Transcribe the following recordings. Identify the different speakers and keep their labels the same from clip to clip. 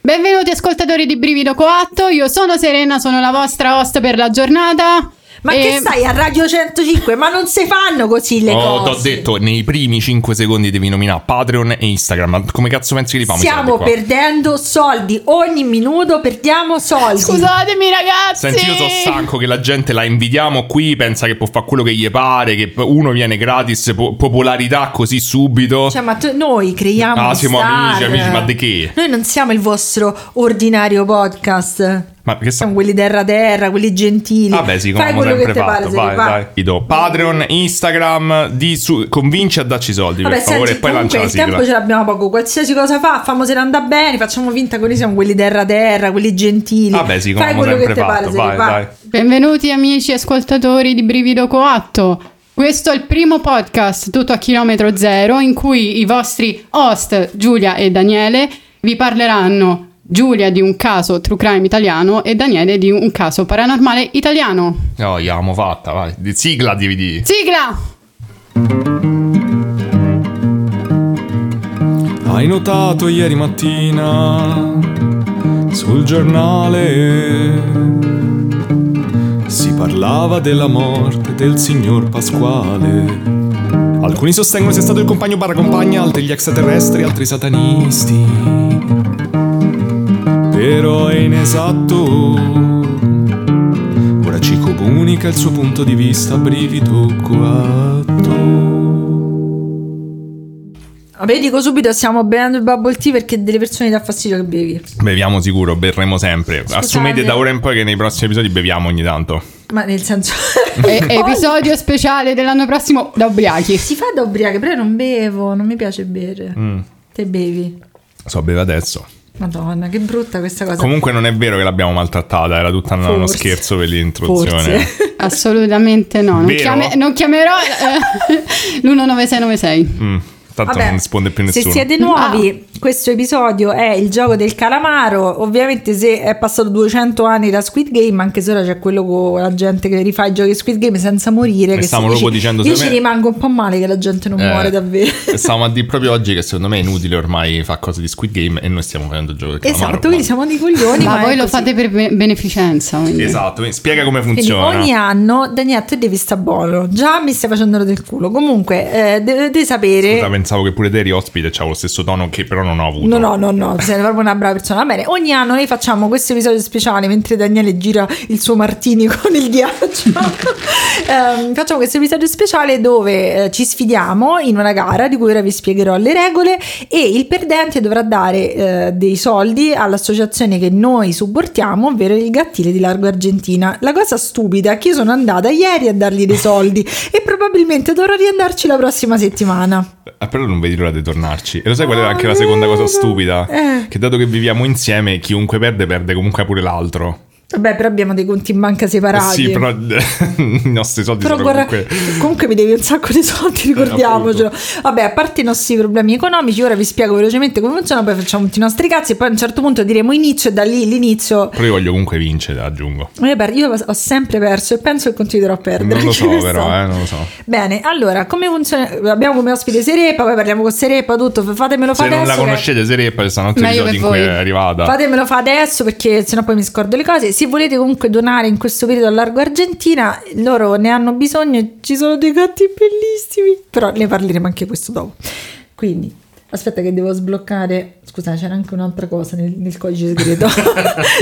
Speaker 1: Benvenuti ascoltatori di Brivido Coatto, io sono Serena, sono la vostra host per la giornata.
Speaker 2: Ma
Speaker 1: E-
Speaker 2: che sai, a Radio 105, ma non si fanno così le cose.
Speaker 3: Oh, t'ho detto, nei primi 5 secondi devi nominare Patreon e Instagram. Ma come cazzo pensi che li famo? i soldi
Speaker 2: Stiamo
Speaker 3: qua?
Speaker 2: perdendo soldi, ogni minuto perdiamo soldi.
Speaker 1: Scusatemi ragazzi!
Speaker 3: Senti, io sono stanco che la gente la invidiamo qui, pensa che può fare quello che gli pare, che p- uno viene gratis, po- popolarità così subito.
Speaker 2: Cioè, ma tu- noi creiamo
Speaker 3: Ah, siamo
Speaker 2: star.
Speaker 3: amici, amici, ma di che?
Speaker 2: Noi non siamo il vostro ordinario podcast.
Speaker 3: Ma che sta...
Speaker 2: Siamo quelli terra terra, quelli gentili.
Speaker 3: Vabbè, sì, come
Speaker 2: Fai
Speaker 3: abbiamo
Speaker 2: quello che
Speaker 3: sempre
Speaker 2: ti pare,
Speaker 3: fatto.
Speaker 2: se
Speaker 3: Vai,
Speaker 2: ti va.
Speaker 3: dai. Ido, Patreon, Instagram, di su- convinci a darci i soldi,
Speaker 2: Vabbè,
Speaker 3: per favore,
Speaker 2: senti,
Speaker 3: e poi lancia
Speaker 2: comunque
Speaker 3: la
Speaker 2: il
Speaker 3: sigla.
Speaker 2: tempo ce l'abbiamo poco. Qualsiasi cosa fa, fammo se ne andrà bene, facciamo finta che noi siamo quelli terra terra, quelli gentili.
Speaker 3: Vabbè, sì, come
Speaker 2: Fai
Speaker 3: abbiamo
Speaker 2: quello che
Speaker 3: sempre
Speaker 2: ti pare,
Speaker 3: fatto.
Speaker 2: se ti
Speaker 3: Vai,
Speaker 2: va.
Speaker 3: dai.
Speaker 1: Benvenuti amici ascoltatori di Brivido Coatto. Questo è il primo podcast tutto a chilometro zero in cui i vostri host Giulia e Daniele vi parleranno Giulia di un caso true crime italiano e Daniele di un caso paranormale italiano.
Speaker 3: No, l'abbiamo fatta, vai. Di- Sigla DVD.
Speaker 1: Sigla!
Speaker 4: Hai notato ieri mattina sul giornale si parlava della morte del signor Pasquale. Alcuni sostengono sia stato il compagno paracompagna, altri gli extraterrestri, altri satanisti. Però è inesatto. Ora ci comunica il suo punto di vista, brivido coatto.
Speaker 2: Vabbè, dico subito, stiamo bevendo il bubble tea perché delle persone dà fastidio che bevi.
Speaker 3: Beviamo sicuro, berremo sempre. Assumete da ora in poi che nei prossimi episodi beviamo ogni tanto.
Speaker 2: Ma nel senso...
Speaker 1: E- episodio speciale dell'anno prossimo da ubriachi.
Speaker 2: Si fa da ubriaca, però io non bevo, non mi piace bere.
Speaker 3: Mm.
Speaker 2: Te bevi.
Speaker 3: So, beve adesso.
Speaker 2: Madonna, che brutta questa cosa.
Speaker 3: Comunque non è vero che l'abbiamo maltrattata, era tutta una- uno
Speaker 2: Forse.
Speaker 3: scherzo per l'introduzione.
Speaker 2: Forse.
Speaker 1: Assolutamente no, non,
Speaker 3: Vero?
Speaker 1: non chiamerò eh, l'19696.
Speaker 3: Mm, Tanto
Speaker 2: Vabbè,
Speaker 3: non risponde più
Speaker 2: Se
Speaker 3: nessuno.
Speaker 2: siete
Speaker 1: Ah.
Speaker 2: nuovi, questo episodio è il gioco del calamaro. Ovviamente, se è passato 200 anni da Squid Game, anche se ora c'è quello con la gente che rifà i giochi di Squid Game senza morire. Che
Speaker 3: stavamo
Speaker 2: si dice-
Speaker 3: proprio dicendo
Speaker 2: Io
Speaker 3: se
Speaker 2: ci
Speaker 3: me-
Speaker 2: rimango un po' male che la gente non
Speaker 3: Eh,
Speaker 2: muore davvero.
Speaker 3: Stavamo a dire proprio oggi che secondo me è inutile ormai fare cose di Squid Game e noi stiamo facendo il gioco del calamaro
Speaker 2: Esatto, quindi siamo
Speaker 3: ormai.
Speaker 2: dei coglioni.
Speaker 1: Ma
Speaker 2: ma
Speaker 1: voi
Speaker 2: è
Speaker 1: lo
Speaker 2: così.
Speaker 1: fate per be- beneficenza. quindi.
Speaker 3: Esatto, quindi spiega come
Speaker 2: Quindi
Speaker 3: funziona.
Speaker 2: ogni anno, Daniele, te devi sta buono. Già mi stai facendo del culo. Comunque, eh, dovete sapere.
Speaker 3: Scusa, pensavo che pure te eri ospite, c'avevo lo stesso tono che però non ho avuto.
Speaker 2: No, no, no, no, sei proprio una brava persona. Va bene, ogni anno noi facciamo questo episodio speciale mentre Daniele gira il suo martini con il ghiaccio. Ehm, facciamo questo episodio speciale dove eh, ci sfidiamo in una gara di cui ora vi spiegherò le regole e il perdente dovrà dare eh, dei soldi all'associazione che noi supportiamo, ovvero il gattile di Largo Argentina. La cosa stupida è che io sono andata ieri a dargli dei soldi e probabilmente dovrò riandarci la prossima settimana.
Speaker 3: Eh, Però non vedi l'ora di tornarci. E lo sai qual era
Speaker 2: Ah,
Speaker 3: anche la seconda
Speaker 2: vero.
Speaker 3: cosa stupida?
Speaker 2: Eh.
Speaker 3: Che dato che viviamo insieme, chiunque perde, perde comunque pure l'altro. Eh
Speaker 2: Vabbè, però abbiamo dei conti in banca separati.
Speaker 3: Sì, però i nostri soldi
Speaker 2: Però
Speaker 3: sono
Speaker 2: guarda,
Speaker 3: comunque... Eh,
Speaker 2: comunque... mi devi un sacco di soldi, ricordiamocelo. Vabbè, a parte i nostri problemi economici, ora vi spiego velocemente come funziona, poi facciamo tutti i nostri cazzi e poi a un certo punto diremo inizio e da lì l'inizio...
Speaker 3: Però io voglio comunque vincere, aggiungo.
Speaker 2: Io per- Io ho sempre perso e penso che continuerò a perdere.
Speaker 3: Non lo
Speaker 2: anche
Speaker 3: so però,
Speaker 2: quest'anno.
Speaker 3: eh, non lo so.
Speaker 2: Bene, allora, come funziona? Abbiamo come ospite Sereppa, poi parliamo con Sereppa, tutto, f- fatemelo
Speaker 3: Se
Speaker 2: fare
Speaker 3: non
Speaker 2: adesso.
Speaker 3: la
Speaker 2: che-
Speaker 3: conoscete, Sereppa, ci sono altri
Speaker 1: Meglio
Speaker 3: episodi in
Speaker 1: per
Speaker 3: cui è
Speaker 1: voi.
Speaker 3: arrivata.
Speaker 2: Fatemelo fa adesso perché sennò poi mi scordo le cose. Se volete comunque donare in questo periodo a Largo Argentina, loro ne hanno bisogno. e Ci sono dei gatti bellissimi. Però ne parleremo anche questo dopo. Quindi, aspetta che devo sbloccare. Scusa, c'era anche un'altra cosa nel, nel codice segreto. Se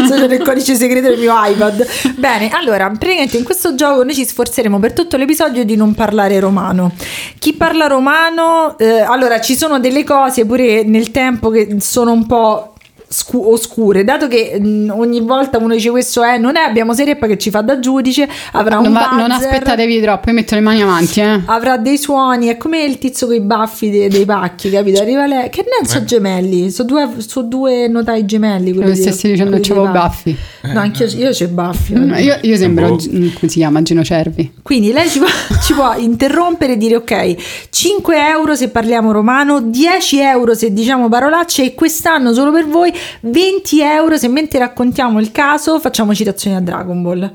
Speaker 2: c'è nel codice segreto del mio iPad. Bene, allora, praticamente in questo gioco noi ci sforzeremo per tutto l'episodio di non parlare romano. Chi parla romano, eh, allora ci sono delle cose pure nel tempo che sono un po' scu- oscure, dato che mh, ogni volta uno dice questo è, non è, abbiamo Sereppa che ci fa da giudice, avrà
Speaker 1: Non,
Speaker 2: un
Speaker 1: va- non
Speaker 2: buzzer,
Speaker 1: aspettatevi troppo, io metto le mani avanti, eh.
Speaker 2: Avrà dei suoni, è come il tizio con i baffi de- dei pacchi, capito? Arriva lei, che ne so gemelli, sono due, so due notai gemelli. quelli
Speaker 1: Lo
Speaker 2: di-
Speaker 1: stessi dicendo
Speaker 2: quelli
Speaker 1: c'avevo
Speaker 2: dei
Speaker 1: baffi.
Speaker 2: No, anch'io io c'ho i baffi.
Speaker 1: Mm, Io, io sembro,
Speaker 3: Boh.
Speaker 1: Gi- mm, come si chiama, Gino Cervi.
Speaker 2: Quindi lei ci può, ci può interrompere e dire ok, 5 euro se parliamo romano, 10 euro se diciamo parolacce e quest'anno solo per voi 20 euro se mentre raccontiamo il caso facciamo citazioni a Dragon Ball.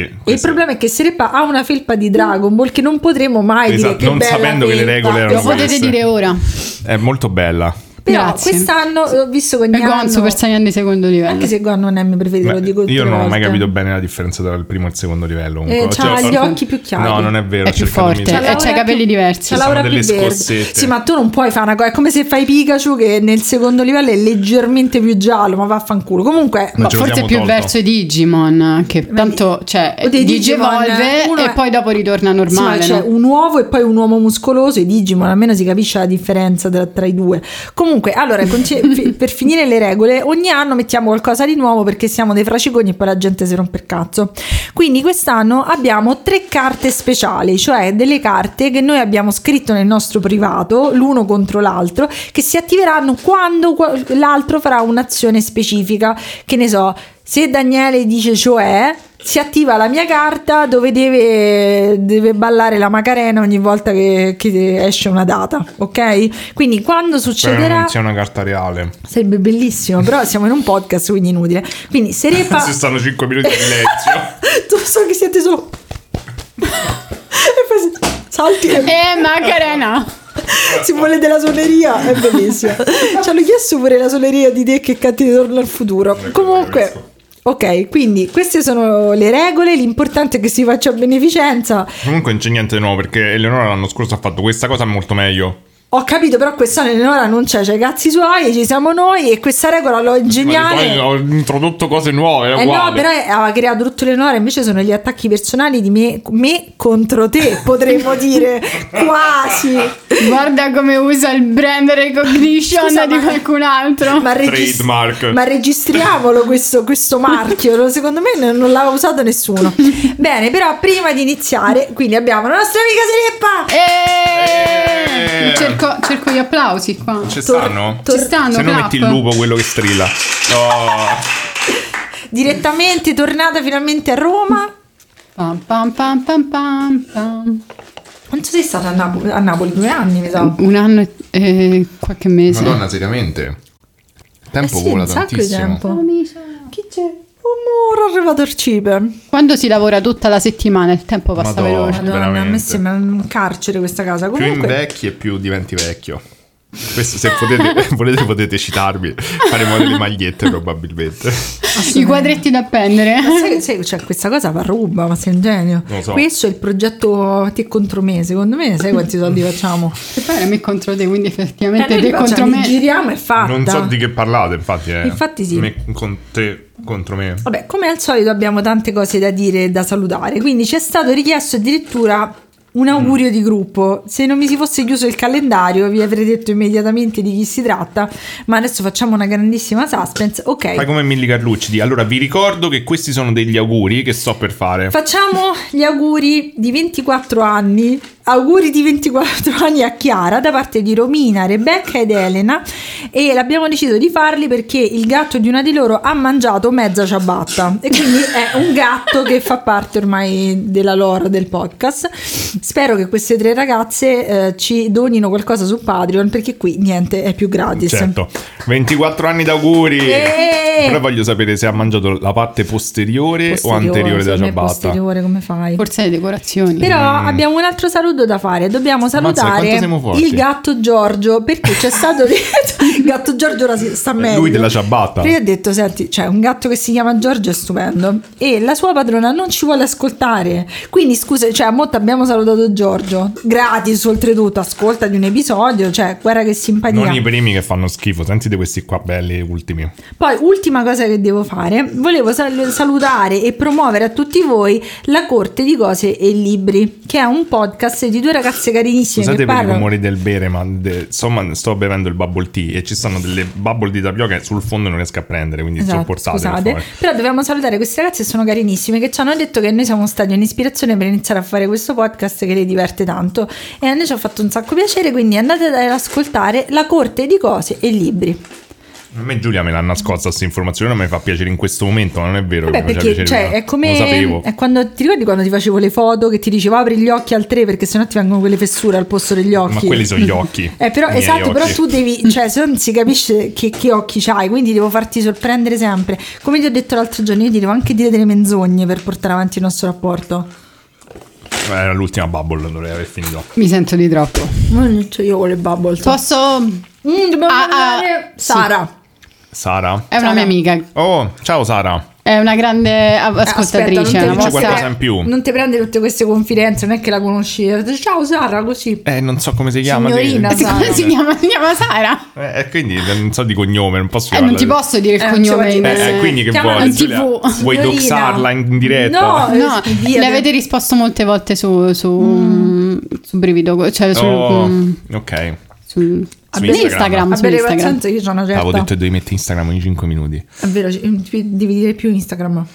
Speaker 2: E il
Speaker 3: questo-
Speaker 2: problema è che Sereppa ha una felpa di Dragon Ball che non potremo mai
Speaker 3: Esatto,
Speaker 2: dire che
Speaker 3: non
Speaker 2: bella
Speaker 3: sapendo che le
Speaker 2: felpa.
Speaker 3: regole erano
Speaker 1: Lo potete
Speaker 3: queste.
Speaker 1: dire ora.
Speaker 3: è molto bella.
Speaker 2: Però
Speaker 1: Grazie.
Speaker 2: quest'anno ho visto che
Speaker 1: E
Speaker 2: ogni
Speaker 1: Gonzo
Speaker 2: anno-
Speaker 1: per 6 anni di secondo livello.
Speaker 2: Anche se Gon non è il mio preferito, lo
Speaker 3: Beh,
Speaker 2: dico tutte
Speaker 3: io
Speaker 2: le
Speaker 3: non ho mai
Speaker 2: volte.
Speaker 3: capito bene la differenza tra il primo e il secondo livello. comunque.
Speaker 2: Eh, c'ha
Speaker 3: Cioè,
Speaker 2: gli
Speaker 3: ho-
Speaker 2: occhi più chiari. Cioè,
Speaker 3: No, non è vero.
Speaker 1: È più
Speaker 3: cercatemi-
Speaker 1: forte.
Speaker 2: C'ha
Speaker 1: Eh,
Speaker 2: la
Speaker 1: c'ha i
Speaker 2: aura
Speaker 1: capelli
Speaker 2: più-
Speaker 1: diversi.
Speaker 2: c'ha
Speaker 1: Ci
Speaker 3: sono
Speaker 2: l'aura
Speaker 3: delle
Speaker 2: più verde.
Speaker 3: scossette.
Speaker 2: Sì, ma tu non puoi fare una cosa. È come se fai Pikachu, che nel secondo livello è leggermente più giallo, ma vaffanculo. Comunque,
Speaker 3: Ma
Speaker 1: Ma
Speaker 3: ce lo
Speaker 1: forse
Speaker 3: siamo
Speaker 1: più
Speaker 3: tolto.
Speaker 1: verso i Digimon, che tanto cioè,
Speaker 2: O dei Digimon,
Speaker 1: digievolve
Speaker 2: uno
Speaker 1: e
Speaker 2: è-
Speaker 1: poi dopo ritorna
Speaker 2: Sì, ma
Speaker 1: normale.
Speaker 2: c'è
Speaker 1: no?
Speaker 2: un uovo e poi un uomo muscoloso, i Digimon, almeno si capisce la differenza tra, tra i due. Comunque, allora, conce- fi- per finire le regole, ogni anno mettiamo qualcosa di nuovo perché siamo dei fraciconi e poi la gente si rompe il cazzo. Quindi quest'anno abbiamo tre carte speciali, cioè delle carte che noi abbiamo scritto nel nostro privato, l'uno contro l'altro, che si attiveranno quando qual- l'altro farà un'azione specifica, che ne so, se Daniele dice cioè, si attiva la mia carta dove deve, deve ballare la Macarena ogni volta che, che esce una data, ok? Quindi quando
Speaker 3: Spero che
Speaker 2: succederà
Speaker 3: non sia una carta reale.
Speaker 2: sarebbe bellissimo, però siamo in un podcast, quindi inutile. Quindi se Repa
Speaker 3: Ci stanno 5 minuti di silenzio.
Speaker 2: tu so che siete solo e poi salti che
Speaker 1: Eh, Macarena!
Speaker 2: si vuole della soleria è bellissimo ci hanno chiesto pure la soleria di te che canti di torno al futuro comunque ok quindi queste sono le regole l'importante è che si faccia beneficenza
Speaker 3: Comunque non c'è niente di nuovo perché Eleonora l'anno scorso ha fatto questa cosa molto meglio.
Speaker 2: ho capito però quest'anno Eleonora non c'è c'è i cazzi suoi ci siamo noi e questa regola l'ho
Speaker 3: Ma poi
Speaker 2: ingegnata
Speaker 3: Ho introdotto cose nuove, è
Speaker 2: eh
Speaker 3: uguale.
Speaker 2: no, però aveva creato tutto Eleonora, invece sono gli attacchi personali di me, me contro te, potremmo dire quasi.
Speaker 1: Guarda come usa il brand recognition
Speaker 2: Scusa,
Speaker 1: di
Speaker 2: ma-
Speaker 1: qualcun altro.
Speaker 2: Ma, regis-
Speaker 3: Trademark.
Speaker 2: ma registriamolo questo, questo marchio, lo- secondo me non, non l'aveva usato nessuno. Bene, però prima di iniziare, quindi abbiamo la nostra amica Sereppa.
Speaker 1: Eh!
Speaker 3: Eh!
Speaker 1: Cerco, cerco gli applausi qua.
Speaker 3: Ci
Speaker 2: Tor-
Speaker 3: stanno?
Speaker 2: tor-
Speaker 1: Ci stanno,
Speaker 3: Se no
Speaker 1: clap.
Speaker 3: metti il lupo quello che strilla. Oh,
Speaker 2: Direttamente tornata finalmente a Roma.
Speaker 1: Pam, pam, pam, pam, pam, pam.
Speaker 2: Quanto sei stata a, Napo- a Napoli? Due anni, mi sa.
Speaker 1: Un anno e e qualche mese.
Speaker 3: seriamente. Il
Speaker 2: Eh sì, un sacco di tempo.
Speaker 1: Amici.
Speaker 2: Chi c'è? Oh, ora è arrivato il cibo.
Speaker 1: Quando si lavora tutta la settimana il tempo passa
Speaker 3: Madonna.
Speaker 1: veloce.
Speaker 2: Madonna, a me
Speaker 3: Veramente.
Speaker 2: sembra un carcere questa casa.
Speaker 3: Più
Speaker 2: Comunque,
Speaker 3: invecchi e più diventi vecchio. Questo se potete, volete potete citarmi. Faremo delle magliette probabilmente.
Speaker 1: I quadretti da appendere.
Speaker 2: Ma sai, sai, cioè, questa cosa va ruba, ma sei un genio.
Speaker 3: Non lo so.
Speaker 2: Questo è il progetto te contro me. Secondo me, sai quanti soldi facciamo?
Speaker 1: Che poi era me contro te, quindi
Speaker 2: Eh,
Speaker 1: effettivamente
Speaker 2: Cioè,
Speaker 1: te
Speaker 2: noi li facciamo,
Speaker 1: contro
Speaker 2: li
Speaker 1: me.
Speaker 2: giriamo e fatta.
Speaker 3: Non so di che parlate, infatti. eh.
Speaker 2: Ah, Infatti sì.
Speaker 3: Me con te contro me.
Speaker 2: Vabbè, come al solito abbiamo tante cose da dire e da salutare, quindi ci è stato richiesto addirittura un augurio di gruppo. Se non mi si fosse chiuso il calendario, vi avrei detto immediatamente di chi si tratta, ma adesso facciamo una grandissima suspense. Ok.
Speaker 3: Fai come Milli Carlucci. di, Allora vi ricordo che questi sono degli auguri che sto per fare.
Speaker 2: Facciamo gli auguri di 24 anni. Auguri di 24 anni a Chiara da parte di Romina, Rebecca ed Elena e l'abbiamo deciso di farli perché il gatto di una di loro ha mangiato mezza ciabatta e quindi è un gatto che fa parte ormai della lore del podcast. Spero che queste tre ragazze eh, ci donino qualcosa su Patreon perché qui niente è più gratis.
Speaker 3: Certo, 24 anni d'auguri.
Speaker 2: Eh!
Speaker 3: Però voglio sapere se ha mangiato la parte posteriore,
Speaker 2: Posteriore,
Speaker 3: o anteriore della
Speaker 2: secondo me
Speaker 3: ciabatta.
Speaker 2: posteriore, come fai?
Speaker 1: Forse le decorazioni.
Speaker 2: Però abbiamo un altro saluto da fare. Dobbiamo
Speaker 3: Mm. Ammazza,
Speaker 2: salutare
Speaker 3: quanto siamo forti.
Speaker 2: il gatto Giorgio perché c'è stato detto- il gatto Giorgio ora si- sta meglio.
Speaker 3: Eh, lui della ciabatta.
Speaker 2: Prima ho detto: Senti, c'è un gatto che si chiama Giorgio, è stupendo. E la sua padrona non ci vuole ascoltare. Quindi, scusa, cioè, a molto abbiamo salutato Giorgio. Gratis, oltretutto, ascolta di un episodio, cioè, guarda che simpatia.
Speaker 3: Non i primi che fanno schifo, sentite questi qua belli ultimi.
Speaker 2: Poi, ultima cosa che devo fare, volevo sal- salutare e promuovere a tutti voi La Corte di Cose e Libri, che è un podcast di due ragazze carinissime
Speaker 3: Scusate
Speaker 2: che
Speaker 3: per i
Speaker 2: parlano.
Speaker 3: rumori del bere, ma de- insomma sto bevendo il bubble tea e ci stanno delle bubble di tapioca che sul fondo non riesco a prendere, quindi
Speaker 2: Esatto,
Speaker 3: sopportate.
Speaker 2: scusate.
Speaker 3: per favore.
Speaker 2: Però dobbiamo salutare questi ragazzi che sono carinissimi, che ci hanno detto che noi siamo stati un'ispirazione per iniziare a fare questo podcast che le diverte tanto. E a noi ci ha fatto un sacco piacere, quindi andate ad ascoltare La Corte di Cose e Libri.
Speaker 3: A me Giulia me l'ha nascosta questa informazione, non mi fa piacere in questo momento, ma non è vero
Speaker 2: Vabbè,
Speaker 3: che mi faceva
Speaker 2: perché
Speaker 3: piacere
Speaker 2: cioè, è
Speaker 3: prima.
Speaker 2: come.
Speaker 3: Lo sapevo.
Speaker 2: È quando, ti ricordi quando ti facevo le foto che ti dicevo apri gli occhi al 3 perché sennò ti vengono quelle fessure al posto degli occhi.
Speaker 3: Ma quelli sono gli occhi.
Speaker 2: Eh, però,
Speaker 3: i miei
Speaker 2: esatto, però
Speaker 3: occhi.
Speaker 2: tu devi, cioè, se non si capisce che, che occhi c'hai, quindi devo farti sorprendere sempre. Come ti ho detto l'altro giorno, io ti devo anche dire delle menzogne per portare avanti il nostro rapporto.
Speaker 3: Era l'ultima bubble, dovrei aver finito.
Speaker 1: Mi sento di troppo.
Speaker 2: Ma non c'ho io con le bubble.
Speaker 1: Posso
Speaker 2: Mm, dobbiamo
Speaker 1: Ah, ah,
Speaker 2: parlare.
Speaker 1: sì.
Speaker 2: Sara. Eh,
Speaker 3: Sara.
Speaker 1: È una mia amica,
Speaker 3: Oh, ciao Sara.
Speaker 1: è una grande av- ascoltatrice.
Speaker 2: Eh, Aspetta, non
Speaker 1: una
Speaker 2: ti-
Speaker 3: Dici
Speaker 1: vostra-
Speaker 3: qualcosa in più.
Speaker 2: Non ti prende tutte queste confidenze, non è che la conosci. Ciao Sara, così.
Speaker 3: Eh, non so come si chiama.
Speaker 2: Signorina
Speaker 3: che-
Speaker 2: Sara.
Speaker 1: Come si chiama? Si chiama Sara.
Speaker 3: Eh, eh, quindi non so di cognome, non posso
Speaker 1: Eh, non
Speaker 3: farla-
Speaker 1: ti posso dire il
Speaker 2: Eh, non ci
Speaker 1: cognome.
Speaker 2: voglio
Speaker 1: in-
Speaker 2: dire.
Speaker 3: Eh, eh, quindi che
Speaker 2: Chiamala
Speaker 3: vuoi?
Speaker 1: in
Speaker 3: Giulia?
Speaker 1: TV.
Speaker 3: Vuoi
Speaker 2: Signorina.
Speaker 3: doxarla in diretta?
Speaker 2: No. eh,
Speaker 1: No, eh,
Speaker 2: Via,
Speaker 1: le
Speaker 2: via.
Speaker 1: avete risposto molte volte su, su,
Speaker 2: Mm.
Speaker 1: su Brivido, cioè su,
Speaker 3: Oh,
Speaker 1: mm,
Speaker 3: ok.
Speaker 1: su, su
Speaker 3: Instagram.
Speaker 1: Instagram.
Speaker 2: A
Speaker 1: Su
Speaker 2: bere
Speaker 1: Instagram.
Speaker 2: pazienza, io sono una
Speaker 3: Avevo
Speaker 2: certa.
Speaker 3: detto che devi mettere Instagram ogni 5 minuti.
Speaker 2: È vero, ci- devi dire più Instagram.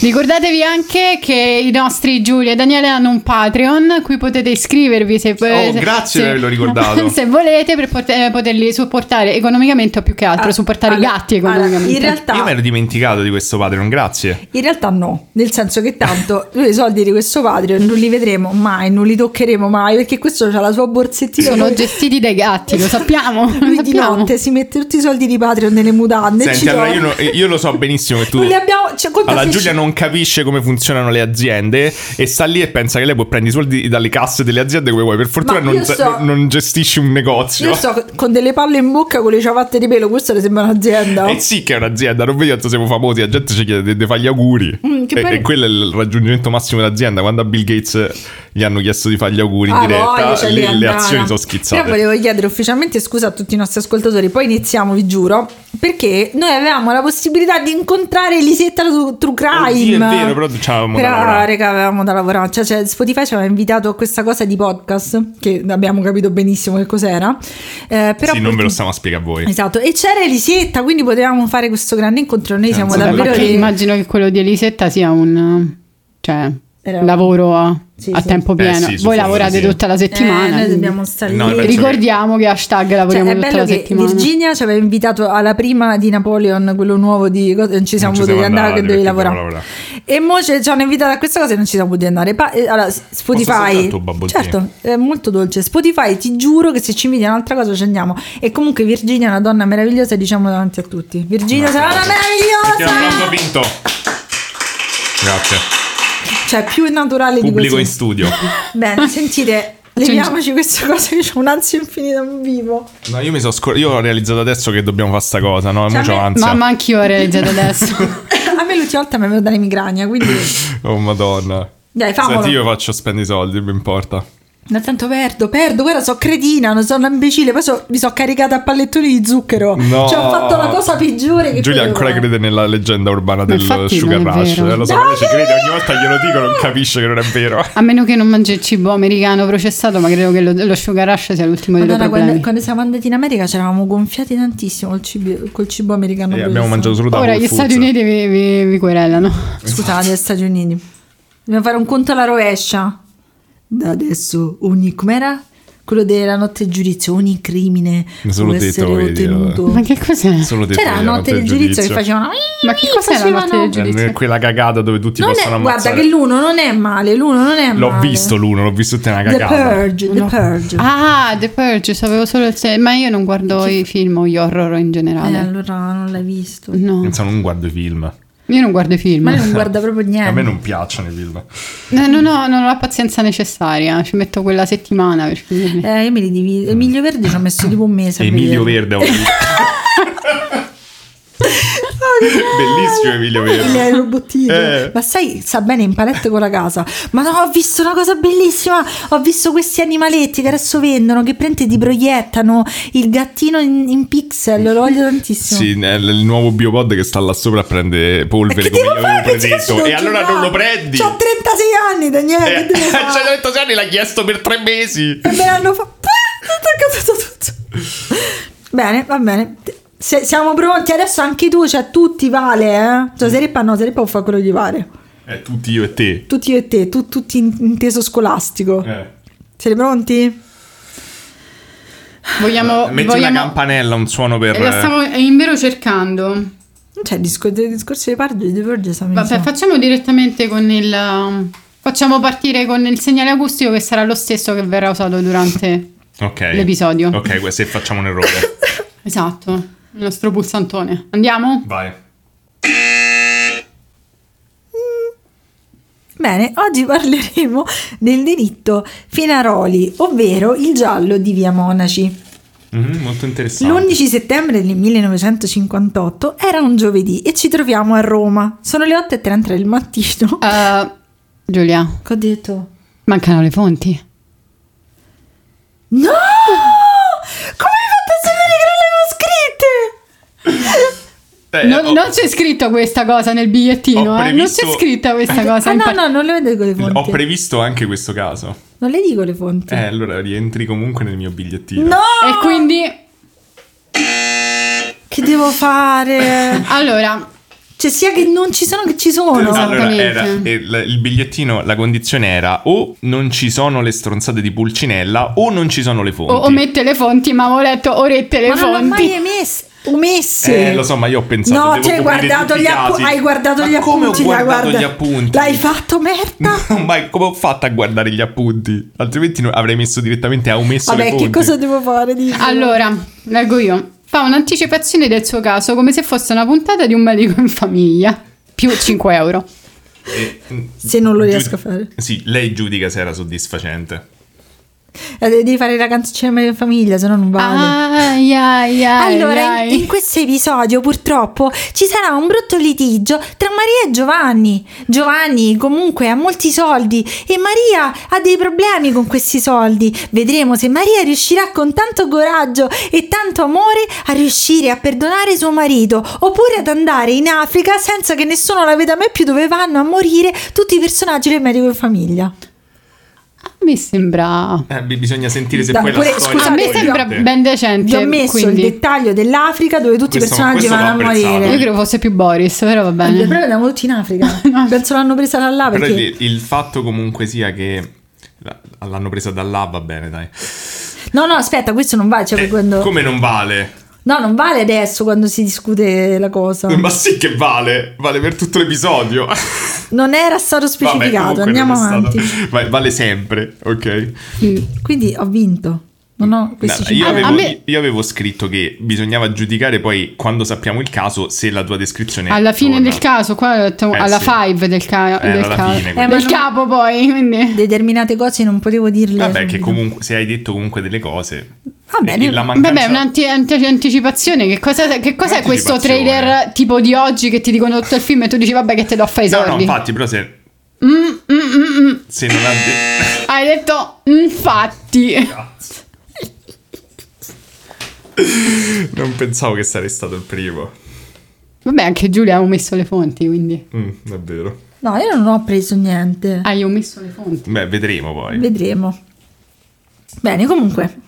Speaker 1: Ricordatevi anche che i nostri Giulia e Daniele hanno un Patreon, cui potete iscrivervi se
Speaker 3: Oh, grazie di averlo ricordato.
Speaker 1: se volete per pot- poterli supportare economicamente o più che altro
Speaker 2: Ah,
Speaker 1: supportare
Speaker 2: allora-
Speaker 1: i gatti eh,
Speaker 2: allora,
Speaker 1: economicamente.
Speaker 2: in realtà,
Speaker 3: Io mi ero dimenticato di questo Patreon, grazie.
Speaker 2: in realtà no, nel senso che tanto noi i soldi di questo padre non li vedremo mai, non li toccheremo mai, perché questo ha la sua borsettina.
Speaker 1: sono
Speaker 2: lui-
Speaker 1: gestiti dai gatti, lo sappiamo.
Speaker 2: Lui
Speaker 1: lo
Speaker 2: di
Speaker 1: sappiamo.
Speaker 2: notte si mette tutti i soldi di Patreon nelle mutande. e ci
Speaker 3: Senti, allora io,
Speaker 2: torna.
Speaker 3: no- io lo so benissimo che tu...
Speaker 2: Non li abbiamo- cioè, conta
Speaker 3: Allora
Speaker 2: se
Speaker 3: Giulia
Speaker 2: ci-
Speaker 3: non capisce come funzionano le aziende e sta lì e pensa che lei può prendere i soldi dalle casse delle aziende come vuoi. Per fortuna
Speaker 2: Ma io
Speaker 3: non,
Speaker 2: so-
Speaker 3: non gestisci un negozio.
Speaker 2: Io sto con delle palle in bocca con le ciabatte di pelo, questo le sembra un'azienda.
Speaker 3: E sì che è un'azienda, non vedi quanto siamo famosi, la gente ci chiede di fare gli auguri.
Speaker 2: Mm, che
Speaker 3: e,
Speaker 2: poi-
Speaker 3: e quello è il raggiungimento massimo dell'azienda. Quando a Bill Gates gli hanno chiesto di fare gli auguri in
Speaker 2: Ah,
Speaker 3: diretta,
Speaker 2: voglio, cioè,
Speaker 3: lì
Speaker 2: lì
Speaker 3: le
Speaker 2: andava.
Speaker 3: azioni sono schizzate.
Speaker 2: Però volevo chiedere ufficialmente scusa a tutti i nostri ascoltatori, poi iniziamo, vi giuro, perché noi avevamo la possibilità di incontrare Elisetta su True Crime.
Speaker 3: Oddio, è vero, però ci avevamo da
Speaker 2: Però,
Speaker 3: lavorare.
Speaker 2: raga, avevamo da lavorare. Cioè, cioè, Spotify ci aveva invitato a questa cosa di podcast, che abbiamo capito benissimo che cos'era. Eh, però
Speaker 3: sì, non ve lo
Speaker 2: purtroppo-
Speaker 3: stiamo a spiegare a voi.
Speaker 2: Esatto, e c'era Elisetta, quindi potevamo fare questo grande incontro. Noi siamo
Speaker 3: Cazzo,
Speaker 1: Vabbè,
Speaker 2: davvero
Speaker 1: ma che
Speaker 2: lì.
Speaker 1: immagino che quello di Elisetta sia un cioè,
Speaker 2: Era-
Speaker 1: lavoro a,
Speaker 2: Sì,
Speaker 1: a
Speaker 2: sì.
Speaker 1: tempo pieno.
Speaker 3: Eh, sì,
Speaker 1: Voi
Speaker 3: suppongo
Speaker 1: lavorate
Speaker 3: di sì.
Speaker 1: tutta la
Speaker 2: Eh,
Speaker 1: settimana.
Speaker 2: noi
Speaker 1: quindi-
Speaker 2: dobbiamo stare
Speaker 3: No,
Speaker 2: lì.
Speaker 3: penso che-
Speaker 1: Ricordiamo che hashtag
Speaker 2: Cioè,
Speaker 1: lavoriamo
Speaker 2: è
Speaker 1: tutta
Speaker 2: bello
Speaker 1: la
Speaker 2: che
Speaker 1: settimana.
Speaker 2: Virginia ci aveva invitato alla prima di Napoleon, quello nuovo di cosa- non ci siamo
Speaker 3: Non ci
Speaker 2: potuti
Speaker 3: siamo
Speaker 2: andare,
Speaker 3: andati
Speaker 2: che dovevi
Speaker 3: perché
Speaker 2: lavorare.
Speaker 3: dobbiamo
Speaker 2: E mo ci ci hanno invitato a questa cosa e non ci siamo potuti andare. Pa- eh, allora, s- Spotify,
Speaker 3: soltanto un bubble tea.
Speaker 2: certo, è molto dolce. Spotify, ti giuro che se ci inviti a un'altra cosa ci andiamo. E comunque Virginia è una donna meravigliosa, diciamo davanti a tutti. Virginia sarà una
Speaker 3: Perché non
Speaker 2: meravigliosa!
Speaker 3: l'ho vinto. Grazie.
Speaker 2: Cioè, più naturale di
Speaker 3: Pubblico
Speaker 2: così.
Speaker 3: in studio.
Speaker 2: Bene, sentite,
Speaker 1: Cioè,
Speaker 2: leviamoci questa cosa che c'è un'ansia infinita in vivo.
Speaker 3: No, io mi sono scor- Io ho realizzato adesso che dobbiamo fare sta cosa, no?
Speaker 2: Cioè,
Speaker 3: Mo c'ho
Speaker 2: a me-
Speaker 3: ansia.
Speaker 1: Mamma, anch'io ho realizzato adesso.
Speaker 2: a me l'ultima volta mi è venuta la migrania, quindi...
Speaker 3: Oh madonna.
Speaker 2: Dai, famolo.
Speaker 3: Senti, io faccio spendere i soldi, non mi importa.
Speaker 2: Ma tanto perdo, perdo, guarda, so cretina, non sono un imbecille, poi so- mi sono caricata a pallettoni di zucchero.
Speaker 3: No.
Speaker 2: Cioè, ho fatto la cosa peggiore che
Speaker 3: Giulia
Speaker 2: potevo
Speaker 3: ancora
Speaker 2: fare.
Speaker 3: crede nella leggenda urbana del
Speaker 1: infatti
Speaker 3: Sugar
Speaker 1: non è
Speaker 3: Rush.
Speaker 1: vero.
Speaker 3: Eh, Lo so,
Speaker 2: No,
Speaker 3: lei ci
Speaker 2: non è
Speaker 3: crede, ogni
Speaker 2: vero!
Speaker 3: volta glielo dico, non capisce che non è vero.
Speaker 1: A meno che non mangi il cibo americano processato, ma credo che lo, lo sugar rush sia l'ultimo dei
Speaker 2: Madonna,
Speaker 1: loro
Speaker 2: quando,
Speaker 1: problemi.
Speaker 2: quando siamo andati in America ci eravamo gonfiati tantissimo col cibo, col cibo americano.
Speaker 3: E
Speaker 2: brutto.
Speaker 3: Eh, abbiamo mangiato solo da
Speaker 1: Ora
Speaker 3: Whole
Speaker 1: gli
Speaker 3: Foods.
Speaker 1: Stati Uniti vi, vi- vi querellano.
Speaker 2: Scusate, agli Stati Uniti. Dobbiamo fare un conto alla rovescia. Da adesso ogni... com'era? Quello della notte del giudizio, ogni crimine
Speaker 3: Solo
Speaker 2: può
Speaker 3: detto,
Speaker 2: essere
Speaker 3: voglio dire,
Speaker 2: ottenuto.
Speaker 1: Ma che cos'è?
Speaker 3: Solo te
Speaker 2: C'era la
Speaker 3: Giulia,
Speaker 2: notte del giudizio che facevano...
Speaker 1: Ma che cos'è la notte del
Speaker 2: facevano-
Speaker 1: giudizio?
Speaker 3: Eh, Quella cagata dove tutti
Speaker 2: Non
Speaker 3: possono
Speaker 2: è,
Speaker 3: ammazzare.
Speaker 2: guarda che l'uno non è male, l'uno non è male.
Speaker 3: L'ho visto l'uno, l'ho visto tutta una
Speaker 2: The
Speaker 3: cagata.
Speaker 2: Purge, The Purge. Eh,
Speaker 1: Ah, The Purge, sapevo solo il se- ma io non guardo i film o gli horror in
Speaker 2: Eh,
Speaker 1: generale.
Speaker 2: allora non l'hai visto.
Speaker 1: No,
Speaker 3: Insomma, non guardo i film.
Speaker 1: io non guardo i film.
Speaker 2: Eh. Ma lei non guarda proprio niente.
Speaker 3: A me non piacciono i
Speaker 2: Eh.
Speaker 3: film.
Speaker 1: No, no, no, non ho la pazienza necessaria, ci metto quella settimana per finirli.
Speaker 2: Eh, io me li divido. Emilio Verde ci ho messo tipo un mese. a
Speaker 3: Emilio
Speaker 2: vederlo.
Speaker 3: Verde ho visto.
Speaker 2: Ah,
Speaker 3: Bellissimo Emilio Verde.
Speaker 2: Le robottino.
Speaker 3: Eh.
Speaker 2: Ma sai, sta bene in palette con la casa. Ma no, ho visto una cosa bellissima. Ho visto questi animaletti che adesso vendono, che prende ti proiettano il gattino in, in pixel. Lo voglio tantissimo.
Speaker 3: Sì, è il il nuovo biopod che sta là sopra a prendere
Speaker 2: Ma che
Speaker 3: polvere come gli
Speaker 2: devo fare?
Speaker 3: avevo
Speaker 2: Che cazzo
Speaker 3: predetto.
Speaker 2: devo
Speaker 3: E allora
Speaker 2: giocare?
Speaker 3: non lo prendi.
Speaker 2: C'ho 36 anni, Daniele.
Speaker 3: Eh,
Speaker 2: che devo fare?
Speaker 3: 100 anni l'ha chiesto per tre mesi.
Speaker 2: E me l'hanno fatto. Tutto cazzato tutto. Bene, va bene. Se- siamo pronti adesso anche tu, cioè tutti vale, eh?
Speaker 3: Mm.
Speaker 2: Cioè Sereppa no, Sereppa può fare quello che gli pare.
Speaker 3: Eh, tutti io e te.
Speaker 2: Tutti io e te, tu- tutti in- inteso scolastico.
Speaker 3: Eh.
Speaker 2: Siete pronti?
Speaker 1: Vogliamo,
Speaker 3: Metti
Speaker 1: vogliamo...
Speaker 3: una campanella, un suono per.
Speaker 1: Eh, La stavo in vero cercando.
Speaker 2: Cioè, il discor- del discorso di Pargi di Verge siamo
Speaker 1: Vabbè,
Speaker 2: insieme.
Speaker 1: facciamo direttamente con il. Facciamo partire con il segnale acustico che sarà lo stesso che verrà usato durante.
Speaker 3: eh, Ok.
Speaker 1: L'episodio.
Speaker 3: Ok, que- se facciamo un errore.
Speaker 1: Esatto, il nostro pulsantone. Andiamo?
Speaker 3: Vai.
Speaker 2: Bene, oggi parleremo del delitto Finaroli, ovvero il giallo di Via Monaci.
Speaker 3: Mhm, molto interessante.
Speaker 2: L'11 settembre del 1958 era un giovedì e ci troviamo a Roma. Sono le 8.30 del mattino.
Speaker 1: Eh, Giulia,
Speaker 2: Che ho detto?
Speaker 1: mancano le fonti.
Speaker 2: No! Come hai fatto a sapere che non le avevo scritte?
Speaker 3: Eh,
Speaker 1: Non,
Speaker 3: ho-
Speaker 1: non c'è scritto questa cosa nel
Speaker 3: ho
Speaker 1: bigliettino, eh, non
Speaker 3: previsto-
Speaker 1: c'è scritta questa cosa.
Speaker 2: Ah,
Speaker 1: in
Speaker 2: no,
Speaker 1: par-
Speaker 2: no, non le dico le
Speaker 3: Ho
Speaker 2: fonti.
Speaker 3: previsto anche questo caso.
Speaker 2: non le dico le fonti.
Speaker 3: Eh, allora rientri comunque nel mio bigliettino.
Speaker 2: No!
Speaker 1: E quindi,
Speaker 2: Che devo fare?
Speaker 1: allora,
Speaker 2: Cioè, sia che non ci sono che ci sono.
Speaker 3: Allora,
Speaker 1: Esattamente.
Speaker 3: era, il, il bigliettino, la condizione era o non ci sono le stronzate di Pulcinella o non ci sono le fonti.
Speaker 1: o, omette le fonti, ma ho letto orette le
Speaker 2: Ma non l'ho
Speaker 1: fonti.
Speaker 2: mai emesse. Omesse.
Speaker 3: Eh, lo so, ma io ho pensato...
Speaker 2: No,
Speaker 3: devo
Speaker 2: ti hai
Speaker 3: coprire
Speaker 2: guardato
Speaker 3: tutti i
Speaker 2: gli appunti.
Speaker 3: casi.
Speaker 2: Hai guardato
Speaker 3: Ma
Speaker 2: gli
Speaker 3: come
Speaker 2: appunti.
Speaker 3: ho
Speaker 2: l'hai
Speaker 3: guardato
Speaker 2: guarda-
Speaker 3: gli appunti?
Speaker 2: L'hai fatto, merda.
Speaker 3: Ma come ho fatto a guardare gli appunti? Altrimenti no- avrei messo direttamente, ha omesso le
Speaker 2: Vabbè,
Speaker 3: fonti.
Speaker 2: che cosa devo fare? Dici?
Speaker 1: Allora, leggo io. Fa un'anticipazione del suo caso come se fosse una puntata di un medico in famiglia. Più 5 euro.
Speaker 3: Eh,
Speaker 2: Se non lo
Speaker 3: giu-
Speaker 2: riesco a fare.
Speaker 3: Sì, lei giudica se era soddisfacente.
Speaker 2: Eh, devi fare la canzone in famiglia, se no non vale.
Speaker 1: Ai, ai, ai,
Speaker 2: Allora, in,
Speaker 1: ai.
Speaker 2: in questo episodio purtroppo ci sarà un brutto litigio tra Maria e Giovanni. Giovanni comunque ha molti soldi e Maria ha dei problemi con questi soldi. Vedremo se Maria riuscirà con tanto coraggio e tanto amore a riuscire a perdonare suo marito oppure ad andare in Africa senza che nessuno la veda mai più dove vanno a morire tutti i personaggi del medico in famiglia.
Speaker 1: Mi sembra...
Speaker 3: Eh, bi- bisogna sentire se
Speaker 2: Da-
Speaker 3: poi la
Speaker 2: pure-
Speaker 3: storia...
Speaker 1: A
Speaker 2: scusate,
Speaker 1: me
Speaker 3: è
Speaker 1: sembra
Speaker 3: coerente.
Speaker 1: ben decente.
Speaker 2: Vi ho messo
Speaker 1: quindi.
Speaker 2: il dettaglio dell'Africa dove tutti
Speaker 3: Questo-
Speaker 2: i personaggi
Speaker 3: questo
Speaker 2: vanno a
Speaker 3: l'ho apprezzato.
Speaker 1: Io
Speaker 2: morire.
Speaker 1: credo fosse più Boris, però va
Speaker 2: Il
Speaker 1: bene.
Speaker 2: problema è andiamo tutti in Africa. Penso l'hanno presa da là
Speaker 3: Però
Speaker 2: perché.
Speaker 3: il, il fatto comunque sia che la- l'hanno presa da là va bene, dai.
Speaker 2: No, no, aspetta, questo non vale. Cioè,
Speaker 3: Eh,
Speaker 2: quando...
Speaker 3: Come non vale?
Speaker 2: No, non vale adesso quando si discute la cosa.
Speaker 3: Ma sì che vale, vale per tutto l'episodio.
Speaker 2: Non era stato specificato.
Speaker 3: Vabbè, comunque
Speaker 2: Andiamo
Speaker 3: non è stato-
Speaker 2: avanti.
Speaker 3: Va- vale sempre, ok?
Speaker 1: Mm.
Speaker 2: Quindi ho vinto. Non ho questi
Speaker 3: No, io,
Speaker 2: cinque-
Speaker 3: avevo,
Speaker 1: A me-
Speaker 3: io avevo scritto che bisognava giudicare poi, quando sappiamo il caso, se la tua descrizione
Speaker 1: Alla fine
Speaker 3: torna.
Speaker 1: del caso, qua ho detto
Speaker 3: Eh,
Speaker 1: alla
Speaker 3: sì.
Speaker 1: 5 del, ca-
Speaker 3: Eh,
Speaker 1: del
Speaker 3: alla
Speaker 1: ca-
Speaker 3: fine,
Speaker 1: del
Speaker 3: quindi.
Speaker 2: Eh, ma non-
Speaker 1: capo poi, quindi...
Speaker 2: Determinate cose non potevo dirle.
Speaker 3: Vabbè, che
Speaker 2: subito.
Speaker 3: comunque, se hai detto comunque delle cose...
Speaker 2: Va
Speaker 3: e-
Speaker 2: bene.
Speaker 3: e la mancanza-
Speaker 1: Vabbè, un'anti- anti- anticipazione. Che, cosa, che cos'è questo
Speaker 3: Un'anticipazione.
Speaker 1: trailer tipo di oggi che ti dicono tutto il film e tu dici vabbè che te do a fare i
Speaker 3: No, no,
Speaker 1: soldi? Mm,
Speaker 3: infatti, però se... Se non ha detto...
Speaker 1: Hai detto infatti.
Speaker 3: Non pensavo che sarei stato il primo.
Speaker 1: Vabbè, anche Giulia ha omesso le fonti, quindi... Ah,
Speaker 3: Mm, è vero.
Speaker 2: No, io non ho preso niente.
Speaker 1: Hai omesso le fonti.
Speaker 3: Beh, vedremo poi.
Speaker 2: Vedremo. Bene, comunque.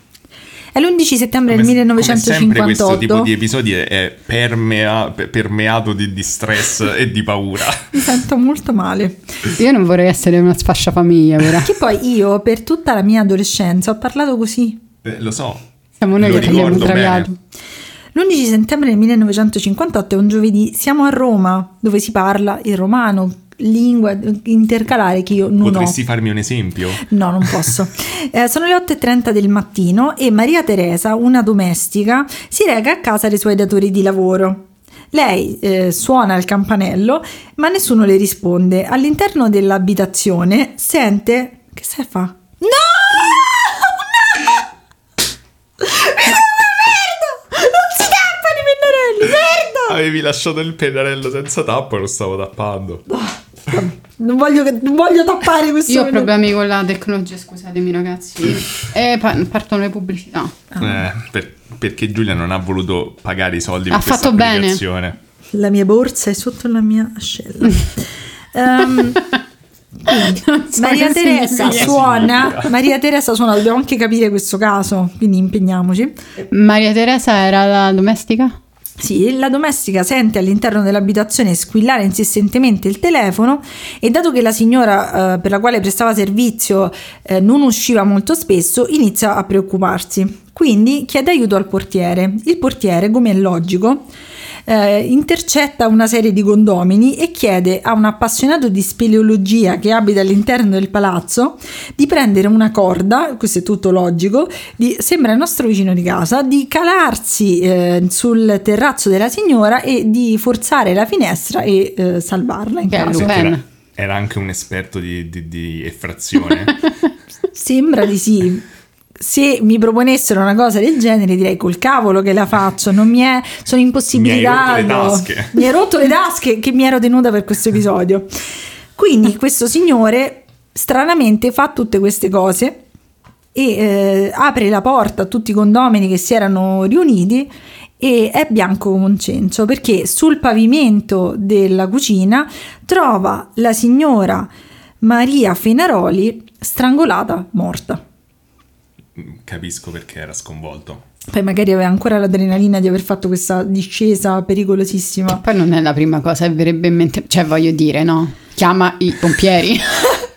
Speaker 2: È l'11 settembre del
Speaker 3: Come-
Speaker 2: 1958.
Speaker 3: Come sempre questo tipo di episodi è, è permea- per- permeato di, di stress e di paura.
Speaker 2: Mi sento molto male.
Speaker 1: Io non vorrei essere una sfascia famiglia, però.
Speaker 2: Che poi io per tutta la mia adolescenza ho parlato così.
Speaker 3: Eh, lo so.
Speaker 1: Siamo noi
Speaker 3: Lo
Speaker 1: che abbiamo
Speaker 3: ricordo
Speaker 1: traviato.
Speaker 3: bene.
Speaker 2: L'11 settembre del 1958 è un giovedì, siamo a Roma, dove si parla il romano, lingua intercalare che io non
Speaker 3: Potresti farmi un esempio?
Speaker 2: ho. No, non posso. Eh, sono le 8.30 del mattino e Maria Teresa, una domestica, si reca a casa dei suoi datori di lavoro. Lei eh, suona il campanello, ma nessuno le risponde. All'interno dell'abitazione sente... Che se fa? No! No! Merda! Non si tappano i pennarelli! Merda!
Speaker 3: Avevi lasciato il pennarello senza tappo e lo stavo tappando.
Speaker 2: Non voglio, che- non voglio tappare questo
Speaker 1: Io ho
Speaker 2: pennarello.
Speaker 1: problemi con la tecnologia, scusatemi ragazzi. E pa- partono le pubblicità.
Speaker 3: Eh, per- perché Giulia non ha voluto pagare i soldi per
Speaker 1: Ah. Ha
Speaker 3: questa
Speaker 1: fatto bene.
Speaker 3: applicazione.
Speaker 2: La mia borsa è sotto la mia ascella. Ehm,
Speaker 1: Non so
Speaker 2: Maria
Speaker 1: che
Speaker 2: Teresa
Speaker 1: significa.
Speaker 2: suona. Maria Teresa suona, dobbiamo anche capire questo caso, quindi impegniamoci.
Speaker 1: Maria Teresa era la domestica?
Speaker 2: Sì, la domestica sente all'interno dell'abitazione squillare insistentemente il telefono e dato che la signora eh, per la quale prestava servizio eh, non usciva molto spesso, inizia a preoccuparsi. Quindi chiede aiuto al portiere. Il portiere, come è logico, eh, intercetta una serie di condomini e chiede a un appassionato di speleologia che abita all'interno del palazzo di prendere una corda, questo è tutto logico, di- sembra il nostro vicino di casa, di calarsi eh, sul terrazzo della signora e di forzare la finestra e eh, salvarla in
Speaker 1: Che è
Speaker 2: caso.
Speaker 1: Lupin.
Speaker 3: Era, era anche un esperto di, di- di effrazione.
Speaker 2: Sembra di sì. se mi proponessero una cosa del genere direi col cavolo che la faccio, non mi è, sono impossibilitato.
Speaker 3: Mi hai rotto le tasche.
Speaker 2: Mi hai rotto le tasche che mi ero tenuta per questo episodio. Quindi questo signore stranamente fa tutte queste cose e eh, apre la porta a tutti i condomini che si erano riuniti e è bianco come un cencio perché sul pavimento della cucina trova la signora Maria Fenaroli strangolata morta.
Speaker 3: Capisco perché era sconvolto.
Speaker 2: Poi magari aveva ancora l'adrenalina di aver fatto questa discesa pericolosissima.
Speaker 1: Poi non è la prima cosa che verrebbe in mente, cioè voglio dire, no? Chiama i pompieri.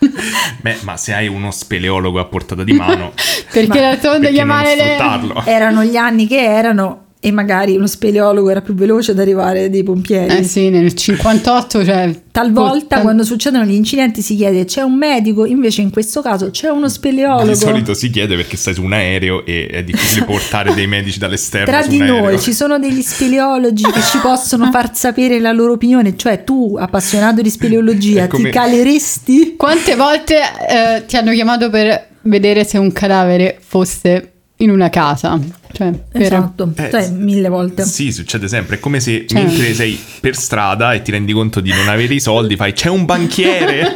Speaker 3: Beh, ma se hai uno speleologo a portata di mano,
Speaker 1: Perché la tonda
Speaker 3: perché non
Speaker 1: chiamare le...
Speaker 3: sfruttarlo?
Speaker 2: Erano gli anni che erano e magari uno speleologo era più veloce ad arrivare dei pompieri.
Speaker 1: Eh sì, nel 58, cioè...
Speaker 2: Talvolta
Speaker 1: Puttana-
Speaker 2: quando succedono gli incidenti si chiede c'è un medico, invece in questo caso c'è uno speleologo.
Speaker 3: Di solito si chiede perché stai su un aereo e è difficile portare dei medici dall'esterno
Speaker 2: Tra
Speaker 3: su
Speaker 2: di
Speaker 3: un
Speaker 2: noi
Speaker 3: aereo.
Speaker 2: ci sono degli speleologi che ci possono far sapere la loro opinione, cioè tu appassionato di speleologia
Speaker 3: È come-
Speaker 2: ti caleresti?
Speaker 1: Quante volte eh, ti hanno chiamato per vedere se un cadavere fosse in una casa? Cioè, per-
Speaker 2: Esatto,
Speaker 3: Eh,
Speaker 2: cioè
Speaker 3: sì.
Speaker 2: mille volte.
Speaker 3: Sì, succede sempre. È come se
Speaker 1: Cioè-
Speaker 3: mentre sei per strada e ti rendi conto di non avere i soldi, fai c'è un banchiere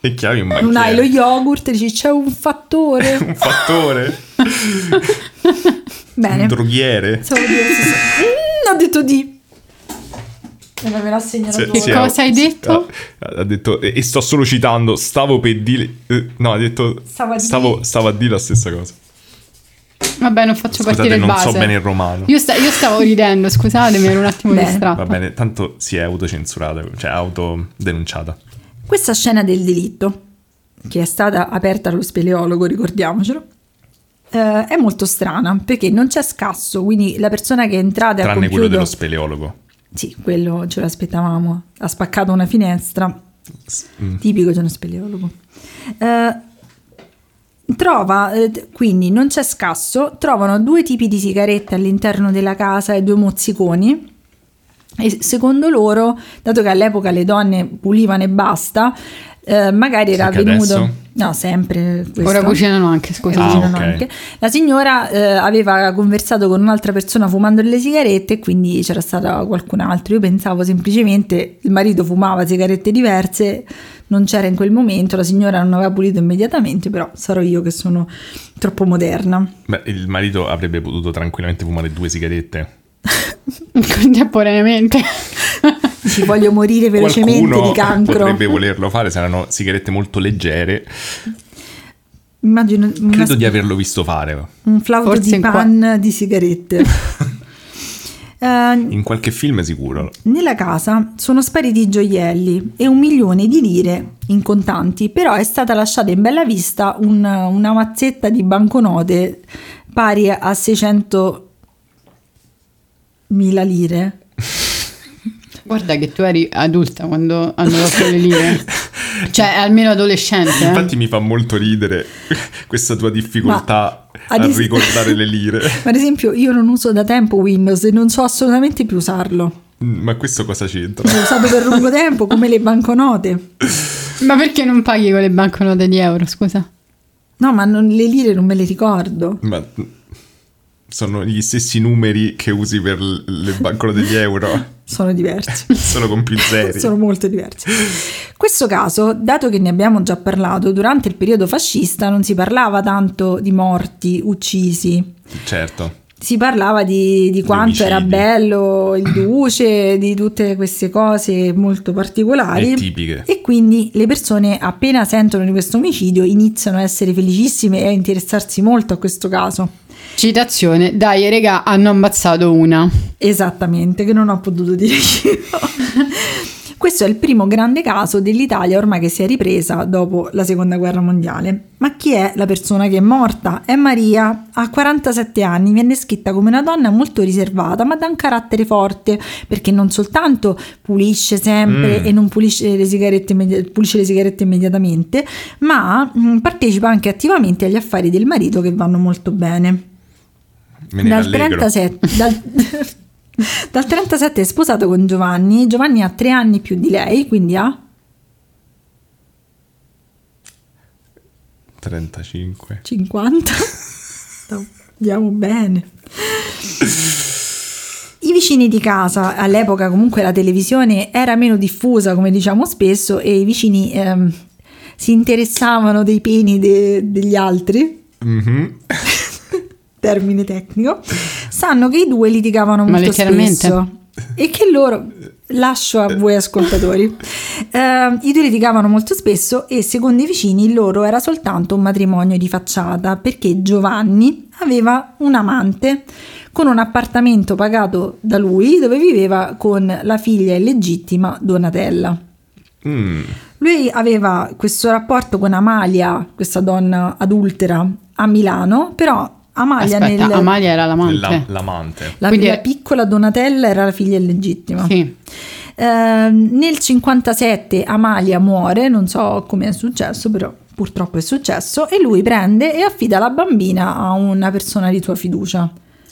Speaker 3: e chiami un banchiere.
Speaker 2: Non hai lo yogurt, dici c'è un fattore.
Speaker 3: un fattore,
Speaker 2: Bene.
Speaker 3: un droghiere.
Speaker 2: Stavo per dire la stessa- Mm, ho detto di. E me l'ha segnalato.
Speaker 3: Se-
Speaker 1: Che
Speaker 3: se-
Speaker 1: cosa hai
Speaker 2: Esatto.
Speaker 1: detto?
Speaker 3: Ha, ha detto, e e sto solo citando, stavo per dire... eh, no, ha detto...
Speaker 2: Stavo a dire-
Speaker 3: Stavo, stavo a dire la stessa cosa.
Speaker 1: Vabbè, non faccio partire
Speaker 3: Scusate,
Speaker 1: il
Speaker 3: non
Speaker 1: base.
Speaker 3: so bene il romano.
Speaker 1: Io, sta- io stavo ridendo, scusatemi, ero un attimo
Speaker 2: Bene.
Speaker 1: distratto.
Speaker 3: Va bene, tanto si è autocensurata, cioè autodenunciata.
Speaker 2: Questa scena del delitto, che è stata aperta allo speleologo, ricordiamocelo, eh, è molto strana perché non c'è scasso, quindi la persona che è entrata e ha
Speaker 3: Tranne quello
Speaker 2: compiuto-
Speaker 3: dello speleologo.
Speaker 2: Sì, quello ce l'aspettavamo. Ha spaccato una finestra,
Speaker 3: S- mm.
Speaker 2: tipico di uno speleologo. Eh, trova, eh, quindi non c'è scasso, trovano due tipi di sigarette all'interno della casa e due mozziconi. E secondo loro, dato che all'epoca le donne pulivano e basta, eh, magari era
Speaker 3: Anche
Speaker 2: avvenuto...
Speaker 3: adesso?
Speaker 2: No, sempre questo.
Speaker 1: Ora cucinano anche,
Speaker 2: Così
Speaker 1: scusa.
Speaker 3: Ah,
Speaker 2: girano
Speaker 3: ok.
Speaker 2: anche. La signora eh, aveva conversato con un'altra persona fumando le sigarette e quindi c'era stato qualcun altro. Io pensavo semplicemente il marito fumava sigarette diverse, non c'era in quel momento, la signora non aveva pulito immediatamente, però sarò io che sono troppo moderna.
Speaker 3: Beh, il marito avrebbe potuto tranquillamente fumare due sigarette.
Speaker 1: Contemporaneamente.
Speaker 2: Ci voglio morire velocemente
Speaker 3: Qualcuno
Speaker 2: di cancro.
Speaker 3: potrebbe volerlo fare, saranno sigarette molto leggere.
Speaker 2: Immagino una-
Speaker 3: Credo di averlo visto fare.
Speaker 2: un flauto
Speaker 1: Forse
Speaker 2: di
Speaker 1: in qua-
Speaker 2: pan di sigarette. Eh,
Speaker 3: In qualche film sicuro.
Speaker 2: Nella casa sono spariti i gioielli e un milione di lire in contanti, però è stata lasciata in bella vista un- una mazzetta di banconote pari a 600.000 lire.
Speaker 1: Guarda che tu eri adulta quando hanno dato le lire. Cioè, almeno adolescente. eh.
Speaker 3: Infatti mi fa molto ridere questa tua difficoltà
Speaker 2: Ma- ad
Speaker 3: a
Speaker 2: es-
Speaker 3: ricordare le lire.
Speaker 2: Ma ad esempio io non uso da tempo Windows e non so assolutamente più usarlo.
Speaker 3: Mm, Ma questo cosa c'entra?
Speaker 2: L'ho usato per lungo tempo come le banconote.
Speaker 1: Ma perché non paghi con le banconote di euro, scusa?
Speaker 2: No, ma non- le lire non me le ricordo.
Speaker 3: Ma sono gli stessi numeri che usi per l- le banconote degli euro,
Speaker 2: Sono diversi.
Speaker 3: solo con più zeri.
Speaker 2: sono molto diversi. Questo caso, dato che ne abbiamo già parlato, durante il periodo fascista non si parlava tanto di morti, uccisi,
Speaker 3: Certo.
Speaker 2: si parlava di, di quanto era
Speaker 3: omicidi.
Speaker 2: bello il duce, di tutte queste cose molto particolari.
Speaker 3: E tipiche.
Speaker 2: E quindi le persone appena sentono di questo omicidio iniziano a essere felicissime e a interessarsi molto a questo caso.
Speaker 1: Citazione, dai regà, hanno ammazzato una.
Speaker 2: Esattamente, che non ho potuto dire io. Questo è il primo grande caso dell'Italia ormai che si è ripresa dopo la seconda guerra mondiale. Ma chi è la persona che è morta? È Maria, ha 47 anni, viene scritta come una donna molto riservata ma da un carattere forte perché non soltanto pulisce sempre
Speaker 3: Mm.
Speaker 2: e non pulisce le, sigarette immedi- pulisce le sigarette immediatamente, ma mh, partecipa anche attivamente agli affari del marito che vanno molto bene.
Speaker 3: Me ne
Speaker 2: Dal
Speaker 3: rallegro.
Speaker 2: 37, dal, dal 37 è sposato con Giovanni. Giovanni ha tre anni più di lei, quindi ha.
Speaker 3: 35.
Speaker 2: 50. Andiamo bene. I vicini di casa, all'epoca comunque la televisione era meno diffusa, come diciamo spesso, e i vicini ehm, si interessavano dei peni de- degli altri,
Speaker 3: Mhm.
Speaker 2: termine tecnico, sanno che i due litigavano
Speaker 1: Ma
Speaker 2: molto
Speaker 1: letteralmente?
Speaker 2: spesso e che loro... Lascio a voi ascoltatori. Ehm, I due litigavano molto spesso e secondo i vicini il loro era soltanto un matrimonio di facciata perché Giovanni aveva un amante con un appartamento pagato da lui dove viveva con la figlia illegittima Donatella.
Speaker 3: Mm.
Speaker 2: Lui aveva questo rapporto con Amalia, questa donna adultera a Milano, però Amalia
Speaker 1: Aspetta,
Speaker 2: nel...
Speaker 1: Amalia era l'amante.
Speaker 3: La- l'amante.
Speaker 2: la,
Speaker 1: Quindi
Speaker 2: la
Speaker 1: è-
Speaker 2: piccola Donatella era la figlia illegittima.
Speaker 1: Sì.
Speaker 2: Eh, nel 57 Amalia muore, non so come è successo, però purtroppo è successo, e lui prende e affida la bambina a una persona di sua fiducia.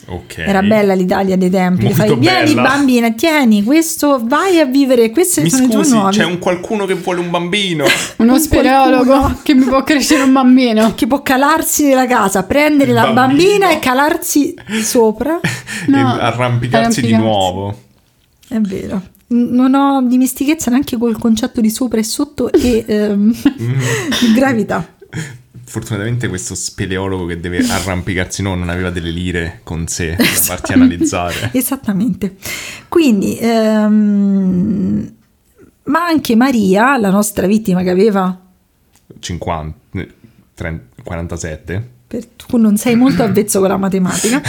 Speaker 3: Ok.
Speaker 2: Era bella l'Italia dei tempi.
Speaker 3: Molto
Speaker 2: Fai, vieni
Speaker 3: bella."
Speaker 2: bambina, tieni questo, vai a vivere, queste
Speaker 3: Mi
Speaker 2: sono le tue
Speaker 3: scusi,
Speaker 2: nuove.
Speaker 3: c'è un qualcuno che vuole un bambino.
Speaker 1: Uno
Speaker 2: Un
Speaker 1: speleologo
Speaker 2: qualcuno.
Speaker 1: che mi può crescere un bambino.
Speaker 2: Che può calarsi nella casa, prendere
Speaker 3: Il
Speaker 2: la
Speaker 3: bambino.
Speaker 2: bambina e calarsi sopra.
Speaker 1: No,
Speaker 3: e arrampicarsi
Speaker 1: arrampicarsi.
Speaker 3: di nuovo.
Speaker 2: È vero. N- Non ho dimestichezza neanche col concetto di sopra e sotto e ehm, di gravità.
Speaker 3: Fortunatamente questo speleologo che deve arrampicarsi no, non aveva delle lire con sé da farti analizzare.
Speaker 2: Esattamente. Quindi, ehm, ma anche Maria, la nostra vittima che aveva,
Speaker 3: 50, eh, 30, 47.
Speaker 2: per- tu non sei molto avvezzo con la matematica,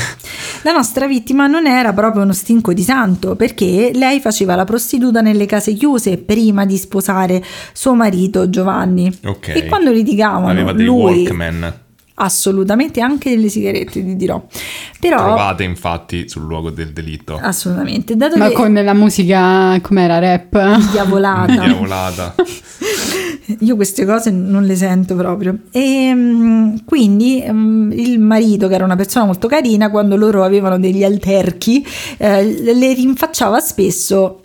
Speaker 2: la nostra vittima non era proprio uno stinco di santo perché lei faceva la prostituta nelle case chiuse prima di sposare suo marito Giovanni.
Speaker 3: Ok.
Speaker 2: E quando litigavano,
Speaker 3: Aveva dei
Speaker 2: lui,
Speaker 3: Walkman.
Speaker 2: assolutamente anche delle sigarette, ti dirò. Però, Ah,
Speaker 3: Trovate infatti sul luogo del delitto.
Speaker 2: assolutamente, dato
Speaker 1: Ma
Speaker 2: che
Speaker 1: con la musica com'era rap?
Speaker 2: diavolata.
Speaker 3: Diavolata.
Speaker 2: Io queste cose non le sento proprio. E mm, quindi mm, il marito, che era una persona molto carina, quando loro avevano degli alterchi, eh, le rinfacciava spesso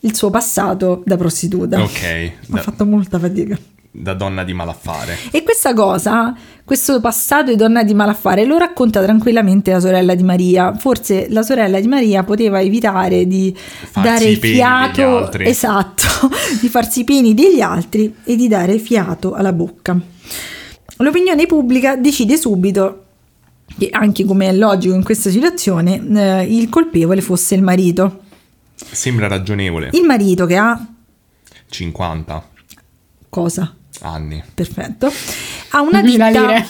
Speaker 2: il suo passato da prostituta.
Speaker 3: ok,
Speaker 2: Ha
Speaker 3: da,
Speaker 2: fatto molta fatica.
Speaker 3: da donna di malaffare.
Speaker 2: E questa cosa, questo passato di donna di malaffare, lo racconta tranquillamente la sorella di Maria. Forse la sorella di Maria poteva evitare di
Speaker 3: Farsi
Speaker 2: dare
Speaker 3: i peni degli
Speaker 2: fiato,
Speaker 3: altri.
Speaker 2: esatto, di farsi i peni degli altri e di dare fiato alla bocca. L'opinione pubblica decide subito che, anche come è logico in questa situazione, eh, il colpevole fosse il marito.
Speaker 3: Sembra ragionevole.
Speaker 2: Il marito che ha
Speaker 3: 50
Speaker 2: cosa?
Speaker 3: anni.
Speaker 2: Perfetto. Ha una
Speaker 1: Mila
Speaker 2: ditta
Speaker 1: lire.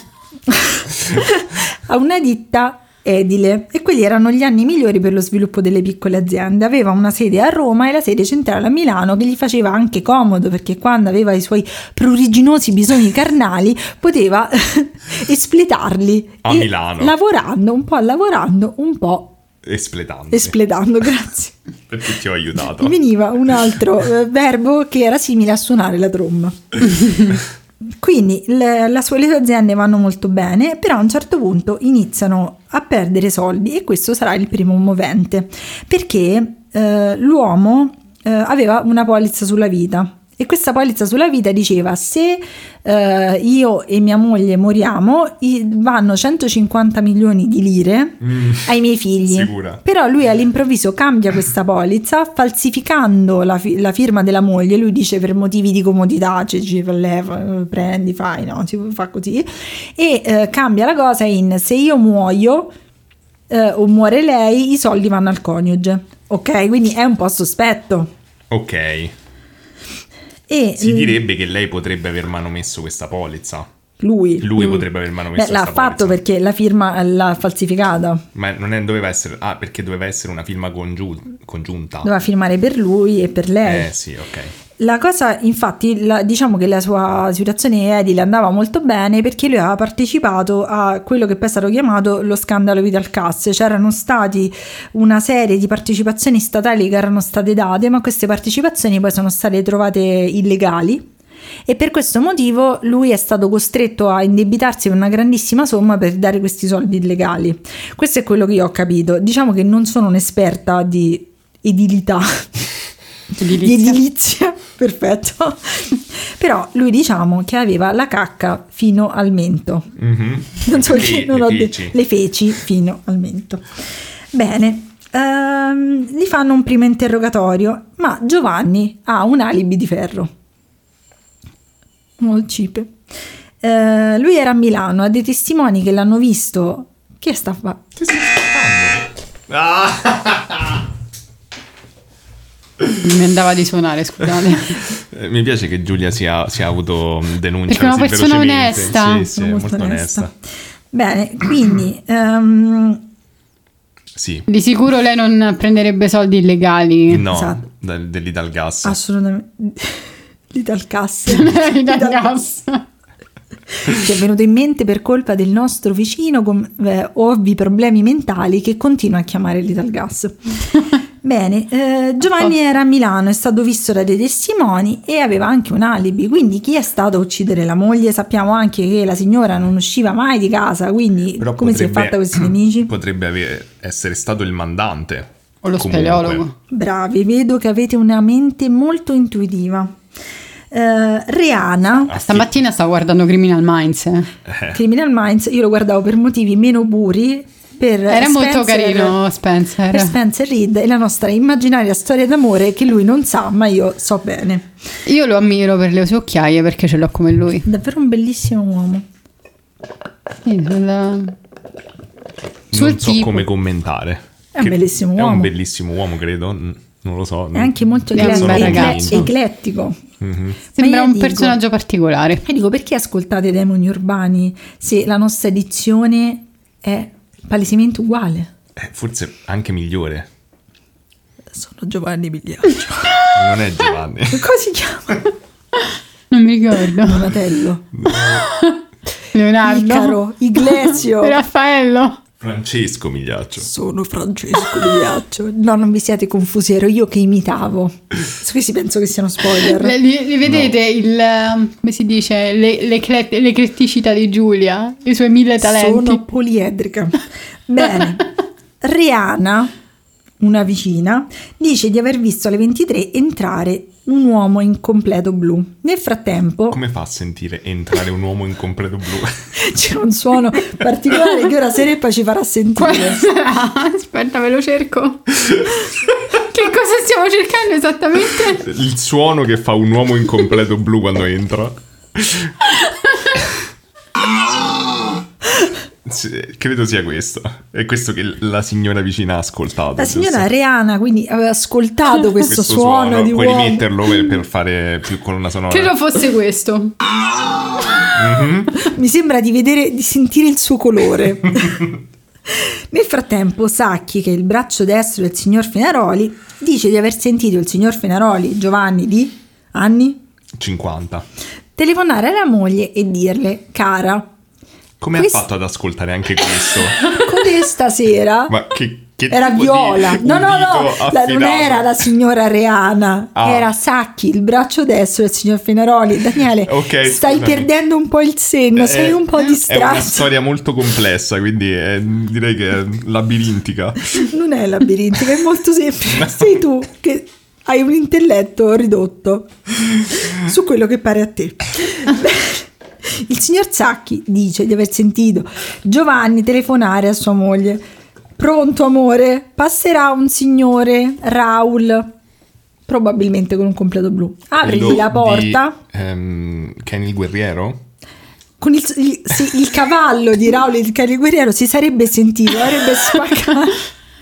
Speaker 2: ha una ditta edile e quelli erano gli anni migliori per lo sviluppo delle piccole aziende. Aveva una sede a Roma e la sede centrale a Milano che gli faceva anche comodo perché quando aveva i suoi pruriginosi bisogni carnali poteva espletarli
Speaker 3: A
Speaker 2: e
Speaker 3: Milano.
Speaker 2: lavorando un po' lavorando un po'
Speaker 3: Espletante.
Speaker 2: espletando, grazie.
Speaker 3: Perché ti ho aiutato.
Speaker 2: Mi veniva un altro eh, verbo che era simile a suonare la tromba. Quindi le, la sua- le sue aziende vanno molto bene, però a un certo punto iniziano a perdere soldi e questo sarà il primo movente, perché eh, l'uomo eh, aveva una polizza sulla vita e questa polizza sulla vita diceva se eh, io e mia moglie moriamo i- vanno 150 milioni di lire
Speaker 3: Mm.
Speaker 2: ai miei figli.
Speaker 3: Sicura.
Speaker 2: Però lui all'improvviso cambia questa polizza falsificando la, fi- la firma della moglie. Lui dice per motivi di comodità, cioè, ci leva, eh, prendi, fai, no, si fa così. E eh, cambia la cosa in se io muoio eh, o muore lei, i soldi vanno al coniuge. Ok, quindi è un po' sospetto.
Speaker 3: Ok.
Speaker 2: E
Speaker 3: Si
Speaker 2: mm,
Speaker 3: direbbe che lei potrebbe aver manomesso questa polizza.
Speaker 2: lui,
Speaker 3: Lui potrebbe aver
Speaker 2: Beh,
Speaker 3: manomesso
Speaker 2: l'ha
Speaker 3: questa
Speaker 2: fatto
Speaker 3: polizza. Ah.
Speaker 2: perché la firma l'ha falsificata.
Speaker 3: Ma non è, doveva essere... Ah, perché doveva essere una firma congiu- congiunta.
Speaker 2: Doveva firmare per lui e per lei.
Speaker 3: Eh sì, ok.
Speaker 2: La cosa, infatti, la- diciamo che la sua situazione edile andava molto bene perché lui aveva partecipato a quello che poi è stato chiamato lo scandalo Vitalcasse. C'erano stati una serie di partecipazioni statali che erano state date, ma queste partecipazioni poi sono state trovate illegali. E per questo motivo lui è stato costretto a indebitarsi per una grandissima somma per dare questi soldi illegali. Questo è quello che io ho capito. Diciamo che non sono un'esperta di edilità, di edilizia, perfetto. Però lui diciamo che aveva la cacca fino al mento.
Speaker 3: Mhm.
Speaker 2: Non so che
Speaker 3: Le-
Speaker 2: non
Speaker 3: le
Speaker 2: ho detto.
Speaker 3: feci.
Speaker 2: Le feci fino al mento. Bene. ehm, gli fanno un primo interrogatorio, ma Giovanni ha un alibi di ferro. Molto cipe. Eh, lui era a Milano, ha dei testimoni che l'hanno visto. Che sta fa?
Speaker 1: Mi andava di suonare, scusate.
Speaker 3: Eh, Mi piace che Giulia sia, sia avuto mh, denuncia.
Speaker 1: Perché è una
Speaker 3: così
Speaker 1: persona
Speaker 3: velocemente.
Speaker 1: onesta.
Speaker 3: Sì, sì,
Speaker 2: Sono
Speaker 3: molto onesta.
Speaker 2: Bene, quindi ehm,
Speaker 3: Sì.
Speaker 1: Di sicuro lei non prenderebbe soldi illegali.
Speaker 3: No,
Speaker 2: Esatto. Ah,
Speaker 3: da- dell'Ital Gas.
Speaker 2: assolutamente. Lì dal casse.
Speaker 1: Lei dà gas.
Speaker 2: Ti è venuto in mente per colpa del nostro vicino con eh, ovvi problemi mentali che continua a chiamare l'Italgas. Bene, eh, Giovanni era a Milano, è stato visto da dei testimoni e aveva anche un alibi, quindi chi è stato a uccidere la moglie? Sappiamo anche che la signora non usciva mai di casa, quindi
Speaker 3: Però
Speaker 2: come si è
Speaker 3: potrebbe-
Speaker 2: fatta questi nemici?
Speaker 3: Potrebbe avere- essere stato il mandante.
Speaker 1: O lo
Speaker 3: Comunque.
Speaker 1: speleologo.
Speaker 2: Bravi, vedo che avete una mente molto intuitiva. Eh, Reana,
Speaker 3: Ah, sì.
Speaker 1: Stamattina stavo guardando Criminal Minds. eh.
Speaker 2: Criminal Minds, io lo guardavo per motivi meno puri. Per
Speaker 1: Era molto
Speaker 2: Spencer-
Speaker 1: carino Spencer.
Speaker 2: Per Spencer Reed è la nostra immaginaria storia d'amore che lui non sa, ma io so bene.
Speaker 1: Io lo ammiro per le sue occhiaie perché ce l'ho come lui.
Speaker 2: Davvero un bellissimo uomo.
Speaker 1: Sì, sulla- sul
Speaker 3: non so
Speaker 1: tipo.
Speaker 3: come commentare.
Speaker 2: È un bellissimo
Speaker 3: È un
Speaker 2: uomo.
Speaker 3: bellissimo uomo, credo. Mm, Non Mhm. lo so.
Speaker 2: È anche molto
Speaker 1: È un
Speaker 2: eclet-
Speaker 1: bel
Speaker 2: ecle-
Speaker 1: ragazzo.
Speaker 2: eclettico.
Speaker 1: Sembra
Speaker 2: io
Speaker 1: un
Speaker 2: dico-
Speaker 1: personaggio particolare.
Speaker 2: E dico, perché ascoltate Demoni Urbani se la nostra edizione è palesemente uguale?
Speaker 3: Eh, forse anche migliore.
Speaker 2: Sono Giovanni Migliaccio.
Speaker 3: Non è Giovanni.
Speaker 2: Come si chiama?
Speaker 1: Non mi ricordo.
Speaker 2: Donatello.
Speaker 1: Leonardo.
Speaker 2: Icaro. Iglesio.
Speaker 1: Raffaello.
Speaker 3: Francesco Migliaccio.
Speaker 2: Sono Francesco Migliaccio. No, non vi siate confusi, ero io che imitavo. Su questi penso che siano spoiler.
Speaker 1: Le, li- li vedete il eh, come si dice le, le, cre- le creticità di Giulia, i suoi mille talenti.
Speaker 2: Sono poliedrica. Bene. Rihanna, una vicina, dice di aver visto alle 23 entrare un uomo in completo blu. Nel frattempo
Speaker 3: Come fa a sentire entrare un uomo in completo blu?
Speaker 2: c'è un suono particolare che ora Sereppa ci farà
Speaker 1: Quale
Speaker 2: sentire.
Speaker 1: sarà? Aspetta, ve lo cerco. che cosa stiamo cercando esattamente?
Speaker 3: Il suono che fa un uomo in completo blu quando entra. Sì, credo sia questo. È questo che la signora vicina ha ascoltato.
Speaker 2: La signora
Speaker 3: giusto?
Speaker 2: Rihanna quindi aveva ascoltato questo,
Speaker 3: questo
Speaker 2: suono, di
Speaker 3: puoi
Speaker 2: uomo.
Speaker 3: rimetterlo per, per fare più colonna sonora.
Speaker 1: Credo fosse questo.
Speaker 2: Mi sembra di vedere, di sentire il suo colore. Nel frattempo, Sacchi, che è il braccio destro del signor Fenaroli, dice di aver sentito il signor Fenaroli, Giovanni di anni,
Speaker 3: 50.
Speaker 2: telefonare alla moglie e dirle: Cara,
Speaker 3: Come
Speaker 2: Questo-
Speaker 3: ha fatto ad ascoltare anche questo?
Speaker 2: questa sera
Speaker 3: Ma che, che
Speaker 2: era
Speaker 3: tipo di
Speaker 2: viola. No, no,
Speaker 3: udito
Speaker 2: no, la- non
Speaker 3: affidato?
Speaker 2: era la signora Reana,
Speaker 3: Ah.
Speaker 2: era Sacchi, il braccio destro del signor Fenaroli. Daniele,
Speaker 3: Ok,
Speaker 2: stai
Speaker 3: scusami.
Speaker 2: perdendo un po' il senno,
Speaker 3: Eh,
Speaker 2: sei un po'
Speaker 3: È una
Speaker 2: distratto.
Speaker 3: storia molto complessa, quindi è- direi che è labirintica.
Speaker 2: Non è labirintica, è molto semplice. Sei tu che hai un intelletto ridotto su quello che pare a te. Il signor Sacchi dice di aver sentito Giovanni telefonare a sua moglie. Pronto amore, passerà un signore, Raul, probabilmente con un completo blu. Apri
Speaker 3: Quello
Speaker 2: la porta.
Speaker 3: Di, ehm, Kenny il guerriero?
Speaker 2: Con il, il- sì, il cavallo di Raul, il cane guerriero, si sarebbe sentito, avrebbe spaccato.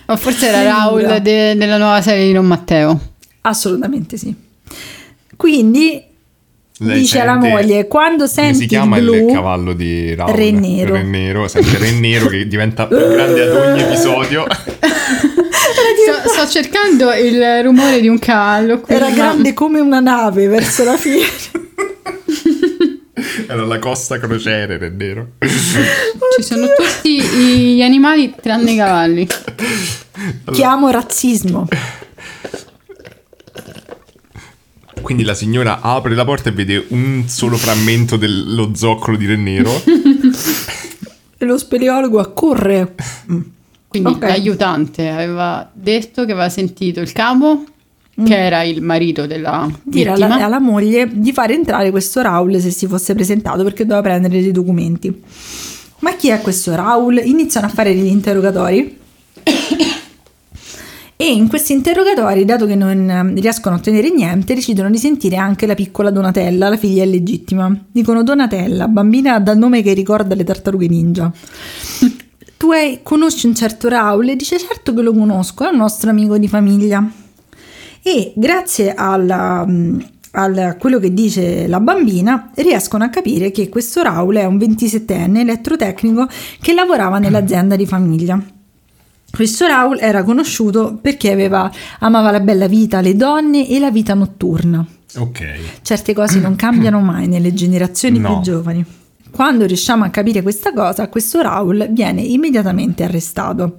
Speaker 1: O forse era
Speaker 2: Sicura.
Speaker 1: Raul de- della nuova serie di Don Matteo.
Speaker 2: Assolutamente sì. Quindi
Speaker 3: Lei
Speaker 2: dice alla
Speaker 3: sente-
Speaker 2: moglie: Quando
Speaker 3: Come
Speaker 2: senti
Speaker 3: si chiama
Speaker 2: il blu,
Speaker 3: il cavallo di Raul?
Speaker 2: Re Nero.
Speaker 3: Re Nero, sempre Re Nero che diventa più grande ad ogni episodio.
Speaker 1: Sto, sto cercando il rumore di un cavallo. qui,
Speaker 2: era
Speaker 1: ma-
Speaker 2: grande come una nave verso la fine.
Speaker 3: Era la costa crociere Re Nero.
Speaker 1: Ci sono tutti gli animali tranne i cavalli.
Speaker 2: Chiamo razzismo.
Speaker 3: Quindi la signora apre la porta e vede un solo frammento dello zoccolo di Re Nero.
Speaker 2: E lo speleologo accorre.
Speaker 1: Quindi
Speaker 2: Ok.
Speaker 1: l'aiutante aveva detto che aveva sentito il capo
Speaker 2: Mm.
Speaker 1: che era il marito della
Speaker 2: dire
Speaker 1: vittima.
Speaker 2: alla, alla moglie di far entrare questo Raul se si fosse presentato perché doveva prendere dei documenti. Ma chi è questo Raul? Iniziano a fare degli interrogatori. E in questi interrogatori, dato che non eh, riescono a ottenere niente, decidono di sentire anche la piccola Donatella, la figlia illegittima. Dicono Donatella, bambina dal nome che ricorda le tartarughe ninja. Tu hai- conosci un certo Raul? E dice certo che lo conosco, è un nostro amico di famiglia. E grazie alla- al- a quello che dice la bambina riescono a capire che questo Raul è un 27enne elettrotecnico che lavorava nell'azienda di famiglia. Questo Raul era conosciuto perché aveva- amava la bella vita, le donne e la vita notturna.
Speaker 3: Ok.
Speaker 2: Certe cose non cambiano mai nelle generazioni
Speaker 3: No.
Speaker 2: più giovani. Quando riusciamo a capire questa cosa, questo Raul viene immediatamente arrestato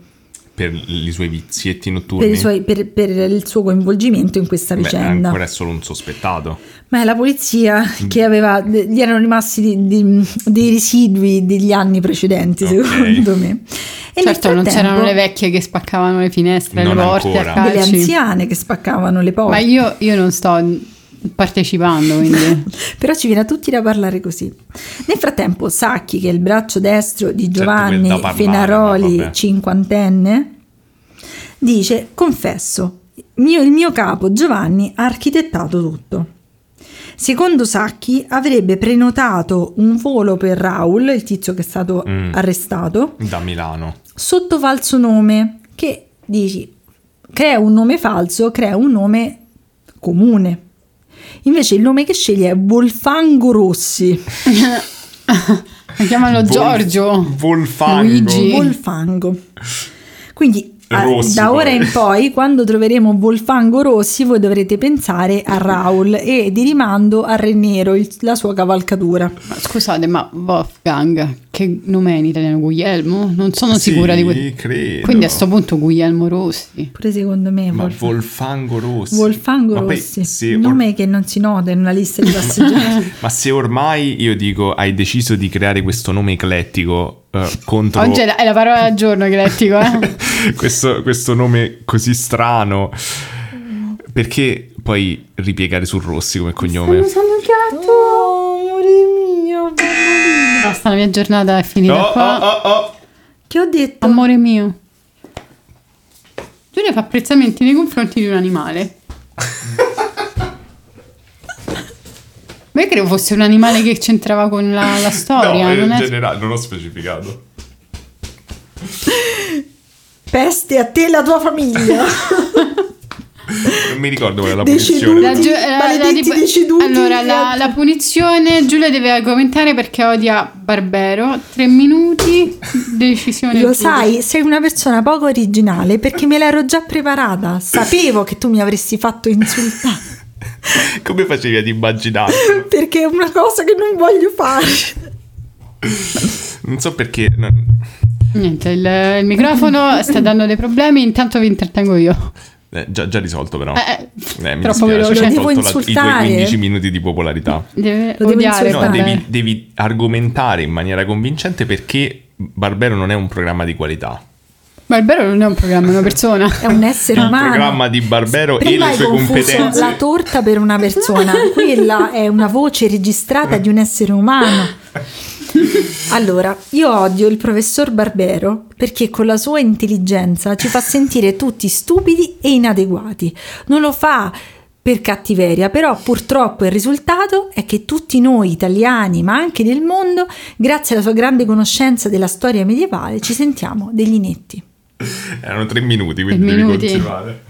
Speaker 3: Per i suoi vizietti notturni.
Speaker 2: per, i suoi- per- per il suo coinvolgimento in questa
Speaker 3: Beh,
Speaker 2: vicenda.
Speaker 3: ancora Mm. è solo un sospettato.
Speaker 2: Ma è la polizia che aveva, gli erano rimasti di- di- dei residui degli anni precedenti,
Speaker 3: Ok.
Speaker 2: secondo me. E nel
Speaker 1: Certo, non c'erano
Speaker 2: frattempo,
Speaker 1: le vecchie che spaccavano le finestre,
Speaker 3: Non
Speaker 1: le porte
Speaker 3: ancora.
Speaker 1: a
Speaker 2: delle
Speaker 1: calci.
Speaker 2: anziane che spaccavano le porte.
Speaker 1: Ma io, io non sto partecipando, quindi
Speaker 2: Però ci viene a tutti da parlare così. Nel frattempo, Sacchi, che è il braccio destro di
Speaker 3: Certo, quel
Speaker 2: Giovanni
Speaker 3: da parlare, ma
Speaker 2: Fenaroli,
Speaker 3: vabbè.
Speaker 2: cinquantenne, dice: Confesso, mio- il mio capo Giovanni ha architettato tutto. Secondo Sacchi avrebbe prenotato un volo per Raul, il tizio che è stato
Speaker 3: Mm.
Speaker 2: arrestato,
Speaker 3: Da Milano.
Speaker 2: sotto falso nome, che dici crea un nome falso, crea un nome comune. Invece il nome che sceglie è Wolfango Rossi.
Speaker 1: chiamalo
Speaker 3: Vol-
Speaker 1: Giorgio.
Speaker 3: Volfango.
Speaker 1: Luigi.
Speaker 2: Wolfango. Quindi a-
Speaker 3: Rossi,
Speaker 2: da
Speaker 3: poi.
Speaker 2: ora in poi, quando troveremo Wolfango Rossi, voi dovrete pensare a Raul e di rimando a Re Nero, il- la sua cavalcatura.
Speaker 1: Ma Scusate, ma Wolfgang, che nome è in italiano? Guglielmo? Non sono
Speaker 3: Sì,
Speaker 1: sicura di questo.
Speaker 3: credo.
Speaker 1: Quindi a sto punto Guglielmo Rossi.
Speaker 2: Pure secondo me,
Speaker 3: Ma
Speaker 2: Wolf-
Speaker 3: Volfango Rossi.
Speaker 2: Wolfango
Speaker 3: Ma poi,
Speaker 2: Rossi,
Speaker 3: se or-
Speaker 2: nome che non si nota in una lista di passeggeri.
Speaker 3: Ma se ormai io dico hai deciso di creare questo nome eclettico eh, contro
Speaker 1: Oggi è la, è la parola del giorno, Grettico, eh?
Speaker 3: questo, questo nome così strano, perché poi ripiegare su Rossi come cognome?
Speaker 2: Oh, amore mio,
Speaker 1: Basta, la mia giornata è
Speaker 3: Oh,
Speaker 1: finita
Speaker 3: oh,
Speaker 1: qua.
Speaker 3: oh, oh.
Speaker 2: che ho detto?
Speaker 1: Amore mio. Giulia fa apprezzamenti nei confronti di un animale. Ma io credo fosse un animale che c'entrava con la, la storia.
Speaker 3: No, eh, in
Speaker 1: non è-
Speaker 3: generale, non ho specificato.
Speaker 2: Peste a te e la tua famiglia.
Speaker 3: Non mi ricordo qual è la
Speaker 2: Deceduti.
Speaker 3: posizione.
Speaker 1: La gio-
Speaker 2: Maledetti
Speaker 1: tipo-
Speaker 2: deceduti,
Speaker 1: allora, la,
Speaker 2: viaggi.
Speaker 1: la punizione Giulia deve argomentare perché odia Barbero. Tre minuti, decisione.
Speaker 2: Lo
Speaker 1: giusta.
Speaker 2: sai, sei una persona poco originale perché me l'ero già preparata. Sapevo che tu mi avresti fatto insultare.
Speaker 3: Come facevi ad immaginare?
Speaker 2: Perché è una cosa che non voglio fare.
Speaker 3: Non so perché. non-
Speaker 1: Niente, il, il microfono sta dando dei problemi. Intanto vi intrattengo io.
Speaker 3: eh, già, già risolto, però.
Speaker 1: Eh,
Speaker 3: Eh, mi
Speaker 1: troppo
Speaker 3: dispiace,
Speaker 1: veloce.
Speaker 3: ho
Speaker 2: Lo devo
Speaker 3: tolto la- I
Speaker 2: insultare?
Speaker 3: tuoi 15 minuti di popolarità.
Speaker 1: Deve
Speaker 2: Lo devo
Speaker 1: odiare
Speaker 2: insultare.
Speaker 3: No,
Speaker 1: Barbero.
Speaker 3: devi, devi argomentare in maniera convincente perché Barbero non è un programma di qualità.
Speaker 1: Barbero non è un programma, è una persona.
Speaker 2: È un essere
Speaker 3: Il
Speaker 2: umano.
Speaker 3: programma di Barbero e
Speaker 2: Prima
Speaker 3: le
Speaker 2: hai
Speaker 3: sue
Speaker 2: confuso
Speaker 3: competenze.
Speaker 2: la torta per una persona, quella è una voce registrata di un essere umano. Allora, io odio il professor Barbero perché con la sua intelligenza ci fa sentire tutti stupidi e inadeguati. Non lo fa per cattiveria, però purtroppo il risultato è che tutti noi italiani, ma anche del mondo, grazie alla sua grande conoscenza della storia medievale, ci sentiamo degli netti.
Speaker 3: Erano tre minuti, quindi
Speaker 1: Tre
Speaker 3: devi
Speaker 1: minuti.
Speaker 3: continuare.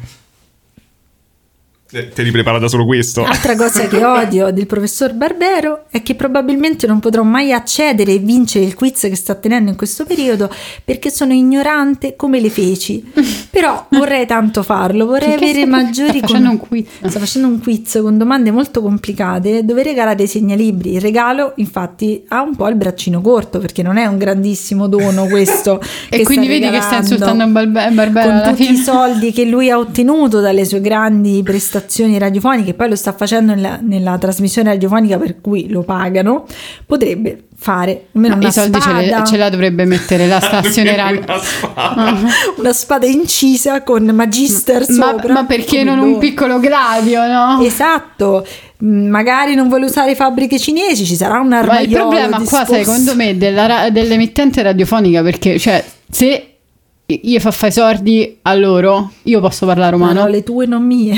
Speaker 3: Eh, Te li preparata solo questo?
Speaker 1: Ah,
Speaker 2: Altra cosa che odio del professor Barbero è che probabilmente non potrò mai accedere e vincere il quiz che sta tenendo in questo periodo perché sono ignorante come le feci. Però vorrei tanto farlo, vorrei
Speaker 1: Perché
Speaker 2: avere
Speaker 1: sta-
Speaker 2: maggiori
Speaker 1: sta facendo
Speaker 2: con-
Speaker 1: un quiz.
Speaker 2: Sta facendo un quiz con domande molto complicate dove regalare i segnalibri. Il regalo, infatti, ha un po' il braccino corto perché non è un grandissimo dono questo.
Speaker 1: E
Speaker 2: che
Speaker 1: quindi vedi che sta
Speaker 2: regalando
Speaker 1: insultando Balbe- Barbero
Speaker 2: con
Speaker 1: alla
Speaker 2: tutti i
Speaker 1: fine.
Speaker 2: soldi che lui ha ottenuto dalle sue grandi stazioni radiofoniche, poi lo sta facendo nella, nella trasmissione radiofonica per cui lo pagano, potrebbe fare almeno una
Speaker 1: I soldi ce,
Speaker 2: spada,
Speaker 1: le- ce la dovrebbe mettere la stazione radio.
Speaker 3: Una spada.
Speaker 2: una spada incisa con Magister
Speaker 1: Ma,
Speaker 2: sopra.
Speaker 1: ma perché
Speaker 2: Come
Speaker 1: non
Speaker 2: lui.
Speaker 1: un piccolo gladio, no?
Speaker 2: Esatto, Mm, magari non vuole usare fabbriche cinesi, ci sarà un
Speaker 1: Ma il
Speaker 2: armaiolo
Speaker 1: problema qua,
Speaker 2: disposto-
Speaker 1: secondo me, della ra- dell'emittente radiofonica, perché, cioè, se io fa fare i sordi a loro, io posso parlare
Speaker 2: Ma
Speaker 1: romano.
Speaker 2: no, le tue non mie.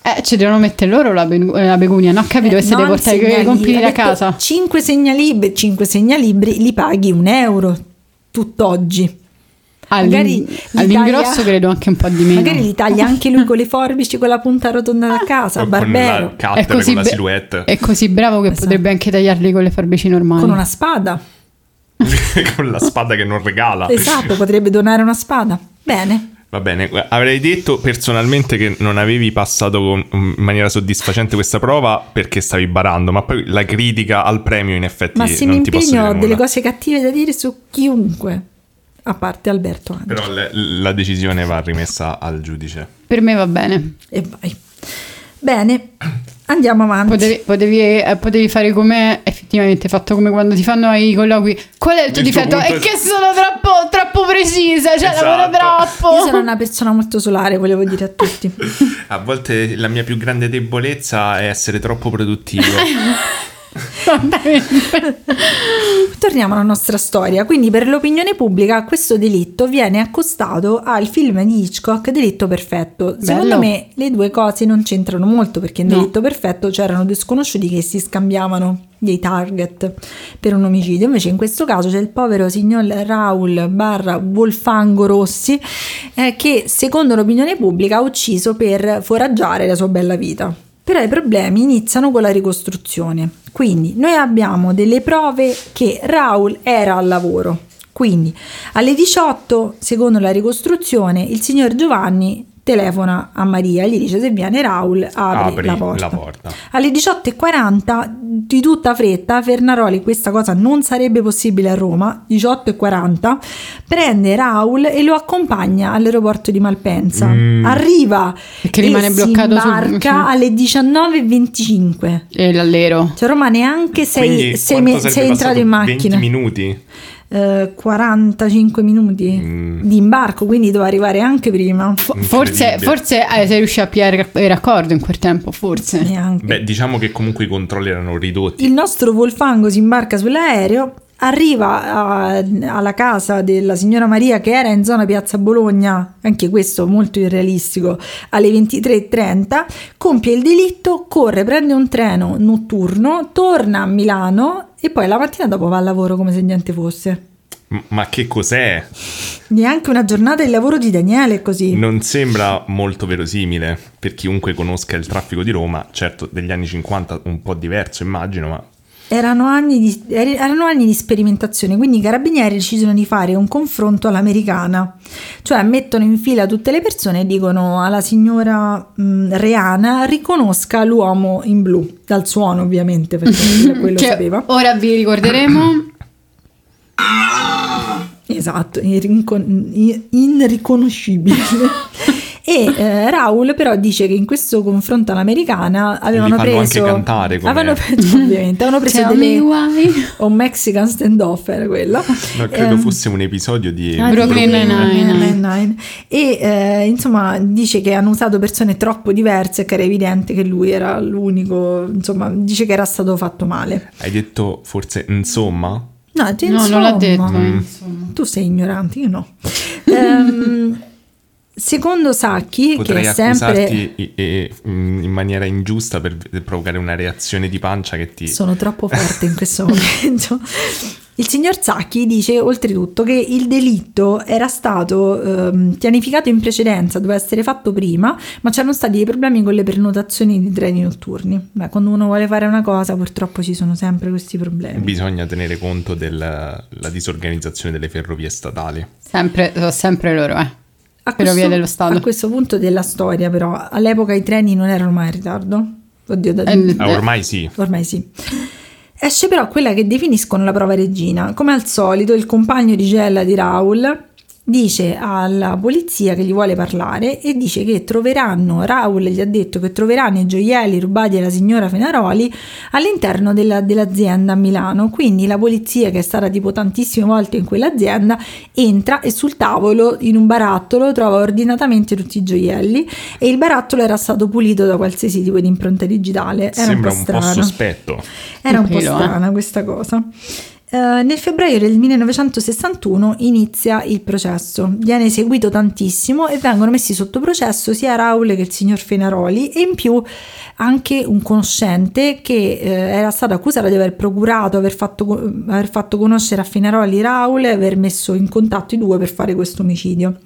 Speaker 1: Eh, ci devono mettere loro la, ben- la begunia, no? Capito?
Speaker 2: Eh,
Speaker 1: che se devi portare i compiti a casa.
Speaker 2: 5 segnalibri, 5 segnalibri li paghi un euro tutt'oggi.
Speaker 1: All'in-
Speaker 2: Magari l'Italia-
Speaker 1: all'ingrosso credo anche un po' di meno. Ah.
Speaker 2: Magari li taglia anche lui con le forbici, con la punta rotonda da casa,
Speaker 3: Con la
Speaker 2: barbero,
Speaker 3: cattedra, con la
Speaker 1: be-
Speaker 3: silhouette.
Speaker 1: è così bravo che
Speaker 2: Esatto.
Speaker 1: potrebbe anche tagliarli con le forbici normali.
Speaker 2: con una spada.
Speaker 3: con la spada che non regala.
Speaker 2: Esatto, potrebbe donare una spada. Bene.
Speaker 3: Va bene, gu- avrei detto personalmente che non avevi passato con- mm, in maniera soddisfacente questa prova perché stavi barando, ma poi la critica al premio in effetti
Speaker 2: Ma se mi
Speaker 3: non ti posso dire
Speaker 2: impegno ho delle
Speaker 3: nulla.
Speaker 2: cose cattive da dire su chiunque, a parte Alberto Angelo.
Speaker 3: Però le- la decisione va rimessa al giudice.
Speaker 1: Per me va bene.
Speaker 2: E vai. Bene, andiamo avanti.
Speaker 1: Potevi, potevi- eh, potevi fare come effettivamente fatto come quando ti fanno i colloqui. Qual è il tuo
Speaker 3: Il tuo
Speaker 1: difetto?
Speaker 3: punto
Speaker 1: è
Speaker 3: è-
Speaker 1: che sono troppo, troppo precisa, cioè
Speaker 3: Esatto.
Speaker 1: lavoro
Speaker 2: Io
Speaker 1: troppo.
Speaker 2: sono una persona molto solare, volevo dire a tutti.
Speaker 3: A volte la mia più grande debolezza è essere troppo produttivo.
Speaker 2: Torniamo alla nostra storia. Quindi, per l'opinione pubblica, questo delitto viene accostato al film di Hitchcock Delitto Perfetto.
Speaker 1: Bello.
Speaker 2: Secondo me le due cose non c'entrano molto perché in
Speaker 1: No.
Speaker 2: Delitto Perfetto c'erano due sconosciuti che si scambiavano dei target per un omicidio. Invece, in questo caso c'è il povero signor Raul barra Wolfango Rossi eh, che, secondo l'opinione pubblica, ha ucciso per foraggiare la sua bella vita. Però i problemi iniziano con la ricostruzione. Quindi noi abbiamo delle prove che Raul era al lavoro. Quindi alle 18, secondo la ricostruzione, il signor Giovanni telefona a Maria e gli dice se viene Raul apri,
Speaker 3: Apri
Speaker 2: la porta. Alle 18.40 di tutta fretta Fernaroli, questa cosa non sarebbe possibile a Roma, 18.40, prende Raul e lo accompagna all'aeroporto di Malpensa.
Speaker 3: Mm.
Speaker 2: Arriva
Speaker 1: Perché rimane
Speaker 2: e
Speaker 1: bloccato
Speaker 2: si
Speaker 1: su-
Speaker 2: imbarca
Speaker 1: su-
Speaker 2: alle 19.25.
Speaker 1: E l'allero.
Speaker 2: Cioè Roma neanche sei,
Speaker 3: Quindi
Speaker 2: sei,
Speaker 3: quanto
Speaker 2: me-
Speaker 3: sarebbe
Speaker 2: sei entrato
Speaker 3: passato?
Speaker 2: in macchina.
Speaker 3: 20 minuti?
Speaker 2: Eh, 45 minuti
Speaker 3: Mm.
Speaker 2: di imbarco, quindi doveva arrivare anche prima.
Speaker 1: Fo- Forse,
Speaker 3: Incredibile.
Speaker 1: forse eh, sei riuscito a pigliare il raccordo in quel tempo, forse.
Speaker 2: Neanche.
Speaker 3: Beh, diciamo che comunque i controlli erano ridotti.
Speaker 2: Il nostro Wolfango si imbarca sull'aereo, arriva a- alla casa della signora Maria che era in zona Piazza Bologna, anche questo molto irrealistico, alle 23.30, compie il delitto, corre, prende un treno notturno, torna a Milano e poi la mattina dopo va al lavoro come se niente fosse.
Speaker 3: M- Ma che cos'è?
Speaker 2: Neanche una giornata di lavoro di Daniele è così.
Speaker 3: Non sembra molto verosimile per chiunque conosca il traffico di Roma, certo degli anni 50 un po' diverso immagino, ma
Speaker 2: Erano anni, di, er- erano anni di sperimentazione, quindi i carabinieri decisero di fare un confronto all'americana, cioè mettono in fila tutte le persone e dicono alla signora mh, Reana riconosca l'uomo in blu, dal suono ovviamente, perché Eh, quello
Speaker 3: Cioè,
Speaker 1: Che
Speaker 2: sapeva.
Speaker 1: Cioè,
Speaker 3: oh.
Speaker 1: ora vi ricorderemo.
Speaker 2: Esatto, irrincon- ir- inriconoscibile. e eh, Raul però dice che in questo confronto all'americana avevano
Speaker 3: fanno anche
Speaker 2: preso...
Speaker 3: cantare come-
Speaker 2: avevano preso, ovviamente, avevano preso
Speaker 1: Tell
Speaker 2: delle...
Speaker 1: me why.
Speaker 2: o Mexican standoff era quello.
Speaker 3: no, credo
Speaker 2: Ehm,
Speaker 3: fosse un episodio di...
Speaker 2: ah, di
Speaker 1: Brooklyn Nine-Nine.
Speaker 2: Nine-Nine. E eh, insomma dice che hanno usato persone troppo diverse, che era evidente che lui era l'unico, insomma dice che era stato fatto male.
Speaker 3: Hai detto forse insomma?
Speaker 2: No, cioè,
Speaker 1: No, non l'ha
Speaker 2: insomma,
Speaker 1: detto.
Speaker 3: Mm.
Speaker 1: eh. insomma.
Speaker 2: Tu sei ignorante, io no. Ehm, secondo Sacchi,
Speaker 3: Potrei
Speaker 2: che è sempre...
Speaker 3: accusarti i- e- in in maniera ingiusta per v- provocare una reazione di pancia che ti...
Speaker 2: Sono troppo forte in questo momento. Il signor Zacchi dice oltretutto che il delitto era stato ehm, pianificato in precedenza, doveva essere fatto prima, ma c'erano stati dei problemi con le prenotazioni di treni notturni. Beh, quando uno vuole fare una cosa, purtroppo ci sono sempre questi problemi.
Speaker 3: Bisogna tenere conto della la disorganizzazione delle ferrovie statali.
Speaker 1: Sempre, sono sempre loro, eh.
Speaker 2: A
Speaker 1: Però
Speaker 2: questo,
Speaker 1: via dello Stato.
Speaker 2: a questo punto della storia, però, all'epoca i treni non erano mai in ritardo. Oddio, da-
Speaker 1: Eh,
Speaker 3: Ah, ormai sì.
Speaker 2: Ormai sì. Esce però quella che definiscono la prova regina. Come al solito, il compagno di Gella di Raul dice alla polizia che gli vuole parlare e dice che troveranno, Raul gli ha detto che troveranno i gioielli rubati alla signora Fenaroli all'interno della- dell'azienda a Milano. Quindi la polizia che è stata tipo tantissime volte in quell'azienda entra e sul tavolo in un barattolo trova ordinatamente tutti i gioielli e il barattolo era stato pulito da qualsiasi tipo di impronta digitale. Era
Speaker 3: Sembra un po'
Speaker 2: strano.
Speaker 3: sospetto.
Speaker 2: Era un po'
Speaker 1: Pelo, eh.
Speaker 2: strana questa cosa. Eh, nel febbraio del 1961 inizia il processo, viene seguito tantissimo e vengono messi sotto processo sia Raul che il signor Fenaroli e in più anche un conoscente che eh, era stato accusato di aver procurato, aver fatto, co- aver fatto conoscere a Fenaroli Raul e aver messo in contatto i due per fare questo omicidio.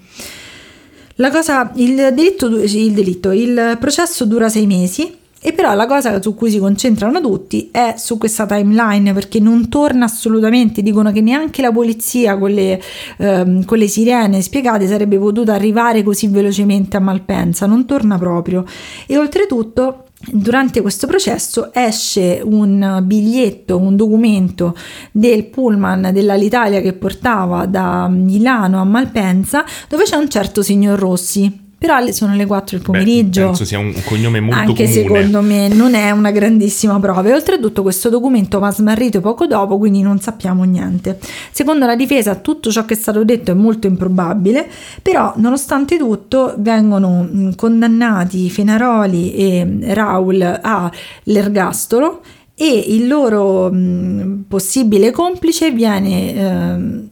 Speaker 2: La cosa, il delitto, du- sì, il delitto, il processo dura sei mesi e però la cosa su cui si concentrano tutti è su questa timeline perché non torna assolutamente, dicono che neanche la polizia con le, ehm, con le sirene spiegate sarebbe potuta arrivare così velocemente a Malpensa, non torna proprio e oltretutto Durante questo processo esce un biglietto, un documento del pullman dell'Alitalia che portava da Milano a Malpensa, dove c'è un certo signor Rossi. Però le- sono le 4 del
Speaker 3: Beh,
Speaker 2: pomeriggio.
Speaker 3: penso sia un cognome molto
Speaker 2: Anche
Speaker 3: comune.
Speaker 2: secondo me non è una grandissima prova e oltretutto questo documento va smarrito poco dopo quindi non sappiamo niente. Secondo la difesa tutto ciò che è stato detto è molto improbabile però nonostante tutto vengono mh, condannati Fenaroli e Raul all'ergastolo e il loro mh, possibile complice viene ehm,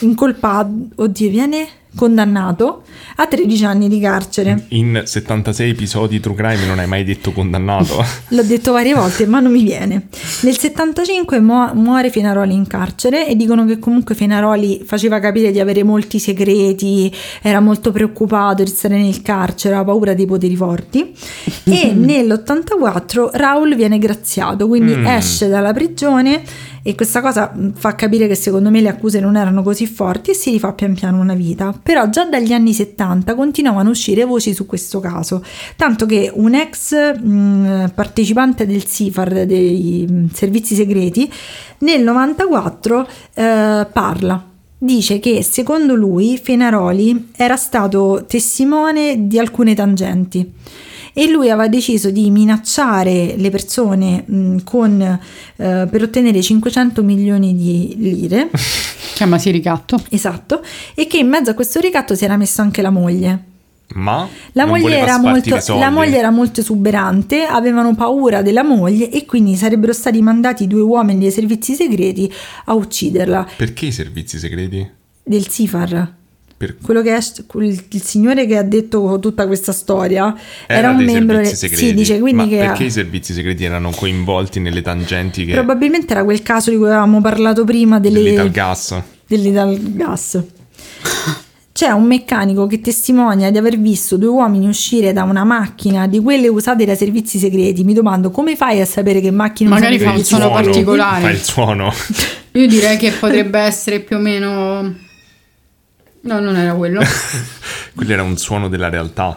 Speaker 2: incolpato, oddio viene condannato a 13 anni di carcere.
Speaker 3: In 76 episodi True Crime non hai mai detto condannato.
Speaker 2: L'ho detto varie volte, ma non mi viene. Nel 75 muo- muore Fenaroli in carcere e dicono che comunque Fenaroli faceva capire di avere molti segreti, era molto preoccupato di stare nel carcere, aveva paura dei poteri forti. E nell'84 Raul viene graziato, quindi
Speaker 3: Mm.
Speaker 2: esce dalla prigione e questa cosa mh, fa capire che secondo me le accuse non erano così forti e si rifà pian piano una vita. Però già dagli anni 70 continuavano a uscire voci su questo caso. Tanto che un ex mh, partecipante del SIFAR, dei mh, servizi segreti, nel 94 eh, parla. Dice che secondo lui Fenaroli era stato testimone di alcune tangenti e lui aveva deciso di minacciare le persone mh, con, eh, per ottenere 500 milioni di lire.
Speaker 1: Chiamasi ricatto.
Speaker 2: Esatto, e che in mezzo a questo ricatto si era messa anche la moglie.
Speaker 3: Ma
Speaker 2: La
Speaker 3: non
Speaker 2: moglie,
Speaker 3: voleva
Speaker 2: era
Speaker 3: spartire
Speaker 2: molto,
Speaker 3: soldi.
Speaker 2: la moglie era molto esuberante, avevano paura della moglie e quindi sarebbero stati mandati due uomini dei servizi segreti a ucciderla.
Speaker 3: Perché i servizi segreti?
Speaker 2: Del Sifar,
Speaker 3: Per-
Speaker 2: quello che è, quel- il signore che ha detto tutta questa storia, era, un
Speaker 3: dei
Speaker 2: membro.
Speaker 3: servizi
Speaker 2: del-
Speaker 3: segreti.
Speaker 2: Sì, dice quindi
Speaker 3: Ma
Speaker 2: che.
Speaker 3: perché i servizi segreti erano coinvolti nelle tangenti che
Speaker 2: Probabilmente era quel caso di cui avevamo parlato prima delle,
Speaker 3: dell'Italgas?
Speaker 2: dell'Ital Gas. C'è un meccanico che testimonia di aver visto due uomini uscire da una macchina di quelle usate da servizi segreti. Mi domando come fai a sapere che macchina
Speaker 1: Magari
Speaker 2: usano
Speaker 1: fa
Speaker 2: i
Speaker 1: un
Speaker 2: servizi
Speaker 1: suono
Speaker 2: segreti?
Speaker 1: particolare.
Speaker 3: Fa il suono.
Speaker 1: Io direi che potrebbe essere più o meno... No, non era quello.
Speaker 3: Quello era un suono della realtà.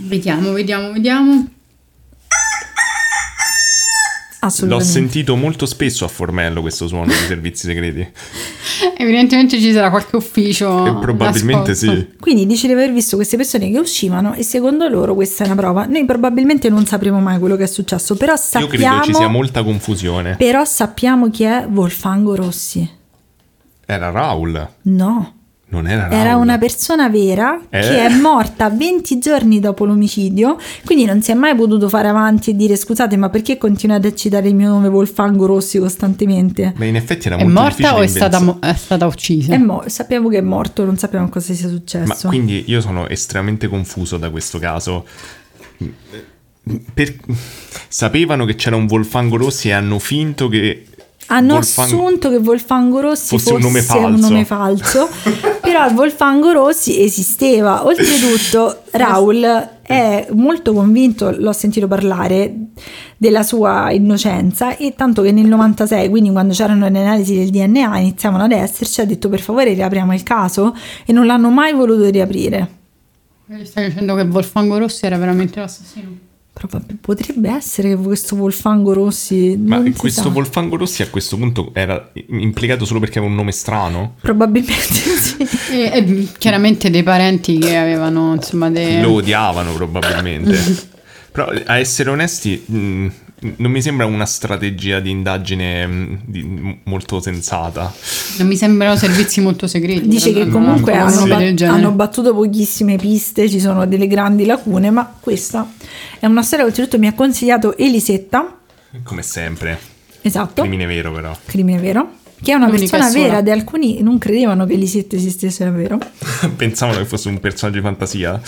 Speaker 1: Vediamo, vediamo, vediamo.
Speaker 3: L'ho
Speaker 2: Assolutamente.
Speaker 3: sentito molto spesso a Formello questo suono dei servizi segreti.
Speaker 1: Evidentemente ci sarà qualche
Speaker 2: Ah,
Speaker 1: ufficio.
Speaker 3: e probabilmente
Speaker 1: nascosto.
Speaker 3: sì.
Speaker 2: Quindi dice di aver visto queste persone che uscivano e secondo loro questa è una prova. Noi probabilmente non sapremo mai quello che è successo, però
Speaker 3: Io credo ci sia
Speaker 2: sappiamo,
Speaker 3: molta confusione.
Speaker 2: però sappiamo chi è Wolfango Rossi.
Speaker 3: Era Raul.
Speaker 2: No,
Speaker 3: Non era Raul.
Speaker 2: Era una persona vera
Speaker 3: Eh.
Speaker 2: che è morta 20 giorni dopo l'omicidio, quindi non si è mai potuto fare avanti e dire scusate ma perché continuate a citare il mio nome Wolfango Rossi costantemente?
Speaker 3: Beh, in effetti era
Speaker 1: È
Speaker 3: molto
Speaker 1: morta o
Speaker 3: difficile
Speaker 1: è stata,
Speaker 3: invenz-
Speaker 1: mo- è stata uccisa?
Speaker 2: È mo- sappiamo che è morto, non sappiamo cosa sia
Speaker 3: Mm. Ma
Speaker 2: successo.
Speaker 3: quindi io sono estremamente confuso da questo caso. Per- Sapevano che c'era un Volfango Rossi e hanno finto che...
Speaker 2: Hanno
Speaker 3: Wolfgang-
Speaker 2: assunto che Wolfango Rossi
Speaker 3: fosse
Speaker 2: fosse,
Speaker 3: un nome
Speaker 2: un
Speaker 3: falso.
Speaker 2: nome falso, però il Wolfango Rossi esisteva. Oltretutto, Raul è molto convinto, l'ho sentito parlare, della sua innocenza e tanto che nel 96, quindi quando c'erano le analisi del DNA, iniziavano ad esserci, ha detto per favore riapriamo il caso e non l'hanno mai voluto riaprire.
Speaker 1: Quindi Stai dicendo che Wolfango Rossi era veramente l'assassino?
Speaker 2: Però vabbè, potrebbe essere che questo Wolfango Rossi.
Speaker 3: Ma
Speaker 2: non si
Speaker 3: questo
Speaker 2: sa.
Speaker 3: Wolfango Rossi a questo punto era implicato solo perché aveva un nome strano?
Speaker 2: Probabilmente sì.
Speaker 1: E, e chiaramente dei parenti che avevano, insomma, dei...
Speaker 3: Lo odiavano probabilmente. Però eh, a essere onesti, mh, non mi sembra una strategia di indagine mh, di- m- molto sensata.
Speaker 1: Non mi sembrano servizi molto segreti.
Speaker 2: Dice
Speaker 1: tra
Speaker 2: che
Speaker 1: l'altro,
Speaker 2: comunque
Speaker 1: una
Speaker 2: hanno,
Speaker 1: roba
Speaker 2: bat-
Speaker 1: del genere.
Speaker 2: hanno battuto pochissime piste, ci sono delle grandi lacune, ma questa è una storia che oltretutto mi ha consigliato Elisetta,
Speaker 3: Come sempre.
Speaker 2: esatto, crimine,
Speaker 3: Crimine vero però.
Speaker 2: vero, che è una
Speaker 1: L'unica
Speaker 2: persona
Speaker 1: sola.
Speaker 2: vera, di alcuni non credevano che Elisetta esistesse davvero.
Speaker 3: Pensavano che fosse un personaggio di fantasia.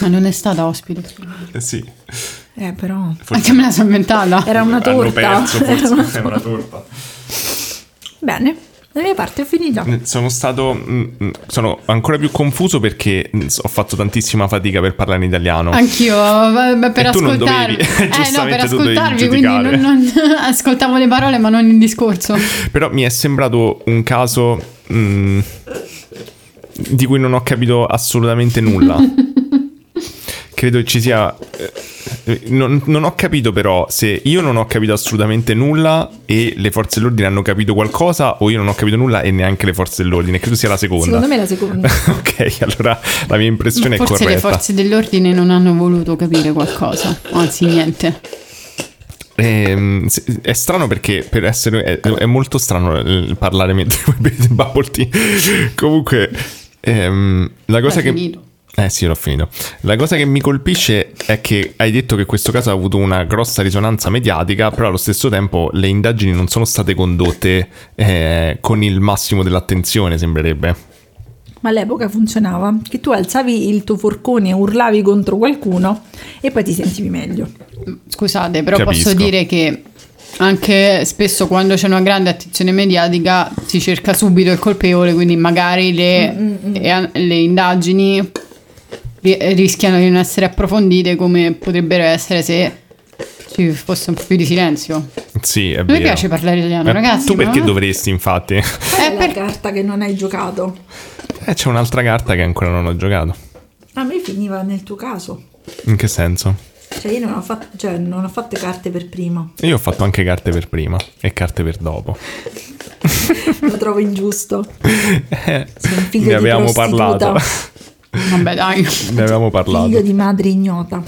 Speaker 1: Ma non è stata ospite. scusa.
Speaker 3: Eh sì.
Speaker 2: Eh però...
Speaker 1: Anche me la sono inventata.
Speaker 2: Era una
Speaker 3: Hanno
Speaker 2: torta.
Speaker 3: perso,
Speaker 2: Era una-
Speaker 3: forse. È una torta.
Speaker 2: Bene, la mia parte è finita.
Speaker 3: Sono stato. mh, mh, Sono ancora più confuso perché mh, ho fatto tantissima fatica per parlare in italiano.
Speaker 1: Anch'io, va- va- per
Speaker 3: E tu non
Speaker 1: ascoltarvi.
Speaker 3: dovevi,
Speaker 1: eh no, per
Speaker 3: giustamente tu dovevi
Speaker 1: ascoltarvi, quindi
Speaker 3: giudicare.
Speaker 1: non, non- ascoltavo le parole ma non il discorso.
Speaker 3: Però mi è sembrato un caso mh, di cui non ho capito assolutamente nulla. Credo ci sia. eh, Non, non ho capito però se io non ho capito assolutamente nulla e le forze dell'ordine hanno capito qualcosa o io non ho capito nulla e neanche le forze dell'ordine. Credo sia la seconda.
Speaker 2: Secondo me è la seconda.
Speaker 3: ok, allora la mia impressione è
Speaker 1: Forse
Speaker 3: corretta.
Speaker 1: le forze dell'ordine non hanno voluto capire qualcosa, anzi niente.
Speaker 3: Ehm, se- è strano perché per essere è, è molto strano il parlare mentre voi bevete il bubble tea. Comunque ehm, la cosa
Speaker 1: L'ha
Speaker 3: che
Speaker 1: finito.
Speaker 3: Eh sì, l'ho finito. La cosa che mi colpisce è che hai detto che questo caso ha avuto una grossa risonanza mediatica, però allo stesso tempo le indagini non sono state condotte eh, con il massimo dell'attenzione, sembrerebbe.
Speaker 2: Ma all'epoca funzionava che tu alzavi il tuo forcone, urlavi contro qualcuno e poi ti sentivi meglio.
Speaker 1: Scusate, però
Speaker 3: Capisco.
Speaker 1: posso dire che anche spesso quando c'è una grande attenzione mediatica si cerca subito il colpevole, quindi magari le, le- le indagini ri- rischiano di non essere approfondite come potrebbero essere se ci fosse un po' più di silenzio.
Speaker 3: Sì, è
Speaker 1: Non
Speaker 3: vero.
Speaker 1: mi piace parlare italiano,
Speaker 3: Eh,
Speaker 1: ragazzi.
Speaker 3: Tu perché
Speaker 1: ma-
Speaker 3: dovresti, infatti?
Speaker 2: Qual è
Speaker 1: Eh,
Speaker 2: la
Speaker 1: per-
Speaker 2: carta che non hai giocato?
Speaker 3: Eh, c'è un'altra carta che ancora non ho giocato.
Speaker 2: A me finiva nel tuo caso.
Speaker 3: In che senso?
Speaker 2: Cioè io non ho fatto, cioè, non ho fatto carte per prima.
Speaker 3: Io ho fatto anche carte per prima e carte per dopo.
Speaker 2: Lo trovo ingiusto. Sei un figlio
Speaker 3: ne
Speaker 2: Eh, di
Speaker 3: avevamo
Speaker 2: prostituta.
Speaker 3: parlato.
Speaker 1: Vabbè, dai.
Speaker 3: ne avevamo
Speaker 2: Figlio
Speaker 3: parlato.
Speaker 2: di madre ignota.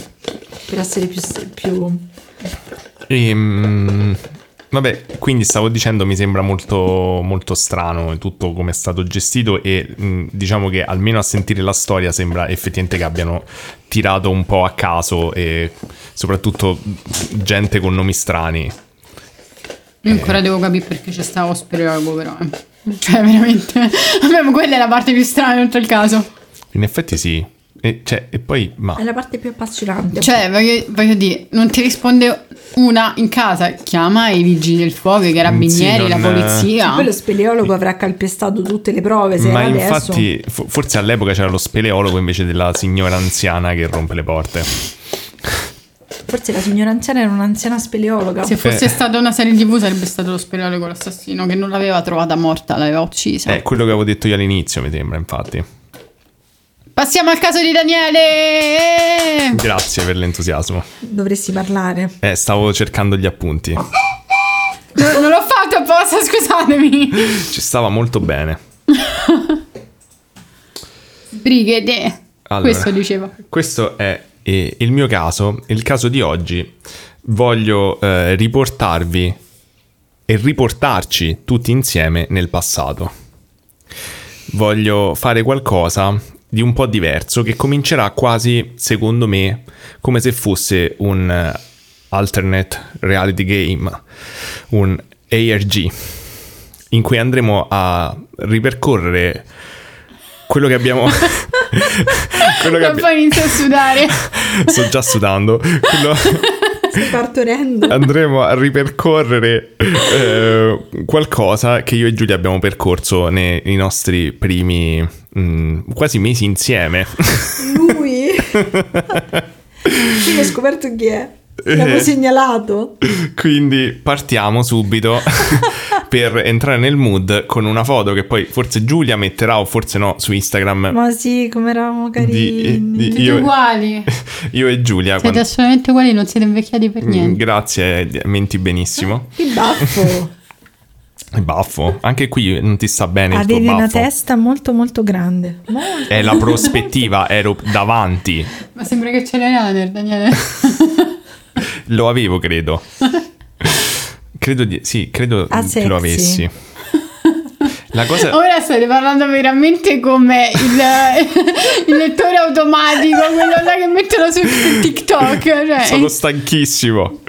Speaker 2: Per essere più... più...
Speaker 3: Ehm, vabbè, quindi stavo dicendo, mi sembra molto, molto strano tutto come è stato gestito e mh, diciamo che almeno a sentire la storia sembra effettivamente che abbiano tirato un po' a caso e soprattutto gente con nomi strani. Eh.
Speaker 1: Io ancora devo capire perché c'è sta ospirago, però. eh. Cioè, veramente. Vabbè, ma quella è la parte più strana in tutto il caso.
Speaker 3: In effetti sì. E, cioè, e poi, ma...
Speaker 2: È la parte più appassionante.
Speaker 1: Cioè, voglio, voglio dire, non ti risponde una in casa, chiama i vigili del fuoco, i carabinieri,
Speaker 3: Sì, non-
Speaker 1: la polizia.
Speaker 2: Poi lo speleologo avrà calpestato tutte le prove. Se
Speaker 3: Ma
Speaker 2: era adesso...
Speaker 3: infatti, fo- forse all'epoca c'era lo speleologo invece della signora anziana che rompe le porte.
Speaker 2: Forse la signora anziana era un'anziana speleologa.
Speaker 1: Se fosse
Speaker 3: Eh.
Speaker 1: stata una serie tv sarebbe stato lo spirale con l'assassino che non l'aveva trovata morta, l'aveva uccisa.
Speaker 3: È quello che avevo detto io all'inizio, mi sembra, infatti.
Speaker 1: Passiamo al caso di
Speaker 3: Eh.
Speaker 1: Daniele!
Speaker 3: Grazie per l'entusiasmo.
Speaker 2: Dovresti parlare.
Speaker 3: Eh, stavo cercando gli appunti.
Speaker 1: Non, non l'ho fatto apposta, scusatemi.
Speaker 3: Ci stava molto bene.
Speaker 1: Brigade.
Speaker 3: Allora.
Speaker 1: Questo dicevo.
Speaker 3: Questo è eh, il mio caso, il caso di oggi. Voglio eh, riportarvi e riportarci tutti insieme nel passato. Voglio fare qualcosa di un po' diverso che comincerà quasi, secondo me, come se fosse un eh, alternate reality game, un ARG, in cui andremo a ripercorrere quello che abbiamo... quello che
Speaker 1: E
Speaker 3: abbi-
Speaker 1: poi inizio a sudare.
Speaker 3: Sto già sudando. Quello-
Speaker 2: Stai partorendo.
Speaker 3: Andremo a ripercorrere eh, qualcosa che io e Giulia abbiamo percorso nei, nei nostri primi mm, quasi mesi insieme.
Speaker 2: Lui. Sì, ho scoperto chi è.
Speaker 3: Eh.
Speaker 2: L'avevo segnalato.
Speaker 3: Quindi partiamo subito per entrare nel mood con una foto che poi forse Giulia metterà o forse no su Instagram.
Speaker 2: Ma sì, come eravamo
Speaker 3: Di- eh,
Speaker 2: carini.
Speaker 3: di-
Speaker 1: Siete
Speaker 3: io,
Speaker 1: uguali.
Speaker 3: io e Giulia.
Speaker 1: Siete
Speaker 3: quando-
Speaker 1: assolutamente uguali, non siete invecchiati per
Speaker 3: Mm,
Speaker 1: niente.
Speaker 3: Grazie, eh, menti benissimo.
Speaker 2: Il baffo.
Speaker 3: Il baffo, anche qui non ti sta bene il tuo
Speaker 2: Avevi una
Speaker 3: baffo.
Speaker 2: testa molto molto grande. Molto.
Speaker 3: È la prospettiva, ero davanti.
Speaker 1: Ma sembra che ce l'hai Nader, Daniele.
Speaker 3: Lo avevo, credo. credo di, sì, credo
Speaker 2: Ah,
Speaker 3: che lo
Speaker 2: sexy.
Speaker 3: avessi. La cosa
Speaker 1: Ora state parlando veramente come il, il lettore automatico, quello là che mettono su TikTok. Cioè,
Speaker 3: sono stanchissimo.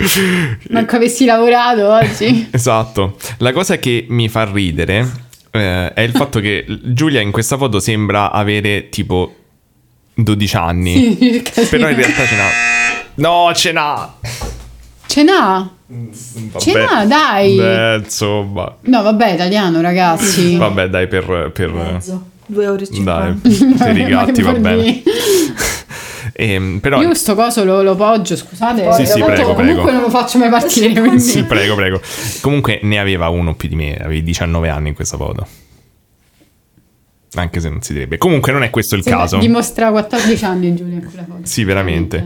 Speaker 1: manco avessi lavorato oggi.
Speaker 3: Esatto. La cosa che mi fa ridere eh, è il fatto che Giulia in questa foto sembra avere tipo 12 anni. Però in realtà ce n'ha. No, ce n'ha!
Speaker 1: Ce n'ha?
Speaker 3: Vabbè.
Speaker 1: Ce n'ha, dai!
Speaker 3: Beh, insomma.
Speaker 1: No, vabbè, italiano, ragazzi.
Speaker 3: Mm. Vabbè, dai, per. per-
Speaker 2: Mezzo. 2,50 euro. e
Speaker 3: Dai,
Speaker 2: 50.
Speaker 3: per i
Speaker 1: Ma che
Speaker 3: gatti va
Speaker 1: vuol
Speaker 3: bene.
Speaker 1: dire?
Speaker 3: Ehm, però.
Speaker 1: Io sto coso lo, lo poggio, scusate.
Speaker 3: Sì, sì,
Speaker 1: Tanto
Speaker 3: prego,
Speaker 1: comunque
Speaker 3: prego.
Speaker 1: non lo faccio mai partire, quindi.
Speaker 3: Sì, prego, prego. Comunque ne aveva uno più di me, avevi 19 anni in questa foto. Anche se non si direbbe. Comunque non è questo il
Speaker 1: Sì,
Speaker 3: caso.
Speaker 1: Dimostra 14 anni Giulia in quella foto.
Speaker 3: Sì, veramente.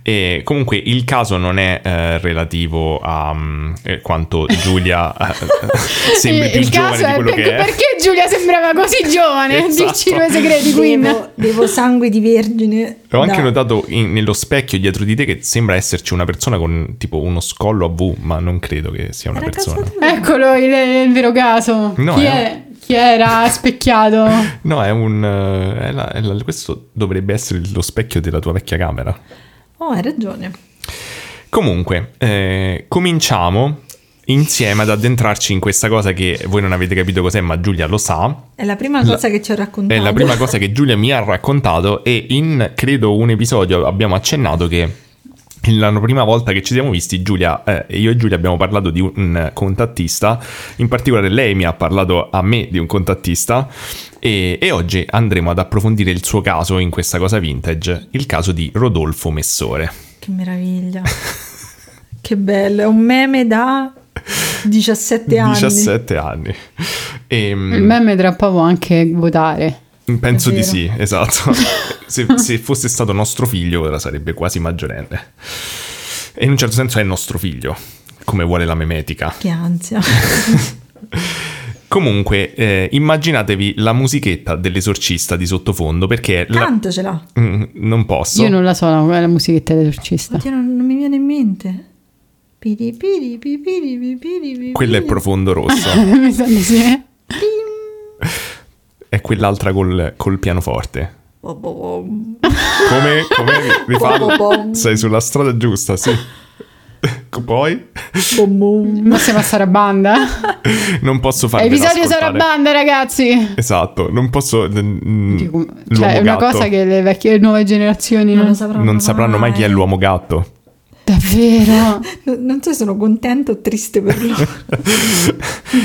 Speaker 3: E comunque il caso non è eh, relativo a mm, eh, quanto Giulia eh, sembri
Speaker 1: Eh,
Speaker 3: più
Speaker 1: il
Speaker 3: giovane
Speaker 1: caso
Speaker 3: di
Speaker 1: è
Speaker 3: quello
Speaker 1: perché,
Speaker 3: che è.
Speaker 1: perché Giulia sembrava così giovane.
Speaker 3: Esatto.
Speaker 1: Dici i tuoi segreti, Queen.
Speaker 2: Devo, devo sangue di vergine.
Speaker 3: Ho anche
Speaker 2: da-
Speaker 3: notato in- nello specchio dietro di te che sembra esserci una persona con tipo uno scollo a V, ma non credo che sia una
Speaker 2: Era
Speaker 3: persona.
Speaker 2: casa tua.
Speaker 1: Eccolo il, il vero caso.
Speaker 3: No, eh.
Speaker 1: chi,
Speaker 3: è-
Speaker 1: è- chi era specchiato?
Speaker 3: No, è un. eh, è la- è la- questo dovrebbe essere lo specchio della tua vecchia camera.
Speaker 2: Oh, hai ragione.
Speaker 3: Comunque, eh, cominciamo insieme ad addentrarci in questa cosa che voi non avete capito cos'è, ma Giulia lo sa.
Speaker 2: È la prima
Speaker 3: La-
Speaker 2: cosa che ci ho
Speaker 3: È
Speaker 2: raccontato.
Speaker 3: Eh, la prima cosa che Giulia mi ha raccontato e in credo un episodio abbiamo accennato che la prima volta che ci siamo visti Giulia, eh, io e Giulia abbiamo parlato di un contattista, in particolare lei mi ha parlato a me di un contattista e, e oggi andremo ad approfondire il suo caso in questa cosa vintage, il caso di Rodolfo Messore.
Speaker 2: Che meraviglia. che bello. È un meme da 17 anni.
Speaker 3: 17 anni. Ehm,
Speaker 1: Il meme tra poco anche votare.
Speaker 3: Penso
Speaker 2: È
Speaker 3: di
Speaker 2: vero.
Speaker 3: sì, esatto. se, se fosse stato nostro figlio, ora sarebbe quasi maggiorenne. E in un certo senso è nostro figlio, come vuole la memetica.
Speaker 2: Che ansia.
Speaker 3: Comunque, eh, immaginatevi la musichetta dell'esorcista di sottofondo, perché... la-
Speaker 2: Tanto ce l'ha.
Speaker 3: Mm, non posso.
Speaker 1: Io non la so, la, la musichetta dell'esorcista.
Speaker 2: Oddio, non, non mi viene in mente. Piri, piri, pi, piri, pi, piri, pi,
Speaker 3: Quello è
Speaker 2: piri,
Speaker 3: profondo rosso,
Speaker 1: Mi sa di sì.
Speaker 3: è quell'altra col, col pianoforte.
Speaker 2: bo, bo, bo.
Speaker 3: Come, come
Speaker 2: Boh,
Speaker 3: rifà?
Speaker 2: Bom.
Speaker 3: Sei sulla strada giusta, sì. Poi
Speaker 2: Bom, bom.
Speaker 1: Ma siamo a Sarabanda.
Speaker 3: non posso farvi
Speaker 1: Episodio
Speaker 3: ascoltare.
Speaker 1: Sarabanda, ragazzi.
Speaker 3: Esatto, non posso. mm,
Speaker 1: Dico, Cioè, è una
Speaker 3: l'uomo gatto.
Speaker 1: cosa che le vecchie le nuove generazioni
Speaker 2: Non
Speaker 1: non
Speaker 2: lo sapranno
Speaker 3: Non sapranno mai chi è l'uomo gatto.
Speaker 1: Davvero?
Speaker 2: Non non so se sono contento o triste per loro.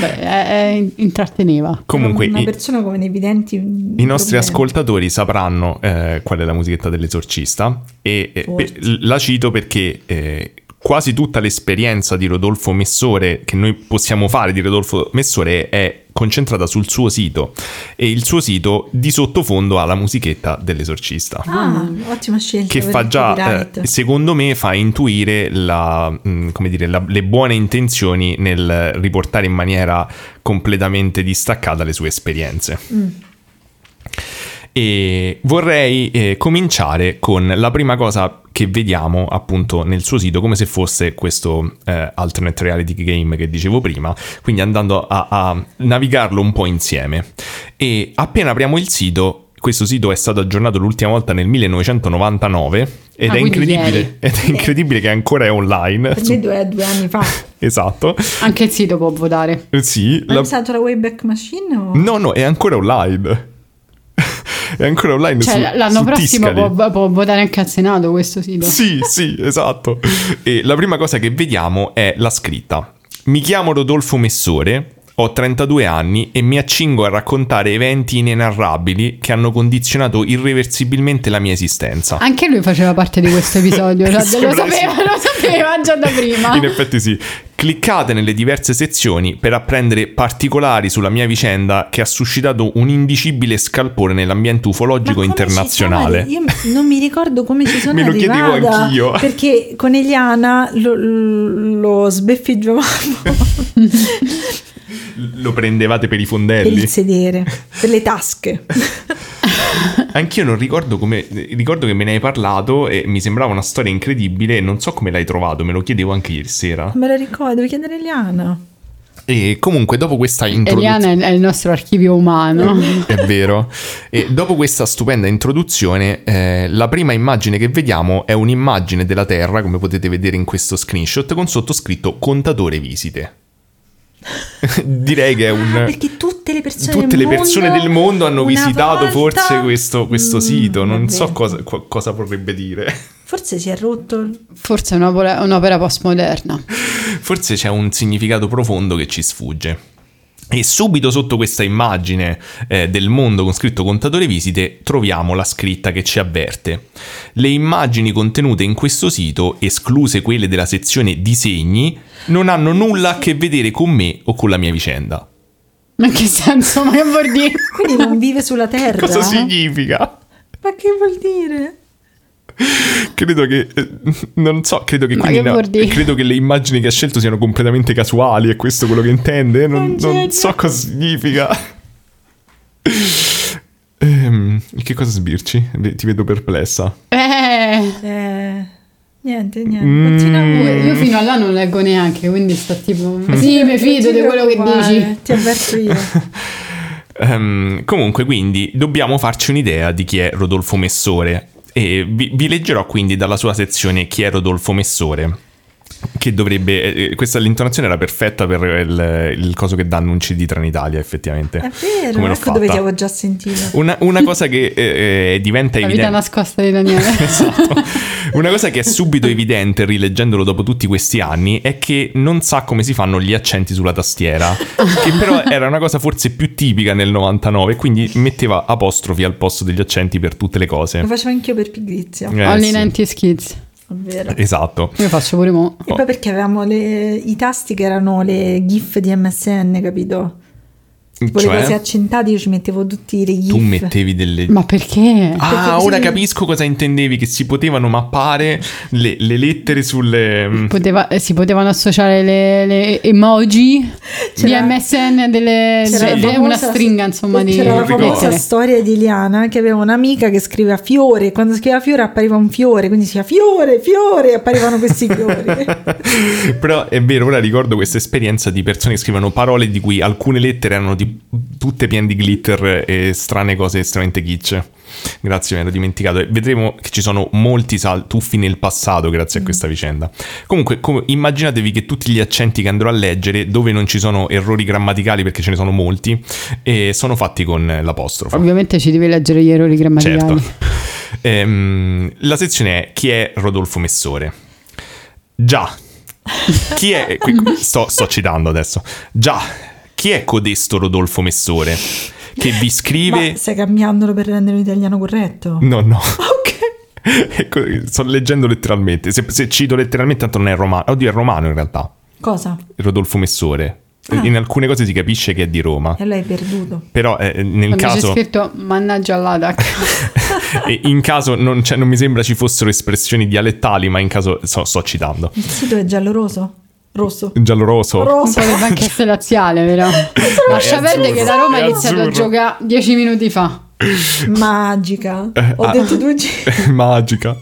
Speaker 1: Beh, eh, eh, intratteneva.
Speaker 3: Comunque,
Speaker 2: una
Speaker 3: i,
Speaker 2: persona come nei videnti
Speaker 3: i nostri ascoltatori sapranno eh, qual è la musichetta dell'esorcista. E eh,
Speaker 2: Forse.
Speaker 3: per- la cito perché. eh, Quasi tutta l'esperienza di Rodolfo Messore che noi possiamo fare di Rodolfo Messore è concentrata sul suo sito e il suo sito di sottofondo ha la musichetta dell'esorcista.
Speaker 2: Ah, ottima scelta.
Speaker 3: che
Speaker 2: per
Speaker 3: fa
Speaker 2: il
Speaker 3: già,
Speaker 2: copyright.
Speaker 3: eh, secondo me, fa intuire la, mh, come dire, la- le buone intenzioni nel riportare in maniera completamente distaccata le sue esperienze. E vorrei eh, cominciare con la prima cosa che vediamo appunto nel suo sito, come se fosse questo eh, alternate reality game che dicevo prima, quindi andando a, a navigarlo un po' insieme. E appena apriamo il sito, questo sito è stato aggiornato l'ultima volta nel 1999 ed,
Speaker 1: Ah,
Speaker 3: è,
Speaker 1: quindi
Speaker 3: incredibile,
Speaker 1: ieri.
Speaker 3: ed è incredibile che ancora è online.
Speaker 2: Per me due, due anni fa.
Speaker 3: Esatto.
Speaker 1: Anche il sito può votare.
Speaker 3: Sì,
Speaker 2: Hai
Speaker 3: la-
Speaker 2: usato la Wayback Machine o...
Speaker 3: no, no, è ancora online. è ancora online.
Speaker 1: Cioè,
Speaker 3: su-
Speaker 1: l- l'anno
Speaker 3: su
Speaker 1: prossimo
Speaker 3: Tiscali.
Speaker 1: può, può votare anche al Senato questo sito.
Speaker 3: Sì, sì, esatto. E la prima cosa che vediamo è la scritta. Mi chiamo Rodolfo Messore, ho 32 anni e mi accingo a raccontare eventi inenarrabili che hanno condizionato irreversibilmente la mia esistenza.
Speaker 1: Anche lui faceva parte di questo Ah, episodio. cioè,
Speaker 3: Sembra
Speaker 1: lo
Speaker 3: di sì.
Speaker 1: sapeva, lo sapeva già da prima.
Speaker 3: In effetti sì, Cliccate nelle diverse sezioni per apprendere particolari sulla mia vicenda che ha suscitato un indicibile scalpore nell'ambiente
Speaker 2: Ma
Speaker 3: ufologico
Speaker 2: come
Speaker 3: internazionale.
Speaker 2: ci sono arri- Io non mi ricordo come ci sono
Speaker 3: Me lo chiedevo
Speaker 2: arrivata,
Speaker 3: anch'io.
Speaker 2: Perché con Eliana lo, lo sbeffeggiavamo
Speaker 3: Lo prendevate per i
Speaker 2: per
Speaker 3: fondelli.
Speaker 2: il sedere, per le tasche.
Speaker 3: Anch'io non ricordo come. Ricordo che me ne hai parlato e mi sembrava una storia incredibile e non so come l'hai trovato, me lo chiedevo anche ieri sera.
Speaker 2: Me lo ricordo, devo chiedere a Eliana.
Speaker 3: E comunque, dopo questa
Speaker 1: Eliana
Speaker 3: introduzione.
Speaker 1: è è il nostro archivio umano.
Speaker 3: È vero. E dopo questa stupenda introduzione, eh, la prima immagine che vediamo è un'immagine della Terra, come potete vedere in questo screenshot, con sottoscritto contatore visite. Direi che è un.
Speaker 2: Ah, perché tutte le persone
Speaker 3: Tutte
Speaker 2: del
Speaker 3: le
Speaker 2: mondo
Speaker 3: persone del mondo hanno
Speaker 2: una
Speaker 3: visitato
Speaker 2: volta-
Speaker 3: forse questo, questo
Speaker 2: Mm,
Speaker 3: sito, non
Speaker 2: vabbè.
Speaker 3: so cosa, co- cosa vorrebbe dire.
Speaker 2: Forse si è rotto. il-
Speaker 1: Forse è un'opera, un'opera postmoderna.
Speaker 3: Forse c'è un significato profondo che ci sfugge. E subito sotto questa immagine eh, del mondo con scritto contatore visite troviamo la scritta che ci avverte. Le immagini contenute in questo sito, escluse quelle della sezione disegni, non hanno nulla a che vedere con me o con la mia vicenda.
Speaker 1: Ma che senso? Ma che vuol dire?
Speaker 2: Quindi non vive sulla Terra.
Speaker 3: Cosa significa?
Speaker 2: Ma che vuol dire?
Speaker 3: Credo che. eh, Non so, credo che,
Speaker 1: Ma
Speaker 3: quindi
Speaker 1: che
Speaker 3: no,
Speaker 1: vuol dire?
Speaker 3: credo che le immagini che ha scelto siano completamente casuali, è questo quello che intende?
Speaker 2: È
Speaker 3: Non,
Speaker 2: un
Speaker 3: non
Speaker 2: genio.
Speaker 3: so cosa significa. Ehm, che cosa sbirci? Ve- Ti vedo perplessa.
Speaker 1: Eh,
Speaker 2: Eh, niente, niente.
Speaker 3: Mm.
Speaker 2: Continuiamo.
Speaker 1: io fino a là non leggo neanche, quindi sto tipo...
Speaker 3: Mm.
Speaker 1: Sì, mi fido di quello che dici.
Speaker 2: Ti avverto io.
Speaker 3: Ehm, comunque, quindi dobbiamo farci un'idea di chi è Rodolfo Messore. E vi, vi leggerò quindi dalla sua sezione chi è Rodolfo Messore. Che dovrebbe. eh, Questa l'intonazione era perfetta per il, il coso che danno un CD Trenitalia, effettivamente.
Speaker 2: È vero,
Speaker 3: Come l'ho
Speaker 2: ecco dove
Speaker 3: fatta.
Speaker 2: ti avevo già sentito.
Speaker 3: Una, una cosa che eh, eh, diventa
Speaker 1: La vita
Speaker 3: evidente.
Speaker 1: nascosta di Daniele.
Speaker 3: Esatto. Una cosa che è subito evidente rileggendolo dopo tutti questi anni è che non sa come si fanno gli accenti sulla tastiera, che però era una cosa forse più tipica nel 99, quindi metteva apostrofi al posto degli accenti per tutte le
Speaker 2: Lo
Speaker 3: cose.
Speaker 2: facevo anch'io per pigrizia,
Speaker 3: Eh,
Speaker 1: Only
Speaker 3: sì.
Speaker 1: 90 Kids.
Speaker 2: ovvero.
Speaker 3: Esatto.
Speaker 1: Io faccio pure mo.
Speaker 2: E
Speaker 3: oh.
Speaker 2: poi perché avevamo le- i tasti che erano le gif di MSN, capito? Tipo le cose
Speaker 3: Cioè,
Speaker 2: accentate, io ci mettevo tutti i gif.
Speaker 3: tu mettevi delle...
Speaker 1: Ma perché?
Speaker 2: Perché
Speaker 3: Ah,
Speaker 2: così-
Speaker 3: ora capisco cosa intendevi, che si potevano mappare le, le lettere sulle... mm,
Speaker 1: Poteva- eh, si potevano associare le, le emoji di
Speaker 2: C'era-
Speaker 1: MSN delle, de-
Speaker 2: C'era la
Speaker 1: de-
Speaker 2: famosa-
Speaker 1: una stringa insomma di
Speaker 2: C'era la
Speaker 3: Non
Speaker 2: famosa
Speaker 1: lettere.
Speaker 3: ricordo.
Speaker 2: storia di Eliana che aveva un'amica che scriveva fiore. Quando scriveva fiore appariva un fiore, quindi si diceva fiore, fiore, e apparivano questi fiori.
Speaker 3: Però è vero, ora ricordo questa esperienza di persone che scrivono parole di cui alcune lettere erano di- tutte piene di glitter e strane cose estremamente kitsch. Grazie, me l'ero dimenticato. E vedremo che ci sono molti sal- tuffi nel passato grazie a
Speaker 2: Mm.
Speaker 3: questa vicenda. Comunque, com- immaginatevi che tutti gli accenti che andrò a leggere, dove non ci sono errori grammaticali perché ce ne sono molti, e sono fatti con eh, l'apostrofo.
Speaker 1: Ovviamente ci devi leggere gli errori grammaticali.
Speaker 3: Certo. Ehm, la sezione è chi è Rodolfo Messore? Già. Chi è... qui- Sto, sto citando adesso. Già. Chi è codesto Rodolfo Messore? Che vi
Speaker 2: Ma
Speaker 3: scrive...
Speaker 2: stai cambiandolo per rendere un italiano corretto?
Speaker 3: No, no.
Speaker 2: Ok.
Speaker 3: Ecco, sto leggendo letteralmente. Se, se cito letteralmente, tanto non è romano. Oddio, è romano in realtà.
Speaker 2: Cosa?
Speaker 3: Rodolfo Messore.
Speaker 1: Ah.
Speaker 3: In alcune cose si capisce che è di Roma.
Speaker 2: E allora hai perduto.
Speaker 3: Però eh, nel
Speaker 1: Eh. Quando c'è
Speaker 3: caso...
Speaker 1: scritto mannaggia l'ADAC.
Speaker 3: e in caso non, cioè, non mi sembra ci fossero espressioni dialettali, ma in caso so- sto citando.
Speaker 2: Il sito è gialloroso? Rosso?
Speaker 3: Gialloroso.
Speaker 1: Un
Speaker 2: Rosso.
Speaker 1: po' le banchette laziale, però. Lascia
Speaker 3: è
Speaker 1: perdere che da
Speaker 3: azzurro,
Speaker 1: Roma ha
Speaker 3: è
Speaker 1: iniziato a
Speaker 3: azzurro.
Speaker 1: giocare dieci minuti fa.
Speaker 2: Magica. Ho
Speaker 3: ah.
Speaker 2: detto due G.
Speaker 3: Magica.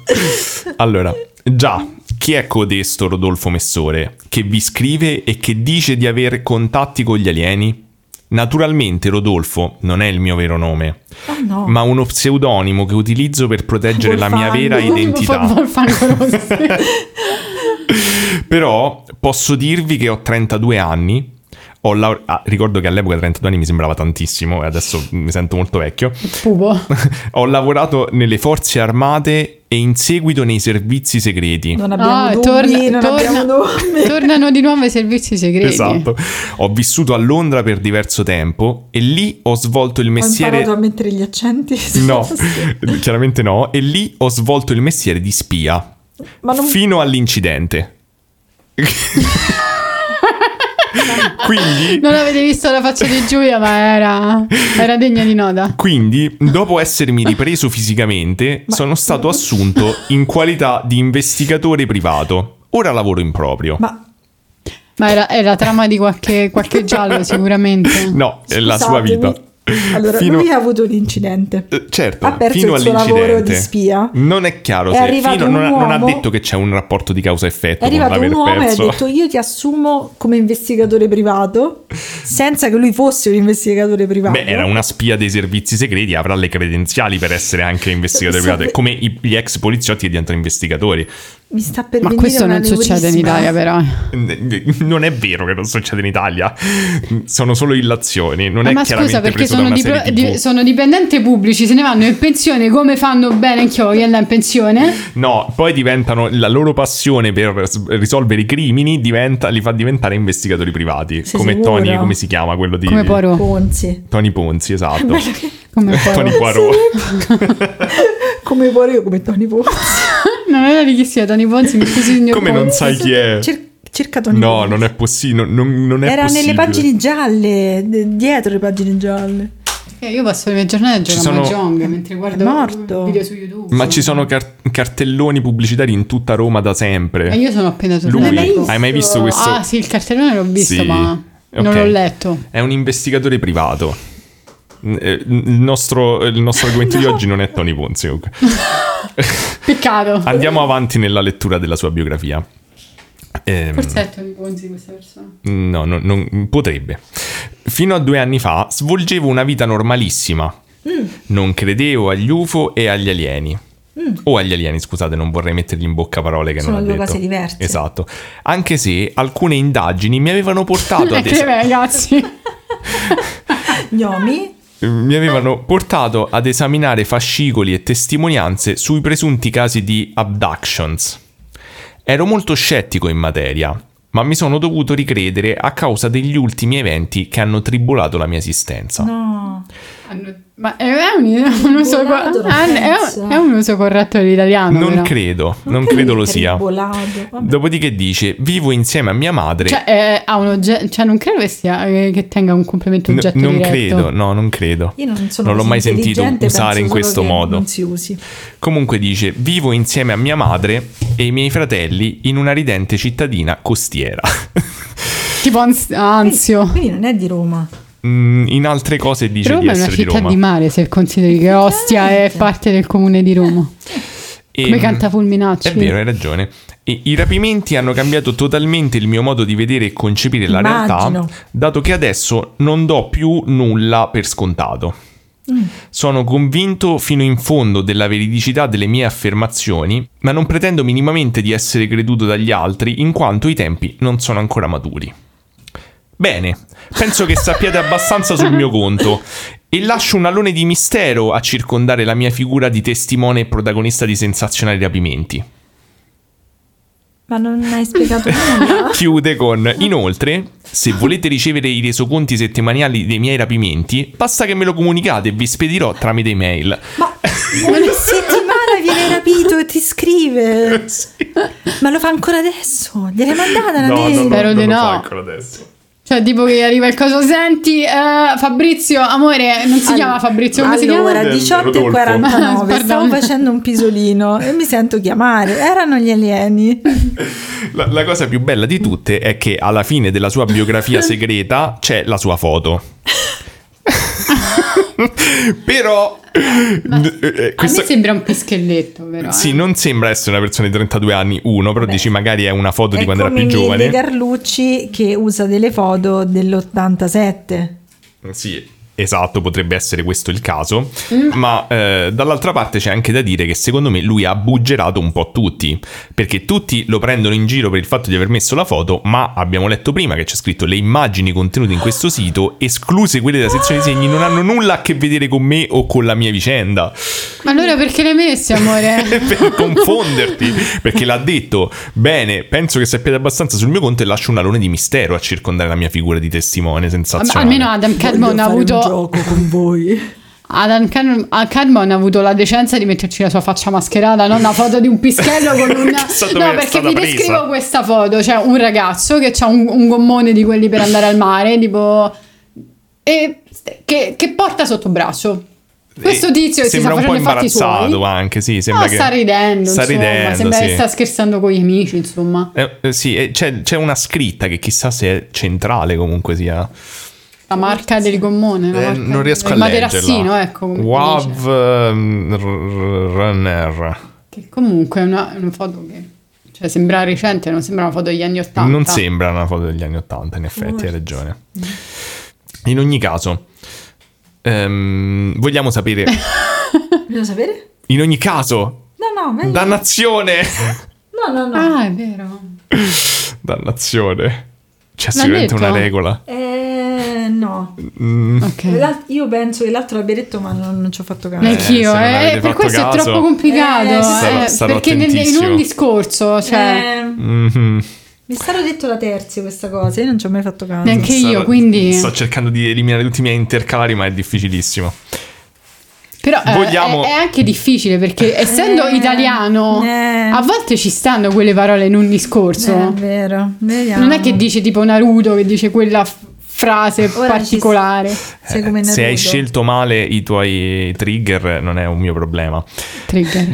Speaker 3: Allora, già, chi è codesto Rodolfo Messore che vi scrive e che dice di avere contatti con gli alieni? Naturalmente Rodolfo non è il mio vero nome,
Speaker 2: Oh no.
Speaker 3: ma uno pseudonimo che utilizzo per proteggere la mia vera
Speaker 2: Wolfango.
Speaker 3: identità.
Speaker 1: Wolfango Rossi.
Speaker 3: Però posso dirvi che ho 32 anni. Ho laure- ah, ricordo che all'epoca 32 anni mi sembrava tantissimo e adesso mi sento molto vecchio.
Speaker 1: Pupo.
Speaker 3: Ho lavorato nelle forze armate e in seguito nei servizi segreti.
Speaker 2: Non abbiamo
Speaker 1: Ah,
Speaker 2: dubbi,
Speaker 1: torna-
Speaker 2: non
Speaker 1: torna-
Speaker 2: abbiamo dubbi.
Speaker 1: Tornano di nuovo i servizi segreti.
Speaker 3: Esatto. Ho vissuto a Londra per diverso tempo e lì ho svolto il
Speaker 2: Ho
Speaker 3: mestiere.
Speaker 2: imparato a mettere gli accenti.
Speaker 3: No,
Speaker 2: Sì.
Speaker 3: chiaramente no. E lì ho svolto il mestiere di spia.
Speaker 2: Ma non-
Speaker 3: Fino all'incidente. Quindi,
Speaker 1: Non avete visto la faccia di Giulia, ma era, era degna di nota.
Speaker 3: quindi, dopo essermi ripreso fisicamente, sono stato assunto in qualità di investigatore privato. Ora lavoro in proprio.
Speaker 2: Ma
Speaker 1: Ma era, era trama di qualche, qualche giallo, sicuramente.
Speaker 3: No, è la sua
Speaker 2: scusatemi.
Speaker 3: vita.
Speaker 2: Allora,
Speaker 3: Fino-
Speaker 2: lui ha avuto un incidente.
Speaker 3: Eh, Certo,
Speaker 2: Ha perso
Speaker 3: fino
Speaker 2: il suo
Speaker 3: all'incidente.
Speaker 2: lavoro di spia.
Speaker 3: Non è chiaro
Speaker 2: È
Speaker 3: se
Speaker 2: arrivato
Speaker 3: fino,
Speaker 2: un
Speaker 3: non, ha- non ha
Speaker 2: uomo-
Speaker 3: detto che c'è un rapporto di causa-effetto
Speaker 2: È arrivato
Speaker 3: con
Speaker 2: un
Speaker 3: l'aver
Speaker 2: uomo
Speaker 3: perso.
Speaker 2: e ha detto io ti assumo come investigatore privato, senza che lui fosse un investigatore privato.
Speaker 3: Beh, era una spia dei servizi segreti, avrà le credenziali per essere anche investigatore
Speaker 2: Sì.
Speaker 3: privato, è come i- gli ex poliziotti che diventano investigatori.
Speaker 2: Mi sta per
Speaker 1: Ma
Speaker 2: venire
Speaker 1: questo
Speaker 2: una
Speaker 1: non succede in
Speaker 2: neurissima.
Speaker 1: Italia, però.
Speaker 3: Non è vero che non succede in Italia, sono solo illazioni, non è
Speaker 1: Eh, ma
Speaker 3: chiaramente
Speaker 1: scusa, perché
Speaker 3: preso da
Speaker 1: sono,
Speaker 3: una
Speaker 1: di-
Speaker 3: serie TV.
Speaker 1: di- sono dipendenti pubblici, se ne vanno in pensione come fanno bene anch'io che andare in pensione.
Speaker 3: No, poi diventano la loro passione per s- risolvere i crimini diventa- li fa diventare investigatori privati,
Speaker 2: Sei
Speaker 3: come
Speaker 2: sicuro?
Speaker 3: Tony, come si chiama quello di
Speaker 1: Come Poirot.
Speaker 2: Ponzi.
Speaker 3: Tony Ponzi, esatto.
Speaker 1: Come
Speaker 3: Tony
Speaker 1: Poirot.
Speaker 3: Poirot.
Speaker 2: Come vorrei io, come Tony Ponzi.
Speaker 1: non era di chi sia Tony Ponzi, mi scusi signor
Speaker 3: Come non
Speaker 1: Ponzi.
Speaker 3: sai chi è?
Speaker 2: Cer- cerca Tony
Speaker 3: No,
Speaker 2: Ponzi.
Speaker 3: non è possibile, non, non è
Speaker 2: Era
Speaker 3: possibile.
Speaker 2: nelle pagine gialle, de- dietro le pagine gialle.
Speaker 1: Eh, io passo le mie giornate a
Speaker 3: Ci
Speaker 1: giocare a
Speaker 3: sono-
Speaker 1: Mahjong mentre guardo
Speaker 2: È morto.
Speaker 1: video su YouTube.
Speaker 3: Ma ci sono car- cartelloni pubblicitari in tutta Roma da sempre.
Speaker 1: E io sono appena
Speaker 3: Lui,
Speaker 1: tornato.
Speaker 2: l'hai mai visto?
Speaker 3: hai mai visto questo?
Speaker 1: Ah sì, il cartellone l'ho visto,
Speaker 3: Sì,
Speaker 1: ma non
Speaker 3: ok.
Speaker 1: l'ho letto.
Speaker 3: È un investigatore privato. N- eh, Il nostro, il nostro argomento di oggi non è Tony Ponzi. comunque.
Speaker 1: Peccato.
Speaker 3: Andiamo avanti nella lettura della sua biografia. Ehm,
Speaker 1: Forse è Tony Ponzi questa persona.
Speaker 3: No, no, non- potrebbe. Fino a due anni fa svolgevo una vita normalissima.
Speaker 2: Mm.
Speaker 3: Non credevo agli UFO e agli alieni. O agli alieni, scusate, non vorrei mettergli in bocca parole che
Speaker 2: Mm. Sono
Speaker 3: non ho
Speaker 2: due
Speaker 3: detto.
Speaker 2: cose diverse.
Speaker 3: Esatto. Anche se alcune indagini mi avevano portato ad
Speaker 1: Ecco,
Speaker 3: es-
Speaker 1: beh, ragazzi.
Speaker 2: Gnomi,
Speaker 3: mi avevano portato ad esaminare fascicoli e testimonianze sui presunti casi di abductions. Ero molto scettico in materia, ma mi sono dovuto ricredere a causa degli ultimi eventi che hanno tribolato la mia esistenza.
Speaker 2: no.
Speaker 1: Hanno- Ma è è un, un uso co-
Speaker 2: Tribolato, non
Speaker 1: ah, è
Speaker 2: penso.
Speaker 1: un- è un uso corretto dell'italiano.
Speaker 3: Non
Speaker 1: però.
Speaker 3: credo, non credo lo sia.
Speaker 2: Tribolato, vabbè.
Speaker 3: Dopodiché dice, vivo insieme a mia madre.
Speaker 1: Cioè, eh, ha un ogge- cioè, non credo che, sia, eh, che tenga un complimento
Speaker 3: N-
Speaker 1: oggetto
Speaker 3: non
Speaker 1: diretto.
Speaker 3: credo, no, non credo.
Speaker 2: Io non, sono
Speaker 3: Non l'ho
Speaker 2: così
Speaker 3: mai sentito
Speaker 2: intelligente,
Speaker 3: usare
Speaker 2: penso
Speaker 3: in
Speaker 2: solo
Speaker 3: questo
Speaker 2: che
Speaker 3: modo.
Speaker 2: Non si usi.
Speaker 3: Comunque dice, vivo insieme a mia madre e i miei fratelli in una ridente cittadina costiera.
Speaker 1: Tipo ans- anzio.
Speaker 2: Quindi non è di Roma.
Speaker 3: Mm, in altre cose dice di
Speaker 1: Roma è una
Speaker 3: essere di
Speaker 1: città
Speaker 3: Roma.
Speaker 1: di mare, se consideri che Ostia è
Speaker 2: Veramente.
Speaker 1: parte del comune di Roma.
Speaker 3: E-
Speaker 1: Come canta Fulminacci.
Speaker 3: Ehm, È vero, hai ragione. E I rapimenti hanno cambiato totalmente il mio modo di vedere e concepire la
Speaker 2: Immagino.
Speaker 3: realtà, dato che adesso non do più nulla per scontato. Sono convinto fino in fondo della veridicità delle mie affermazioni, ma non pretendo minimamente di essere creduto dagli altri, in quanto i tempi non sono ancora maturi. Bene, penso che sappiate abbastanza sul mio conto. E lascio un alone di mistero a circondare la mia figura di testimone e protagonista di sensazionali rapimenti.
Speaker 2: Ma non hai spiegato nulla.
Speaker 3: Chiude con: Inoltre, se volete ricevere i resoconti settimanali dei miei rapimenti, basta che me lo comunicate e vi spedirò tramite email.
Speaker 2: Ma ogni settimana viene rapito e ti scrive. Ma lo fa ancora adesso. Gliel'hai mandata una mail?
Speaker 1: Spero di no. Cioè, tipo che arriva il coso, senti, eh, Fabrizio, amore, non si
Speaker 2: All-
Speaker 1: chiama Fabrizio, come
Speaker 2: allora,
Speaker 1: si
Speaker 3: Eh,
Speaker 2: 18 e
Speaker 3: Rodolfo.
Speaker 2: 49, stavo
Speaker 1: Pardon.
Speaker 2: facendo un pisolino e mi sento chiamare. Erano gli alieni.
Speaker 3: La, la cosa più bella di tutte è che alla fine della sua biografia segreta c'è la sua foto. Però eh, eh,
Speaker 1: chiama? A
Speaker 3: questo-
Speaker 1: me sembra un pischelletto, però. eh.
Speaker 3: sì, non sembra essere una persona di 32 anni, uno, però dici magari è una foto di
Speaker 2: È
Speaker 3: quando era
Speaker 2: come
Speaker 3: più
Speaker 2: Mille
Speaker 3: giovane.
Speaker 2: Carlucci che usa delle foto dell'87.
Speaker 3: Sì, esatto, potrebbe essere questo il caso. Ma eh, dall'altra parte c'è anche da dire che secondo me lui ha buggerato un po' tutti. Perché tutti lo prendono in giro per il fatto di aver messo la foto, ma abbiamo letto prima che c'è scritto le immagini contenute in questo sito, escluse quelle della sezione segni, non hanno nulla a che vedere con me o con la mia vicenda.
Speaker 1: Ma allora perché l'hai messo, amore?
Speaker 3: per confonderti, perché l'ha detto, bene, penso che sappiate abbastanza sul mio conto e lascio un alone di mistero a circondare la mia figura di testimone
Speaker 1: Ma
Speaker 3: sensazionale.
Speaker 1: Almeno Adam
Speaker 2: Voglio
Speaker 1: Cadmon ha
Speaker 2: fare un
Speaker 1: avuto
Speaker 2: gioco con voi.
Speaker 1: Adam Can- a Cadmon ha avuto la decenza di metterci la sua faccia mascherata, non una foto di un pischello con un...
Speaker 3: Chissà dove
Speaker 1: No,
Speaker 3: è
Speaker 1: perché
Speaker 3: stata
Speaker 1: vi
Speaker 3: presa.
Speaker 1: descrivo questa foto, c'è un ragazzo che ha un, un gommone di quelli per andare al mare, tipo... E che, che porta sotto braccio. Questo
Speaker 3: Eh,
Speaker 1: tizio che si sta
Speaker 3: sembra un
Speaker 1: facendo
Speaker 3: po'
Speaker 1: i fatti
Speaker 3: imbarazzato
Speaker 1: suoi.
Speaker 3: anche, sì, sembra
Speaker 1: no,
Speaker 3: che
Speaker 1: sta ridendo,
Speaker 3: sta
Speaker 1: insomma,
Speaker 3: ridendo,
Speaker 1: sembra
Speaker 3: sì.
Speaker 1: che sta scherzando con gli amici, insomma.
Speaker 3: Eh, eh, sì, eh, c'è, c'è una scritta che chissà se è centrale comunque sia.
Speaker 1: La marca del gommone, la
Speaker 3: Eh,
Speaker 1: marca
Speaker 3: non riesco a
Speaker 1: del
Speaker 3: leggerla.
Speaker 1: materassino, ecco. come dice.
Speaker 3: Wav ehm, r- r- Runner.
Speaker 1: Che comunque è una, è una foto che cioè, sembra recente, non sembra una foto degli anni 80.
Speaker 3: Non sembra una foto degli anni 80, in effetti, hai ragione. In ogni caso, ehm, vogliamo sapere...
Speaker 2: Vogliamo sapere?
Speaker 3: In ogni caso,
Speaker 2: No, no, meglio.
Speaker 3: dannazione!
Speaker 2: No, no, no.
Speaker 1: Ah, è vero.
Speaker 3: dannazione. C'è
Speaker 1: L'ha
Speaker 3: sicuramente
Speaker 1: detto?
Speaker 3: una regola. Mm.
Speaker 2: Eh, no.
Speaker 1: Ok.
Speaker 2: L'al- Io penso che l'altro l'abbia detto, ma non, non ci ho fatto caso.
Speaker 1: Neanch'io,
Speaker 3: se non
Speaker 1: eh,
Speaker 3: avete
Speaker 1: per
Speaker 3: fatto
Speaker 1: questo è
Speaker 3: caso-
Speaker 1: troppo complicato.
Speaker 2: Eh,
Speaker 3: sarò-
Speaker 1: eh,
Speaker 3: sarò
Speaker 1: perché nel- in
Speaker 3: attentissimo.
Speaker 1: un discorso, cioè,
Speaker 2: Eh,
Speaker 3: Mhm.
Speaker 2: mi sarò detto la terza questa cosa, io non ci ho mai fatto caso.
Speaker 1: Neanche- io,
Speaker 3: Sarò-
Speaker 1: quindi-
Speaker 3: Sto cercando di eliminare tutti i miei intercalari, ma è difficilissimo.
Speaker 1: però eh,
Speaker 3: vogliamo-
Speaker 1: è, è anche difficile perché essendo
Speaker 2: Eh,
Speaker 1: italiano,
Speaker 2: eh.
Speaker 1: a volte ci stanno quelle parole in un discorso.
Speaker 2: Eh, è vero, vediamo.
Speaker 1: non è che dice tipo Naruto che dice quella f- frase
Speaker 2: Ora ci-
Speaker 1: particolare.
Speaker 2: Sei come
Speaker 3: Eh, Se hai
Speaker 2: Naruto.
Speaker 3: scelto male i tuoi trigger, non è un mio problema.
Speaker 1: Trigger.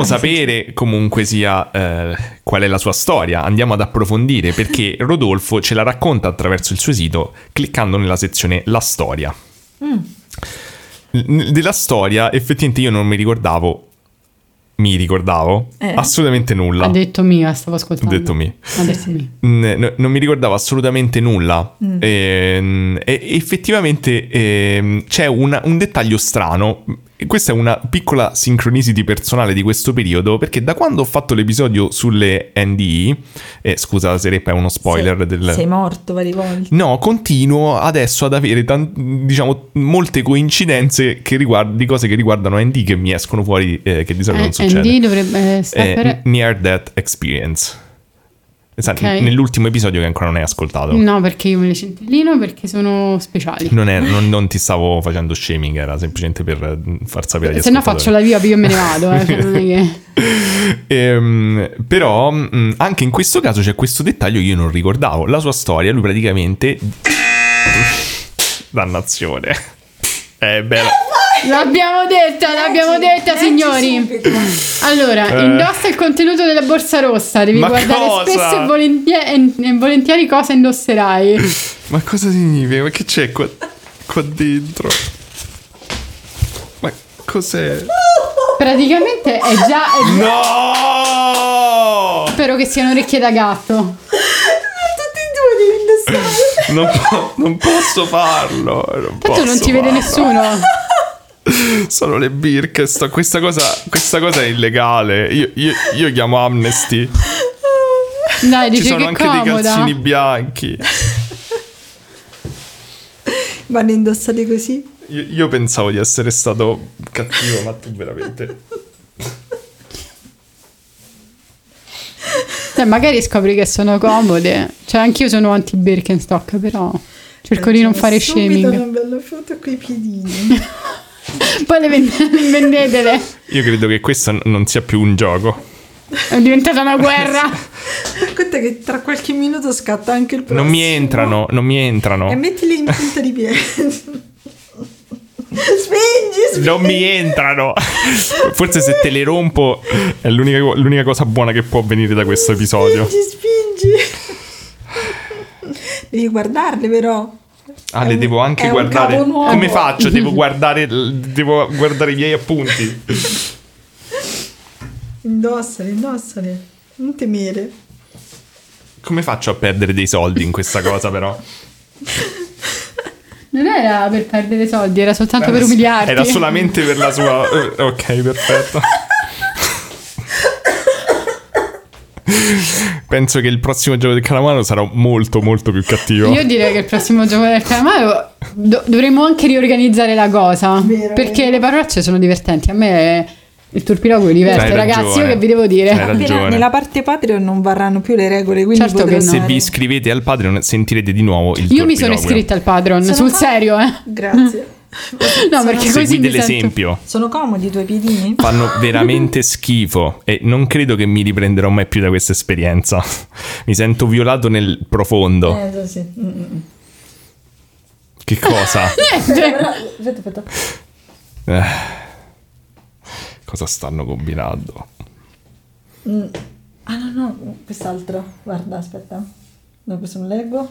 Speaker 3: sapere comunque sia eh, qual è la sua storia, andiamo ad approfondire perché Rodolfo ce la racconta attraverso il suo sito cliccando nella sezione La storia.
Speaker 2: Mm.
Speaker 3: N- Della storia effettivamente io non mi ricordavo, mi ricordavo
Speaker 2: Eh.
Speaker 3: assolutamente nulla.
Speaker 1: Ha detto mia, stavo ascoltando.
Speaker 3: Ha detto mia.
Speaker 1: Ha detto mia.
Speaker 3: N- no- non mi ricordavo assolutamente nulla. Ehm, E, effettivamente ehm, c'è una- un dettaglio strano. Questa è una piccola sincronicity personale di questo periodo, perché da quando ho fatto l'episodio sulle NDE, eh, scusa la sereppa è uno spoiler
Speaker 2: sei,
Speaker 3: del...
Speaker 2: Sei morto varie volte.
Speaker 3: No, continuo adesso ad avere tan- diciamo molte coincidenze che riguard- di cose che riguardano ND che mi escono fuori eh, che di solito non
Speaker 1: Eh,
Speaker 3: succede.
Speaker 1: Andy dovrebbe eh, stare
Speaker 3: Eh,
Speaker 1: per...
Speaker 3: Near Death Experience. Sa-
Speaker 1: Ok.
Speaker 3: Nell'ultimo episodio che ancora non hai ascoltato.
Speaker 1: No, perché io me le centellino perché sono speciali.
Speaker 3: Esatto. Non, è- non- non ti stavo facendo shaming, era semplicemente per eh, far sapere agli
Speaker 1: Se no faccio la via, io me ne vado. eh, cioè, non è che-
Speaker 3: Ehm, però mm, anche in questo caso c'è questo dettaglio che io non ricordavo. La sua storia, lui praticamente... Dannazione. È bella.
Speaker 1: L'abbiamo detta, l'abbiamo detta, signori. Allora,
Speaker 3: Eh.
Speaker 1: indossa il contenuto della borsa rossa. Devi
Speaker 3: Ma
Speaker 1: guardare
Speaker 3: cosa?
Speaker 1: spesso e volentieri, e volentieri cosa indosserai.
Speaker 3: Ma cosa significa? Ma che c'è qua, qua dentro? Ma cos'è?
Speaker 1: Praticamente è già. è già-
Speaker 3: No!
Speaker 1: Spero che siano orecchie da gatto.
Speaker 2: Tutti e due devi indossare.
Speaker 3: Non, po- non posso farlo. Non
Speaker 1: Tanto non
Speaker 3: posso
Speaker 1: ti vede
Speaker 3: farlo.
Speaker 1: nessuno.
Speaker 3: Sono le Birkenstock. Questa cosa, questa cosa è illegale. Io, io- io chiamo Amnesty.
Speaker 1: Dai,
Speaker 3: Ci
Speaker 1: dice
Speaker 3: sono
Speaker 1: che
Speaker 3: anche dei
Speaker 1: comoda.
Speaker 3: calzini bianchi.
Speaker 2: Vanno indossati così.
Speaker 3: Io, io pensavo di essere stato cattivo, ma tu veramente.
Speaker 1: Dai, magari scopri che sono comode. Cioè, anch'io sono anti Birkenstock, però. Cerco di non fare
Speaker 2: Subito
Speaker 1: shaming.
Speaker 2: una bella foto coi piedini.
Speaker 1: Poi le vend- le vendetele.
Speaker 3: Io credo che questo n- non sia più un gioco.
Speaker 1: È diventata una guerra.
Speaker 2: Conta che tra qualche minuto scatta anche il prossimo.
Speaker 3: Non mi entrano, non mi
Speaker 2: E
Speaker 3: entrano.
Speaker 2: mettili in punta di piedi. spingi, spingi.
Speaker 3: Non mi entrano. Forse se te le rompo è l'unica, co- l'unica cosa buona che può venire da questo episodio.
Speaker 2: Spingi, spingi. Devi guardarle però.
Speaker 3: Ah,
Speaker 2: È
Speaker 3: le
Speaker 2: un-
Speaker 3: devo
Speaker 2: è
Speaker 3: anche
Speaker 2: un
Speaker 3: guardare.
Speaker 2: cavo nuovo.
Speaker 3: Come faccio? Devo guardare, devo guardare i miei appunti.
Speaker 2: Indossale, indossale. Non temere.
Speaker 3: Come faccio a perdere dei soldi in questa cosa, però?
Speaker 1: Non era per perdere soldi, era soltanto per umiliarti.
Speaker 3: Eh, Era solamente per la sua. eh, Ok, perfetto. Penso che il prossimo gioco del calamaro sarà molto, molto più cattivo.
Speaker 1: Io direi che il prossimo gioco del calamaro do- dovremmo anche riorganizzare la cosa.
Speaker 2: Vero,
Speaker 1: perché
Speaker 2: vero.
Speaker 1: le parolacce sono divertenti. A me il turpiloquio
Speaker 3: Hai
Speaker 1: diverte,
Speaker 3: ragione.
Speaker 1: ragazzi. Io che vi devo dire?
Speaker 3: Hai ragione.
Speaker 2: Appena nella parte Patreon non varranno più le regole, quindi
Speaker 1: Certo che
Speaker 2: potrò
Speaker 1: no.
Speaker 3: Se
Speaker 2: andare.
Speaker 3: vi iscrivete al Patreon sentirete di nuovo il
Speaker 1: Io mi sono
Speaker 3: torpiloquio.
Speaker 1: iscritta al Patreon,
Speaker 2: Sono
Speaker 1: sul
Speaker 2: fa-
Speaker 1: serio, eh.
Speaker 2: Grazie.
Speaker 1: No, perché così
Speaker 3: Seguite
Speaker 1: mi sento.
Speaker 3: l'esempio.
Speaker 2: Mm. Sono comodi i tuoi piedini?
Speaker 3: Fanno veramente schifo e non credo che mi riprenderò mai più da questa esperienza. Mi sento violato nel profondo.
Speaker 2: Eh, sì. Mm, mm.
Speaker 3: Che cosa?
Speaker 1: Niente.
Speaker 2: Aspetta, aspetta.
Speaker 3: cosa stanno combinando?
Speaker 2: Mm. Ah no, no, quest'altro. Guarda, aspetta. No, questo non leggo.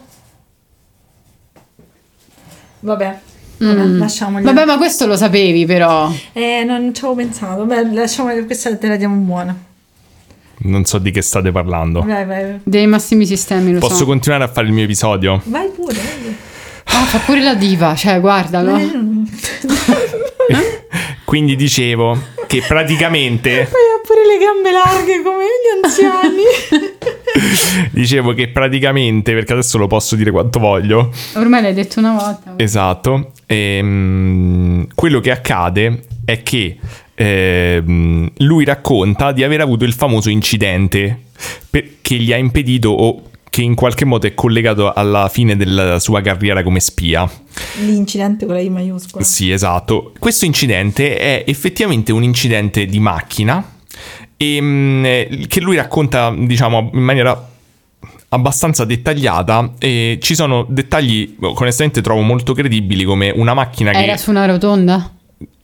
Speaker 2: Vabbè, Vabbè,
Speaker 3: Mm.
Speaker 2: lasciamoli.
Speaker 1: Vabbè, ma questo lo sapevi però.
Speaker 2: Eh, no, non ci avevo pensato. Beh, lasciamoli, questa te la diamo buona.
Speaker 3: Non so di che state parlando.
Speaker 2: Vai, vai.
Speaker 1: Dei massimi sistemi, lo
Speaker 3: Posso
Speaker 1: so.
Speaker 3: continuare a fare il mio episodio?
Speaker 2: Vai pure. vai.
Speaker 1: Ah, fa pure la diva, cioè, guardalo.
Speaker 2: Eh, non-
Speaker 3: Quindi dicevo che praticamente
Speaker 2: Poi ha pure le gambe larghe come gli anziani.
Speaker 3: dicevo che praticamente perché adesso lo posso dire quanto voglio.
Speaker 1: Ormai l'hai detto una volta.
Speaker 3: Esatto. Ehm, quello che accade è che ehm, lui racconta di aver avuto il famoso incidente per- che gli ha impedito o che in qualche modo è collegato alla fine della sua carriera come spia.
Speaker 2: L'incidente con la I maiuscola.
Speaker 3: Sì, esatto. Questo incidente è effettivamente un incidente di macchina ehm, eh, che lui racconta, diciamo, in maniera abbastanza dettagliata e ci sono dettagli che onestamente trovo molto credibili come una macchina che
Speaker 1: Era su una rotonda.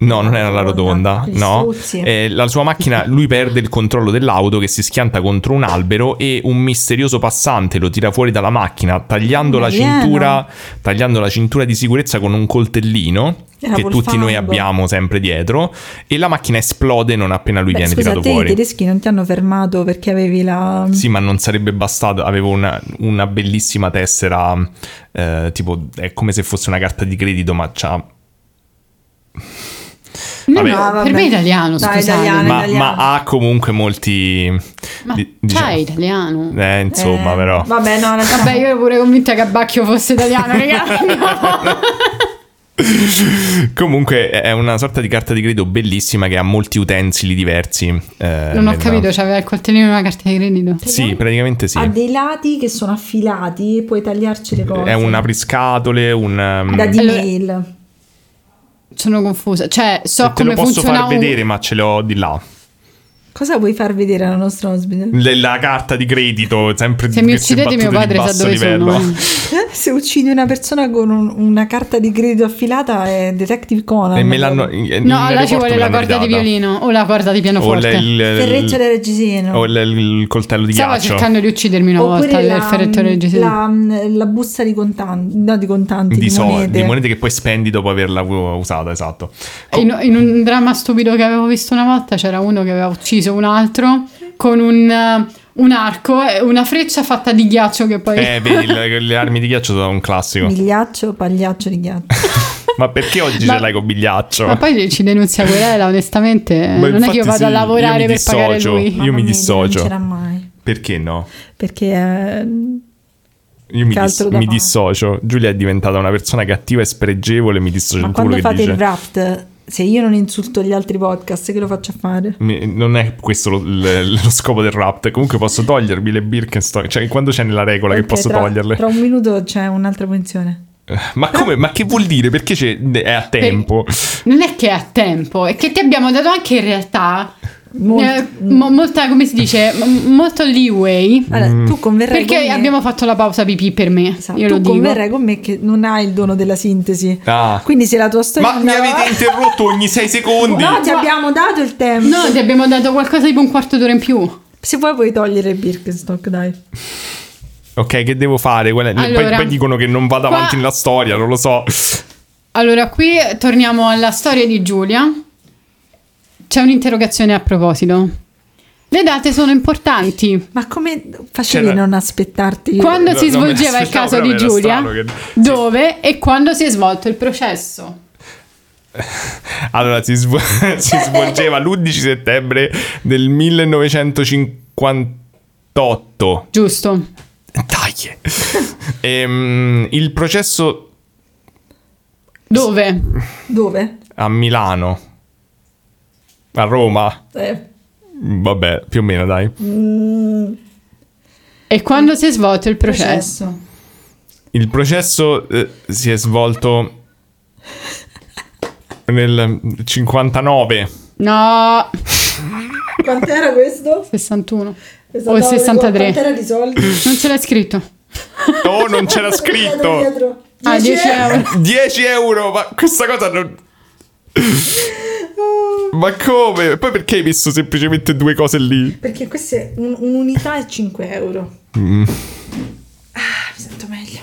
Speaker 3: no non era la
Speaker 2: Rotonda, gli
Speaker 3: rotonda no
Speaker 2: struzzi.
Speaker 3: Eh, la sua macchina lui perde il controllo dell'auto che si schianta contro un albero e un misterioso passante lo tira fuori dalla macchina tagliando
Speaker 2: Un
Speaker 3: la
Speaker 2: alieno.
Speaker 3: cintura tagliando la cintura di sicurezza con un coltellino
Speaker 2: Era
Speaker 3: che
Speaker 2: col
Speaker 3: tutti noi
Speaker 2: fango.
Speaker 3: abbiamo sempre dietro e la macchina esplode non appena lui
Speaker 2: Beh,
Speaker 3: viene
Speaker 2: scusa,
Speaker 3: tirato
Speaker 2: te i
Speaker 3: fuori
Speaker 2: tedeschi non ti hanno fermato perché avevi la... mm,
Speaker 3: sì, ma non sarebbe bastato. Avevo una, una bellissima tessera, eh, tipo, è come se fosse una carta di credito, ma c'ha
Speaker 1: No,
Speaker 3: Vabbè.
Speaker 1: no,
Speaker 2: Ah, vabbè.
Speaker 1: per me è italiano,
Speaker 2: Dai,
Speaker 1: scusate.
Speaker 2: italiano.
Speaker 3: ma,
Speaker 2: italiano.
Speaker 3: ma ha comunque molti.
Speaker 1: Ma
Speaker 3: di- diciamo,
Speaker 1: c'è italiano.
Speaker 3: Eh, insomma,
Speaker 2: Eh,
Speaker 3: però.
Speaker 2: Vabbè, no,
Speaker 3: Eh.
Speaker 2: lasciamo.
Speaker 1: Vabbè, io ero pure convinta che Bacchio fosse italiano, raga. No.
Speaker 3: Eh, Comunque è una sorta di carta di credito bellissima che ha molti utensili diversi. eh,
Speaker 1: Non ho
Speaker 3: nella-
Speaker 1: capito, c'aveva il coltellino e una carta di credito.
Speaker 3: Sì, praticamente sì.
Speaker 2: Ha dei lati che sono affilati e puoi tagliarci le cose.
Speaker 3: È un apriscatole, un. um,
Speaker 2: Da
Speaker 3: te
Speaker 2: di
Speaker 1: Allora-
Speaker 2: mail.
Speaker 1: Sono confusa. Cioè, so
Speaker 3: lo
Speaker 1: come
Speaker 3: posso
Speaker 1: funziona
Speaker 3: far
Speaker 1: un-
Speaker 3: vedere, ma ce l'ho di là.
Speaker 2: Cosa vuoi far vedere alla nostra ospite?
Speaker 3: Le- La carta di credito, sempre
Speaker 1: Se mi
Speaker 3: che si è
Speaker 1: uccidete mio
Speaker 3: battuta
Speaker 1: padre
Speaker 3: di
Speaker 1: sa
Speaker 3: basso
Speaker 1: dove
Speaker 3: livello.
Speaker 1: sono. eh.
Speaker 2: Se uccidi una persona con un- una carta di credito affilata è Detective Conan.
Speaker 3: E me l'hanno.
Speaker 1: No,
Speaker 3: in- in
Speaker 1: allora ci
Speaker 3: aeroporto
Speaker 1: vuole
Speaker 3: me
Speaker 1: la
Speaker 3: l'hanno
Speaker 1: corda di
Speaker 3: ridata.
Speaker 1: violino o la corda di
Speaker 3: O il,
Speaker 1: pianoforte.
Speaker 3: il-
Speaker 2: Ferreccia del
Speaker 3: o
Speaker 2: reggiseno.
Speaker 3: Oh, il- il coltello di
Speaker 1: Stava
Speaker 3: ghiaccio.
Speaker 1: cercando di uccidermi una volta
Speaker 2: Oppure
Speaker 1: il
Speaker 2: la,
Speaker 1: ferrettore reggiseno.
Speaker 2: la, mm, la busta di contanti, no, di contanti, di,
Speaker 3: Di, soldi,
Speaker 2: monete.
Speaker 3: di monete che poi spendi dopo averla u- usata, esatto.
Speaker 1: In, in un dramma stupido che avevo visto una volta c'era uno che aveva ucciso un altro con un, eh, un arco e una freccia fatta di ghiaccio che poi...
Speaker 3: Eh, vedi, le, le armi di ghiaccio sono un classico.
Speaker 2: Migliaccio, pagliaccio di ghiaccio.
Speaker 3: Ma perché oggi
Speaker 1: Ma-
Speaker 3: ce l'hai con Bigliaccio?
Speaker 1: Ma poi ci denunzia querela, onestamente.
Speaker 3: Ma
Speaker 1: non è che
Speaker 3: infatti
Speaker 1: io vado
Speaker 3: sì,
Speaker 1: a
Speaker 3: io
Speaker 1: lavorare
Speaker 3: mi
Speaker 1: per pagare
Speaker 3: dissocio.
Speaker 1: lui.
Speaker 2: Mamma
Speaker 3: mi
Speaker 2: mia,
Speaker 3: dissocio.
Speaker 2: Non c'era mai.
Speaker 3: Perché no?
Speaker 2: Perché eh,
Speaker 3: Io mi,
Speaker 2: Che
Speaker 3: dis-
Speaker 2: altro da
Speaker 3: mi
Speaker 2: fare?
Speaker 3: dissocio. Giulia è diventata una persona cattiva e spregevole. Mi dissocio
Speaker 2: Ma
Speaker 3: da quello
Speaker 2: quando fate
Speaker 3: che dice.
Speaker 2: il raft, se io non insulto gli altri podcast, che lo faccio a fare?
Speaker 3: Mi- Non è questo lo, l- lo scopo del rap. Comunque posso togliermi le Birkenstock. Cioè, quando c'è nella regola
Speaker 2: Perché
Speaker 3: che posso
Speaker 2: tra,
Speaker 3: toglierle?
Speaker 2: Tra un minuto c'è un'altra pensione.
Speaker 3: Ma come? Ma che vuol dire? Perché c'è- è a tempo?
Speaker 1: Non è che è a tempo, è che ti abbiamo dato anche in realtà
Speaker 2: Mol-
Speaker 1: eh, mo- molta, come si dice, m- molto leeway.
Speaker 2: Allora,
Speaker 3: Mm.
Speaker 2: tu converrai con
Speaker 1: Perché
Speaker 2: me.
Speaker 1: abbiamo fatto la pausa pipì per me.
Speaker 2: Esatto,
Speaker 1: Io
Speaker 2: tu
Speaker 1: lo dico.
Speaker 2: converrai con me che non hai il dono della sintesi.
Speaker 3: Ah.
Speaker 2: Quindi se la tua storia
Speaker 3: Ma mi
Speaker 2: andava-
Speaker 3: avete interrotto ogni 6 secondi.
Speaker 2: No, ti abbiamo dato il tempo.
Speaker 1: No, ti abbiamo dato qualcosa tipo un quarto d'ora in più.
Speaker 2: Se vuoi puoi togliere il Birkenstock, dai.
Speaker 3: Ok, che devo fare? Qual è- poi-
Speaker 1: Allora,
Speaker 3: poi, dicono che non vado
Speaker 1: qua-
Speaker 3: avanti nella storia, non lo so.
Speaker 1: Allora, qui torniamo alla storia di Giulia. C'è un'interrogazione a proposito. Le date sono importanti.
Speaker 2: Ma come facevi a
Speaker 3: C'era-
Speaker 2: non aspettarti?
Speaker 1: Quando
Speaker 3: No,
Speaker 1: si
Speaker 3: no, me
Speaker 1: svolgeva il
Speaker 3: l'aspettavo,
Speaker 1: caso
Speaker 3: però
Speaker 1: di
Speaker 3: era
Speaker 1: Giulia,
Speaker 3: strano che-
Speaker 1: dove e quando si è svolto il processo.
Speaker 3: Allora, si, svol- si svolgeva l'11 settembre del 1958.
Speaker 1: Giusto.
Speaker 3: Dai. Ehm, il processo
Speaker 1: Dove?
Speaker 2: Dove?
Speaker 3: a Milano, a Roma,
Speaker 2: Eh,
Speaker 3: vabbè, più o meno dai.
Speaker 1: E quando si è svolto il processo.
Speaker 2: processo.
Speaker 3: Il processo eh, si è svolto nel 59.
Speaker 1: No,
Speaker 2: Quant'era questo?
Speaker 1: 61.
Speaker 2: Esatto,
Speaker 1: O il 63.
Speaker 2: Quant'era di soldi?
Speaker 1: Non ce l'hai scritto.
Speaker 3: Oh, non c'era
Speaker 2: Guardate
Speaker 3: scritto.
Speaker 2: dietro.
Speaker 1: Ah, 10 euro.
Speaker 3: 10 euro, ma questa cosa non... Ma come? Poi perché hai messo semplicemente due cose lì?
Speaker 2: Perché questa è un- un'unità e 5 euro.
Speaker 3: Mm.
Speaker 2: Ah, mi sento meglio.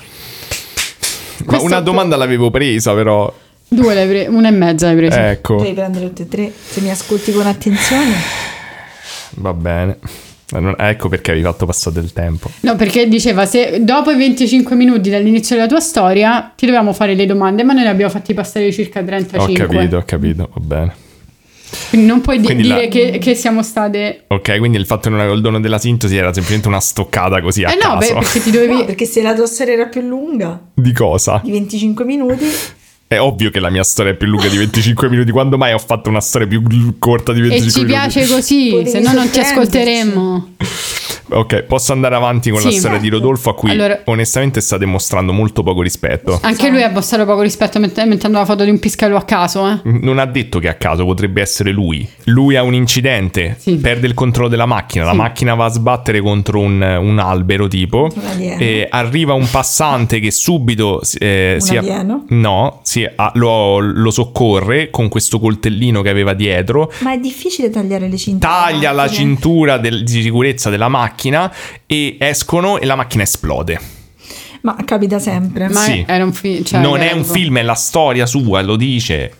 Speaker 3: Ma una
Speaker 1: Questo-
Speaker 3: domanda l'avevo presa però.
Speaker 1: Due l'hai pre- una e mezza hai preso.
Speaker 3: Ecco,
Speaker 2: Devi prendere tutte e tre. Se mi ascolti con attenzione.
Speaker 3: va bene. Ma non- Ecco perché avevi fatto passare del tempo.
Speaker 1: No, perché diceva se dopo i 25 minuti dall'inizio della tua storia ti dobbiamo fare le domande, ma noi ne abbiamo fatti passare circa 35.
Speaker 3: Ho capito, ho capito, va bene.
Speaker 1: Quindi non puoi di-
Speaker 3: Quindi la-
Speaker 1: dire che, che siamo state.
Speaker 3: Ok, quindi il fatto che non avevo il dono della sintesi era semplicemente una stoccata così a
Speaker 1: eh no, beh,
Speaker 3: caso.
Speaker 1: perché ti
Speaker 2: No,
Speaker 1: dovevi.
Speaker 2: perché se la tua storia era più lunga,
Speaker 3: Di cosa?
Speaker 2: di 25 minuti,
Speaker 3: È ovvio che la mia storia è più lunga di 25 minuti. Quando mai ho fatto una storia più l- corta di
Speaker 1: E
Speaker 3: 25
Speaker 1: ci
Speaker 3: minuti?
Speaker 1: piace così,
Speaker 2: Potevi
Speaker 1: se no non ti
Speaker 2: sorprenderci.
Speaker 1: ascolteremmo.
Speaker 3: Ok, posso andare avanti con la
Speaker 1: Sì. certo.
Speaker 3: storia di Rodolfo, a cui
Speaker 1: Allora-
Speaker 3: onestamente sta dimostrando molto poco rispetto.
Speaker 1: Anche lui ha
Speaker 2: Esatto.
Speaker 1: bossato poco rispetto mett- mettendo la foto di un piscallo a caso, eh.
Speaker 3: Non ha detto che a caso potrebbe essere lui. Lui ha un incidente,
Speaker 1: Sì.
Speaker 3: perde il controllo della macchina, la
Speaker 1: Sì.
Speaker 3: macchina va a sbattere contro un, un albero tipo,
Speaker 2: Un alieno.
Speaker 3: e arriva un passante che subito eh,
Speaker 2: Un
Speaker 3: si,
Speaker 2: alieno?
Speaker 3: no, si- ah, lo, lo soccorre con questo coltellino che aveva dietro,
Speaker 2: ma è difficile tagliare le cinture.
Speaker 3: taglia la
Speaker 2: Perché-
Speaker 3: cintura del- di sicurezza della macchina e escono e la macchina esplode.
Speaker 2: Ma capita sempre.
Speaker 1: Ma
Speaker 3: Sì.
Speaker 1: era un film. Cioè,
Speaker 3: non
Speaker 1: era
Speaker 3: è un
Speaker 1: tipo-
Speaker 3: film, è la storia sua, lo dice.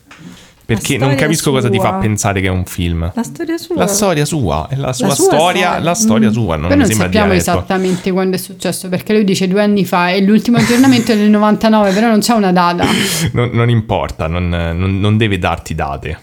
Speaker 3: Perché non
Speaker 2: storia
Speaker 3: capisco cosa ti fa
Speaker 2: sua.
Speaker 3: pensare che è un film.
Speaker 2: La storia sua.
Speaker 3: La storia sua, è la sua
Speaker 2: sua
Speaker 3: storia,
Speaker 2: storia.
Speaker 3: la storia
Speaker 2: Mm.
Speaker 3: sua, non
Speaker 1: Poi
Speaker 3: mi
Speaker 1: non
Speaker 3: sembra
Speaker 1: sappiamo
Speaker 3: dialetto.
Speaker 1: esattamente quando è successo, perché lui dice due anni fa e l'ultimo aggiornamento è del 99, però non c'è una data.
Speaker 3: Non, non importa, non, non- non deve darti date.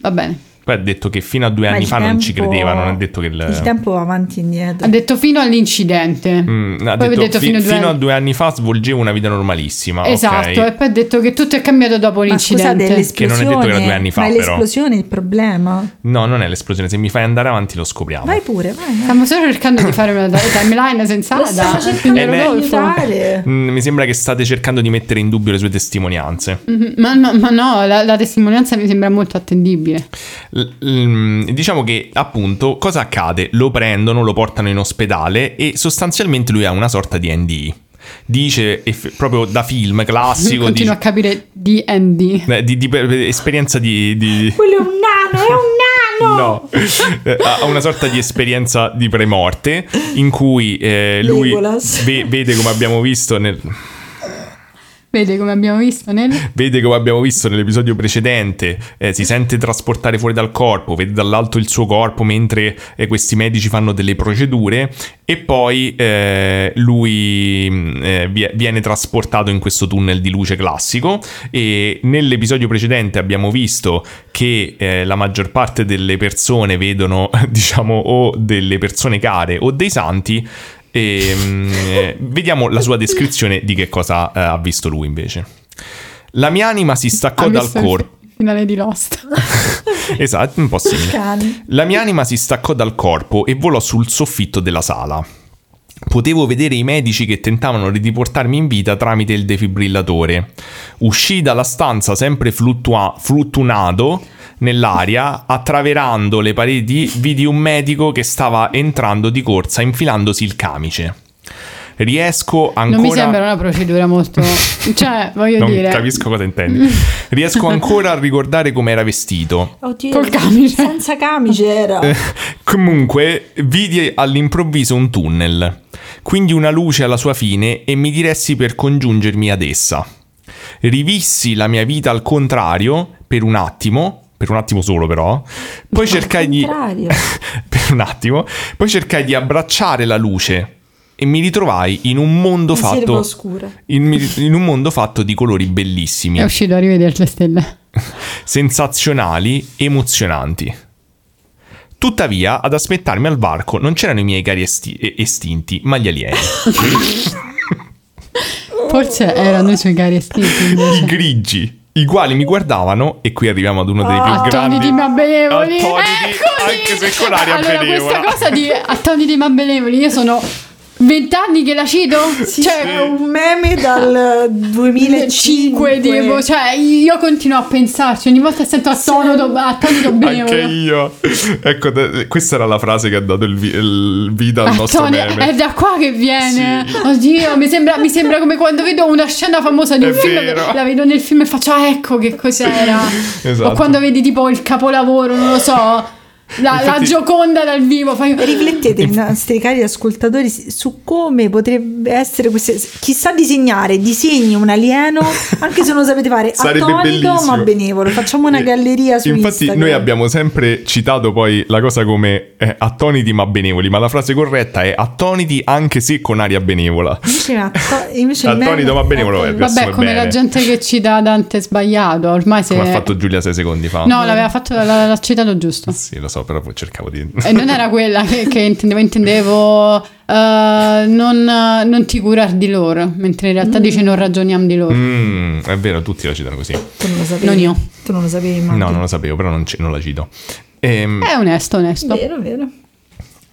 Speaker 1: Va bene.
Speaker 3: Poi ha detto che fino a due
Speaker 2: Ma
Speaker 3: anni
Speaker 2: il
Speaker 3: fa non ci
Speaker 2: tempo-
Speaker 3: credeva, non ha detto che il...
Speaker 2: Il tempo va avanti e
Speaker 1: Ha
Speaker 2: indietro.
Speaker 1: detto fino all'incidente.
Speaker 3: Mm, ha
Speaker 1: Poi ha
Speaker 3: detto,
Speaker 1: detto
Speaker 3: fi-
Speaker 1: fino a due anni-
Speaker 3: anni fa svolgevo una vita normalissima. Ah, ok?
Speaker 1: Esatto, e poi ha detto che tutto è cambiato dopo
Speaker 2: Ma
Speaker 1: l'incidente.
Speaker 2: scusate, l'esplosione.
Speaker 3: Che non è detto che era due anni fa,
Speaker 2: Ma è
Speaker 3: però.
Speaker 2: l'esplosione il problema.
Speaker 3: No, non è l'esplosione, se mi fai andare avanti lo scopriamo.
Speaker 2: Vai pure, vai. vai.
Speaker 1: Stiamo solo cercando di fare una timeline senza
Speaker 2: Lo stiamo
Speaker 1: data.
Speaker 2: cercando
Speaker 3: Eh,
Speaker 2: di
Speaker 3: beh.
Speaker 1: Rodolfo.
Speaker 2: aiutare.
Speaker 3: Mm, mi sembra che state cercando di mettere in dubbio le sue testimonianze.
Speaker 1: Mhm, Ma no, ma no, la, la testimonianza mi sembra molto attendibile.
Speaker 3: L- l- diciamo che appunto cosa accade? Lo prendono, lo portano in ospedale e sostanzialmente lui ha una sorta di NDI. Dice eff- proprio da film classico di,
Speaker 1: Continuo a capire DND.
Speaker 3: eh, di- di- per- esperienza di, di-
Speaker 2: Quello è un nano, è un nano.
Speaker 3: No, Eh, ha una sorta di esperienza di premorte in cui eh, lui
Speaker 2: Legolas.
Speaker 3: ve- vede come abbiamo visto nel,
Speaker 1: Vede come abbiamo visto nel...
Speaker 3: vede come abbiamo visto nell'episodio precedente, eh, si sente trasportare fuori dal corpo, vede dall'alto il suo corpo mentre eh, questi medici fanno delle procedure e poi eh, lui mh, eh, vie- viene trasportato in questo tunnel di luce classico e nell'episodio precedente abbiamo visto che eh, la maggior parte delle persone vedono diciamo o delle persone care o dei santi e mh, eh, vediamo la sua descrizione di che cosa eh, ha visto lui invece. La mia anima si staccò
Speaker 1: ha
Speaker 3: dal
Speaker 1: visto il
Speaker 3: corpo.
Speaker 1: Finale di Lost.
Speaker 3: Esatto, un po' simile.
Speaker 2: Cani.
Speaker 3: La mia anima si staccò dal corpo e volò sul soffitto della sala. Potevo vedere i medici che tentavano di riportarmi in vita tramite il defibrillatore. Uscii dalla stanza sempre fluttua- fluttunato nell'aria, attraverando le pareti, vidi un medico che stava entrando di corsa, infilandosi il camice. Riesco ancora...
Speaker 1: Non mi sembra una procedura molto... cioè, voglio
Speaker 3: Non
Speaker 1: dire...
Speaker 3: capisco cosa intendi. Riesco ancora a ricordare come era vestito.
Speaker 2: Oddio,
Speaker 1: Col camice.
Speaker 2: Senza camice era.
Speaker 3: Eh, Comunque, vidi all'improvviso un tunnel, quindi una luce alla sua fine e mi diressi per congiungermi ad essa. Rivissi la mia vita al contrario per un attimo, per un attimo solo però, poi cercai di...
Speaker 2: contrario.
Speaker 3: per un attimo, poi cercai di abbracciare la luce e mi ritrovai in un mondo
Speaker 2: Una sierva
Speaker 3: fatto...
Speaker 2: oscura.
Speaker 3: In, in un mondo fatto di colori bellissimi,
Speaker 1: È uscito a rivedere le stelle.
Speaker 3: sensazionali, emozionanti. Tuttavia, ad aspettarmi al varco non c'erano i miei cari esti- e- estinti, ma gli alieni.
Speaker 1: Forse erano i suoi cari estinti
Speaker 3: I
Speaker 1: invece.
Speaker 3: grigi, i quali mi guardavano, e qui arriviamo ad uno dei
Speaker 2: Ah,
Speaker 3: più grandi.
Speaker 1: Attoniti mabenevoli.
Speaker 3: attoniti,
Speaker 1: Eccoli!
Speaker 3: anche se con aria
Speaker 1: Ecco, allora,
Speaker 3: benevola.
Speaker 1: questa cosa di attoniti mabenevoli, io sono Vent'anni che la cito?
Speaker 2: cioè, è
Speaker 1: cioè,
Speaker 2: un meme dal 2005
Speaker 1: 5 tipo, cioè, io continuo a pensarci. Ogni volta sento attonito, attonito
Speaker 3: Anche
Speaker 1: Benevola.
Speaker 3: io. Ecco, te- questa era la frase che ha dato il, vi- il vita al nostro
Speaker 1: Attonio,
Speaker 3: meme.
Speaker 1: è da qua che viene. Oddio, mi sembra, mi sembra come quando vedo una scena famosa di
Speaker 3: È
Speaker 1: un film.
Speaker 3: vero.
Speaker 1: La vedo nel film e faccio, ah, ecco che cos'era.
Speaker 3: Esatto.
Speaker 1: O quando vedi tipo il capolavoro, non lo so, la, la
Speaker 3: Infatti-
Speaker 1: gioconda dal vivo. Fai...
Speaker 2: Riflettete, i nostri cari ascoltatori, si- su come potrebbe essere questa. Chissà disegnare, disegni un alieno, anche se non lo sapete fare,
Speaker 3: Sarebbe
Speaker 2: atonico
Speaker 3: bellissimo.
Speaker 2: ma benevolo. Facciamo una
Speaker 3: E-
Speaker 2: galleria su
Speaker 3: Infatti,
Speaker 2: Instagram.
Speaker 3: noi abbiamo sempre citato poi la cosa come eh, attoniti ma benevoli, ma la frase corretta è attoniti anche se con aria benevola.
Speaker 2: Invece, ma co- invece il
Speaker 3: Attonito,
Speaker 2: meme-
Speaker 3: va bene,
Speaker 2: Attonito.
Speaker 3: volevo vedere.
Speaker 1: Vabbè,
Speaker 3: Riassume
Speaker 1: come
Speaker 3: bene.
Speaker 1: la gente che ci dà Dante sbagliato. Ormai se...
Speaker 3: Come ha fatto Giulia sei secondi fa.
Speaker 1: No, l'aveva fatto, l'ha, l'ha citato giusto.
Speaker 3: Sì, lo so, però poi cercavo di...
Speaker 1: E non era quella che, che intendevo, intendevo eh, non, non ti curar di loro, mentre in realtà dice non ragioniamo di loro.
Speaker 3: Mm, è vero, tutti la citano così.
Speaker 2: Tu non lo sapevi.
Speaker 1: Non io.
Speaker 2: Tu non lo sapevi, ma.
Speaker 3: No, non lo sapevo, però non, ci- non la cito. Ehm,
Speaker 1: È onesto, onesto.
Speaker 2: Vero, vero.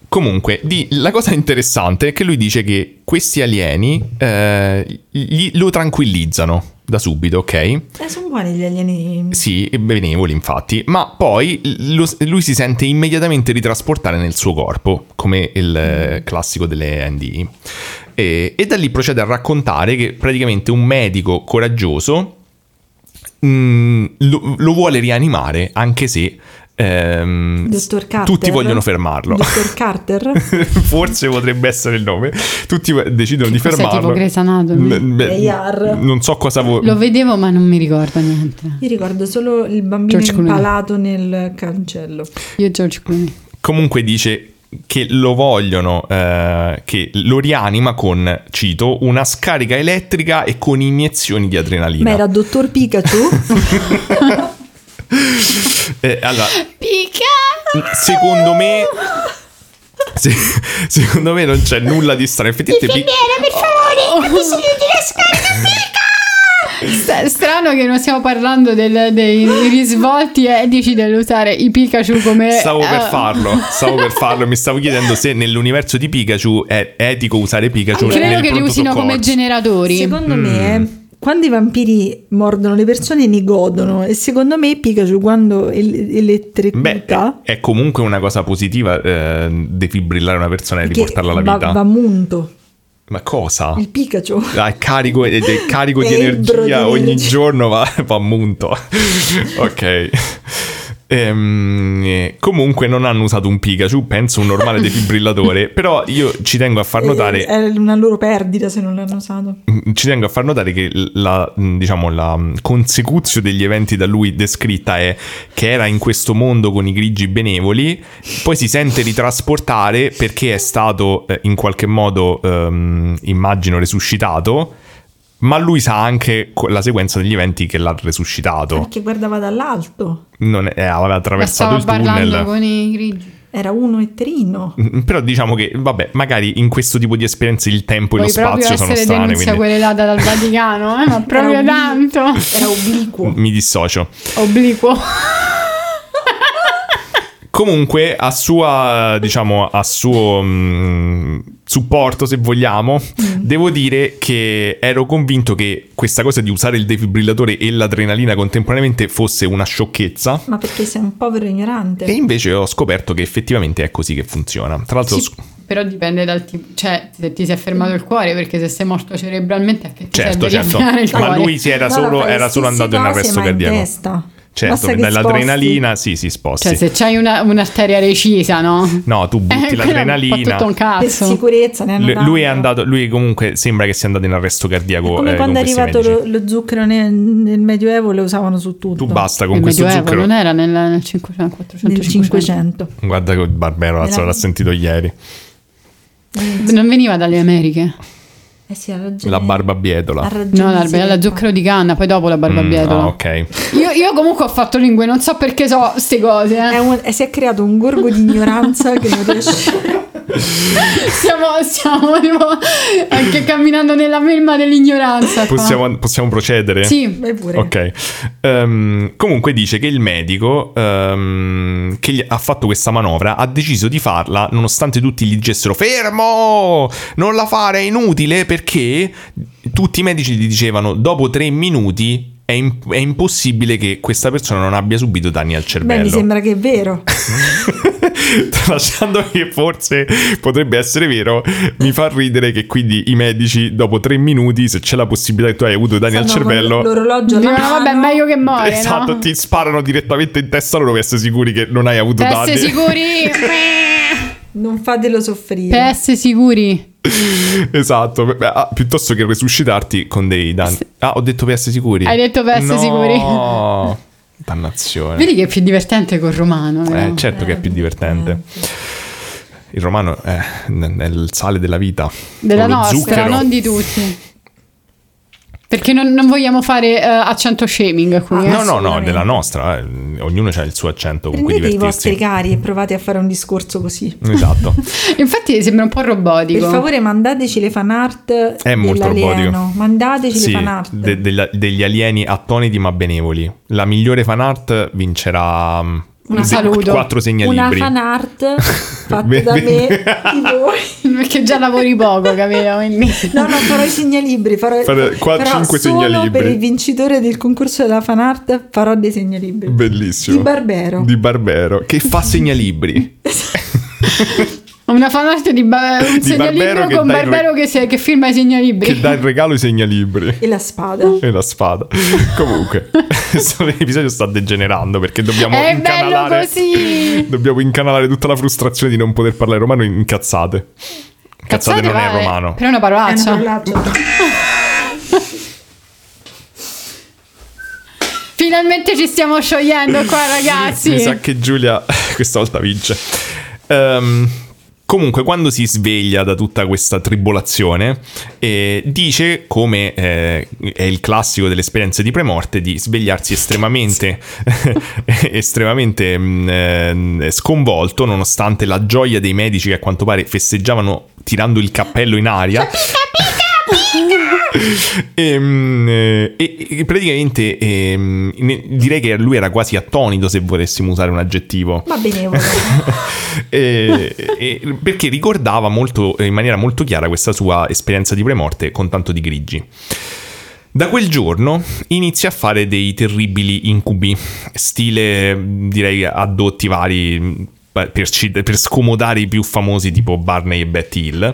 Speaker 3: Comunque, di- la cosa interessante è che lui dice che questi alieni eh, gli- lo tranquillizzano da subito, ok?
Speaker 2: Eh, sono buoni gli alieni.
Speaker 3: Sì, e benevoli infatti, ma poi lo- lui si sente immediatamente ritrasportare nel suo corpo, come il eh, classico delle NDI. E, e da lì procede a raccontare che praticamente un medico coraggioso mm, lo, lo vuole rianimare, anche se ehm,
Speaker 2: Dottor Carter.
Speaker 3: tutti vogliono fermarlo.
Speaker 2: Dottor Carter.
Speaker 3: Forse potrebbe essere il nome. Tutti decidono di
Speaker 1: Cos'è, tipo
Speaker 3: fermarlo.
Speaker 1: Grey's Anatomy?
Speaker 3: N- beh,
Speaker 2: AR.
Speaker 3: non so cosa vo-
Speaker 1: Lo vedevo ma non mi ricordo niente.
Speaker 2: Io ricordo solo il bambino
Speaker 1: George Clooney.
Speaker 2: impalato nel cancello.
Speaker 1: Io e George Clooney.
Speaker 3: comunque dice che lo vogliono, eh, che lo rianima con, cito, una scarica elettrica e con iniezioni di
Speaker 2: Ma
Speaker 3: adrenalina.
Speaker 2: era Dottor Pikachu?
Speaker 3: Eh, allora,
Speaker 1: Pika!
Speaker 3: secondo me... se- secondo me non c'è nulla di strano. Effettivamente... Pi-
Speaker 1: per favore, ho bisogno di Strano che non stiamo parlando del- dei risvolti etici dell'usare i Pikachu come...
Speaker 3: Stavo per
Speaker 1: eh,
Speaker 3: farlo, stavo per farlo, mi stavo chiedendo se nell'universo di Pikachu è etico usare Pikachu
Speaker 1: Credo
Speaker 3: nel
Speaker 1: che li
Speaker 3: pronto
Speaker 1: usino come
Speaker 3: soccorso.
Speaker 1: generatori.
Speaker 3: Mm.
Speaker 2: Secondo me, quando i vampiri mordono le persone ne godono e secondo me Pikachu quando el-
Speaker 3: Beh,
Speaker 2: elettrifica
Speaker 3: è comunque una cosa positiva eh, defibrillare una persona e
Speaker 2: perché
Speaker 3: riportarla alla
Speaker 2: va,
Speaker 3: vita.
Speaker 2: va munto.
Speaker 3: Ma cosa?
Speaker 2: Il Pikachu.
Speaker 3: Ah, è carico, ed è carico di
Speaker 2: È erbro di
Speaker 3: energia ogni
Speaker 2: energia.
Speaker 3: giorno va, va munto. ok. Ehm, eh, comunque non hanno usato un Pikachu, penso un normale defibrillatore, però io ci tengo a far
Speaker 2: Eh,
Speaker 3: notare
Speaker 2: È una loro perdita se non l'hanno usato.
Speaker 3: Mm, ci tengo a far notare che la, mm, diciamo, la mm, consecuzio degli eventi da lui descritta è che era in questo mondo con i grigi benevoli, poi si sente ritrasportare perché è stato eh, in qualche modo, ehm, immagino, resuscitato, ma lui sa anche co- la sequenza degli eventi che l'ha resuscitato,
Speaker 2: Perché guardava dall'alto.
Speaker 3: non è- eh, aveva
Speaker 1: Ma
Speaker 3: attraversato
Speaker 1: stavo
Speaker 3: il
Speaker 1: parlando
Speaker 3: tunnel.
Speaker 1: con i grigi.
Speaker 2: Era uno e trino.
Speaker 3: Mm, Però diciamo che, vabbè, magari in questo tipo di esperienze il tempo e
Speaker 1: Puoi
Speaker 3: lo
Speaker 1: proprio
Speaker 3: spazio sono
Speaker 1: essere
Speaker 3: strane.
Speaker 1: denunzia
Speaker 3: Quindi
Speaker 1: quella là dal Vaticano, eh, ma proprio
Speaker 2: Era un-
Speaker 1: tanto.
Speaker 2: Era obliquo.
Speaker 3: mi dissocio.
Speaker 1: Obliquo.
Speaker 3: Comunque, a sua, diciamo, a suo mh, supporto, se vogliamo,
Speaker 1: Mm.
Speaker 3: devo dire che ero convinto che questa cosa di usare il defibrillatore e l'adrenalina contemporaneamente fosse una sciocchezza.
Speaker 2: Ma perché sei un povero ignorante?
Speaker 3: E invece ho scoperto che effettivamente è così che funziona. Tra l'altro,
Speaker 1: Sì,
Speaker 3: sc-
Speaker 1: però dipende dal tipo, cioè se ti si è fermato il cuore, perché se sei morto cerebralmente a che ti serve
Speaker 3: certo, certo.
Speaker 1: riaffermare il
Speaker 3: Ma
Speaker 1: cuore?
Speaker 3: lui si era
Speaker 2: No,
Speaker 3: solo,
Speaker 2: fai le
Speaker 3: era solo
Speaker 2: stesse
Speaker 3: andato in
Speaker 2: cose, ma
Speaker 3: arresto
Speaker 2: in
Speaker 3: cardiaco.
Speaker 2: testa.
Speaker 3: Certo,
Speaker 2: Basta che
Speaker 3: dall'adrenalina si si sposti.
Speaker 1: Cioè se c'hai una- un'arteria recisa, no?
Speaker 3: No, tu butti
Speaker 1: Eh, quella fa
Speaker 3: l'adrenalina.
Speaker 1: tutto un
Speaker 2: sposti. Per
Speaker 1: cazzo.
Speaker 2: sicurezza ne hanno
Speaker 3: Lui- lui è
Speaker 2: tanto.
Speaker 3: andato, lui comunque sembra che sia andato in arresto cardiaco.
Speaker 2: Come
Speaker 3: eh,
Speaker 2: quando è
Speaker 3: con questi
Speaker 2: arrivato
Speaker 3: medici.
Speaker 2: lo, lo zucchero nel, nel Medioevo lo usavano su tutto.
Speaker 3: Tu basta con
Speaker 1: Il
Speaker 3: questo
Speaker 1: Eh, Medioevo
Speaker 3: zucchero.
Speaker 1: non era nel, nel 500, 400,
Speaker 2: Nel 500.
Speaker 3: Guarda che il Barbero
Speaker 2: Veramente.
Speaker 3: l'ha l'ha sentito ieri.
Speaker 1: Non veniva dalle Americhe.
Speaker 2: Eh sì, ha ragione.
Speaker 3: La
Speaker 2: Ha
Speaker 3: barbabietola.
Speaker 2: ragione
Speaker 1: No, l'albero, la
Speaker 2: Silvia.
Speaker 1: zucchero di canna, poi dopo la barbabietola.
Speaker 3: Ah, ok.
Speaker 1: io, io comunque ho fatto lingue, non so perché so ste cose. eh.
Speaker 2: È un- eh, si è creato un gorgo di ignoranza che non riesce.
Speaker 1: Siamo, siamo tipo, anche camminando nella melma dell'ignoranza. qua.
Speaker 3: Possiamo, possiamo procedere?
Speaker 1: Sì,
Speaker 2: Vai pure.
Speaker 3: Ok. Ehm, comunque dice che il medico ehm, che gli ha fatto questa manovra ha deciso di farla nonostante tutti gli dicessero fermo, non la fare, è inutile perché tutti i medici gli dicevano dopo tre minuti è, im- è impossibile che questa persona non abbia subito danni al
Speaker 2: Beh, mi
Speaker 3: cervello.
Speaker 2: sembra che è vero.
Speaker 3: Tralasciando che forse potrebbe essere vero, mi fa ridere che quindi i medici dopo tre minuti, se c'è la possibilità che tu hai avuto danni al
Speaker 2: Fanno con
Speaker 3: cervello,
Speaker 2: L'orologio. alla
Speaker 1: dicono, vabbè,
Speaker 2: mano.
Speaker 1: meglio che muore. no?"
Speaker 3: Esatto, ti sparano direttamente in testa loro per essere sicuri che non hai avuto
Speaker 1: Per
Speaker 3: danni.
Speaker 1: essere sicuri.
Speaker 2: Non fatelo soffrire.
Speaker 1: per essere
Speaker 3: Eh.
Speaker 1: sicuri.
Speaker 3: esatto, beh, ah, piuttosto che resuscitarti con dei danni. Ah, ho detto per essere sicuri.
Speaker 1: Hai detto per essere
Speaker 3: no.
Speaker 1: sicuri.
Speaker 3: Dannazione.
Speaker 1: Vedi che è più divertente col romano.
Speaker 3: Eh,
Speaker 1: però.
Speaker 3: certo che è più divertente.
Speaker 1: Eh.
Speaker 3: Il romano eh, n- è il sale della vita.
Speaker 1: Della
Speaker 3: Con lo
Speaker 1: nostra,
Speaker 3: zucchero.
Speaker 1: non di tutti. Perché non, non vogliamo fare eh, accento shaming qui. eh.
Speaker 3: No, no, no,
Speaker 2: Assolutamente.
Speaker 3: della nostra. eh. Ognuno ha il suo accento con cui
Speaker 2: Prendete i
Speaker 3: divertirsi.
Speaker 2: vostri cari e provate a fare un discorso così.
Speaker 3: Esatto.
Speaker 1: Infatti sembra un po' robotico.
Speaker 2: Per favore, mandateci le fan art.
Speaker 3: È molto
Speaker 2: dell'alieno.
Speaker 3: robotico.
Speaker 2: Mandateci
Speaker 3: Sì,
Speaker 2: le fan art.
Speaker 3: de- della- degli alieni attoniti ma benevoli. La migliore fan art vincerà mm,
Speaker 1: Un
Speaker 3: se-
Speaker 1: saluto.
Speaker 3: quattro
Speaker 2: Una
Speaker 3: segnalibri.
Speaker 2: fan art fatta
Speaker 3: Beh,
Speaker 2: da me,
Speaker 3: beh.
Speaker 2: di voi.
Speaker 1: Perché già lavori poco, capito? Quindi...
Speaker 2: No, non farò i segnalibri. Farò,
Speaker 3: Fare qua-
Speaker 2: però
Speaker 3: cinque
Speaker 2: solo
Speaker 3: segnalibri.
Speaker 2: Per il vincitore del concorso della fan art farò dei segnalibri.
Speaker 3: Bellissimo.
Speaker 2: Di Barbero.
Speaker 3: Di Barbero, che fa segnalibri.
Speaker 1: Una fanart di, ba- un
Speaker 3: Di
Speaker 1: segnalibro
Speaker 3: Barbero che
Speaker 1: con
Speaker 3: dai-
Speaker 1: Barbero che, se- che firma i segnalibri.
Speaker 3: che dà in regalo i segnalibri.
Speaker 2: E la spada.
Speaker 3: E la spada. Comunque, questo episodio sta degenerando perché dobbiamo
Speaker 1: È bello
Speaker 3: incanalare.
Speaker 1: così.
Speaker 3: Dobbiamo incanalare tutta la frustrazione di non poter parlare romano in cazzate. Cazzate, non è
Speaker 1: vabbè,
Speaker 3: romano.
Speaker 1: Però è una
Speaker 2: È una
Speaker 1: parolaccia.
Speaker 2: parolaccia.
Speaker 1: Finalmente ci stiamo sciogliendo qua, ragazzi.
Speaker 3: Mi sa che Giulia questa volta vince. Ehm, comunque, quando si sveglia da tutta questa tribolazione, eh, dice come eh, è il classico delle esperienze di premorte di svegliarsi estremamente, estremamente mh, ehm, sconvolto, nonostante la gioia dei medici che a quanto pare festeggiavano tirando il cappello in aria. Ehm, eh, E, e praticamente ehm, ne- direi che lui era quasi attonito se volessimo usare un aggettivo.
Speaker 2: Ma benevolo.
Speaker 3: E- e- perché ricordava molto, in maniera molto chiara questa sua esperienza di premorte con tanto di grigi. Da quel giorno inizia a fare dei terribili incubi, stile direi addotti vari per, ci- per scomodare i più famosi tipo Barney e Betty Hill.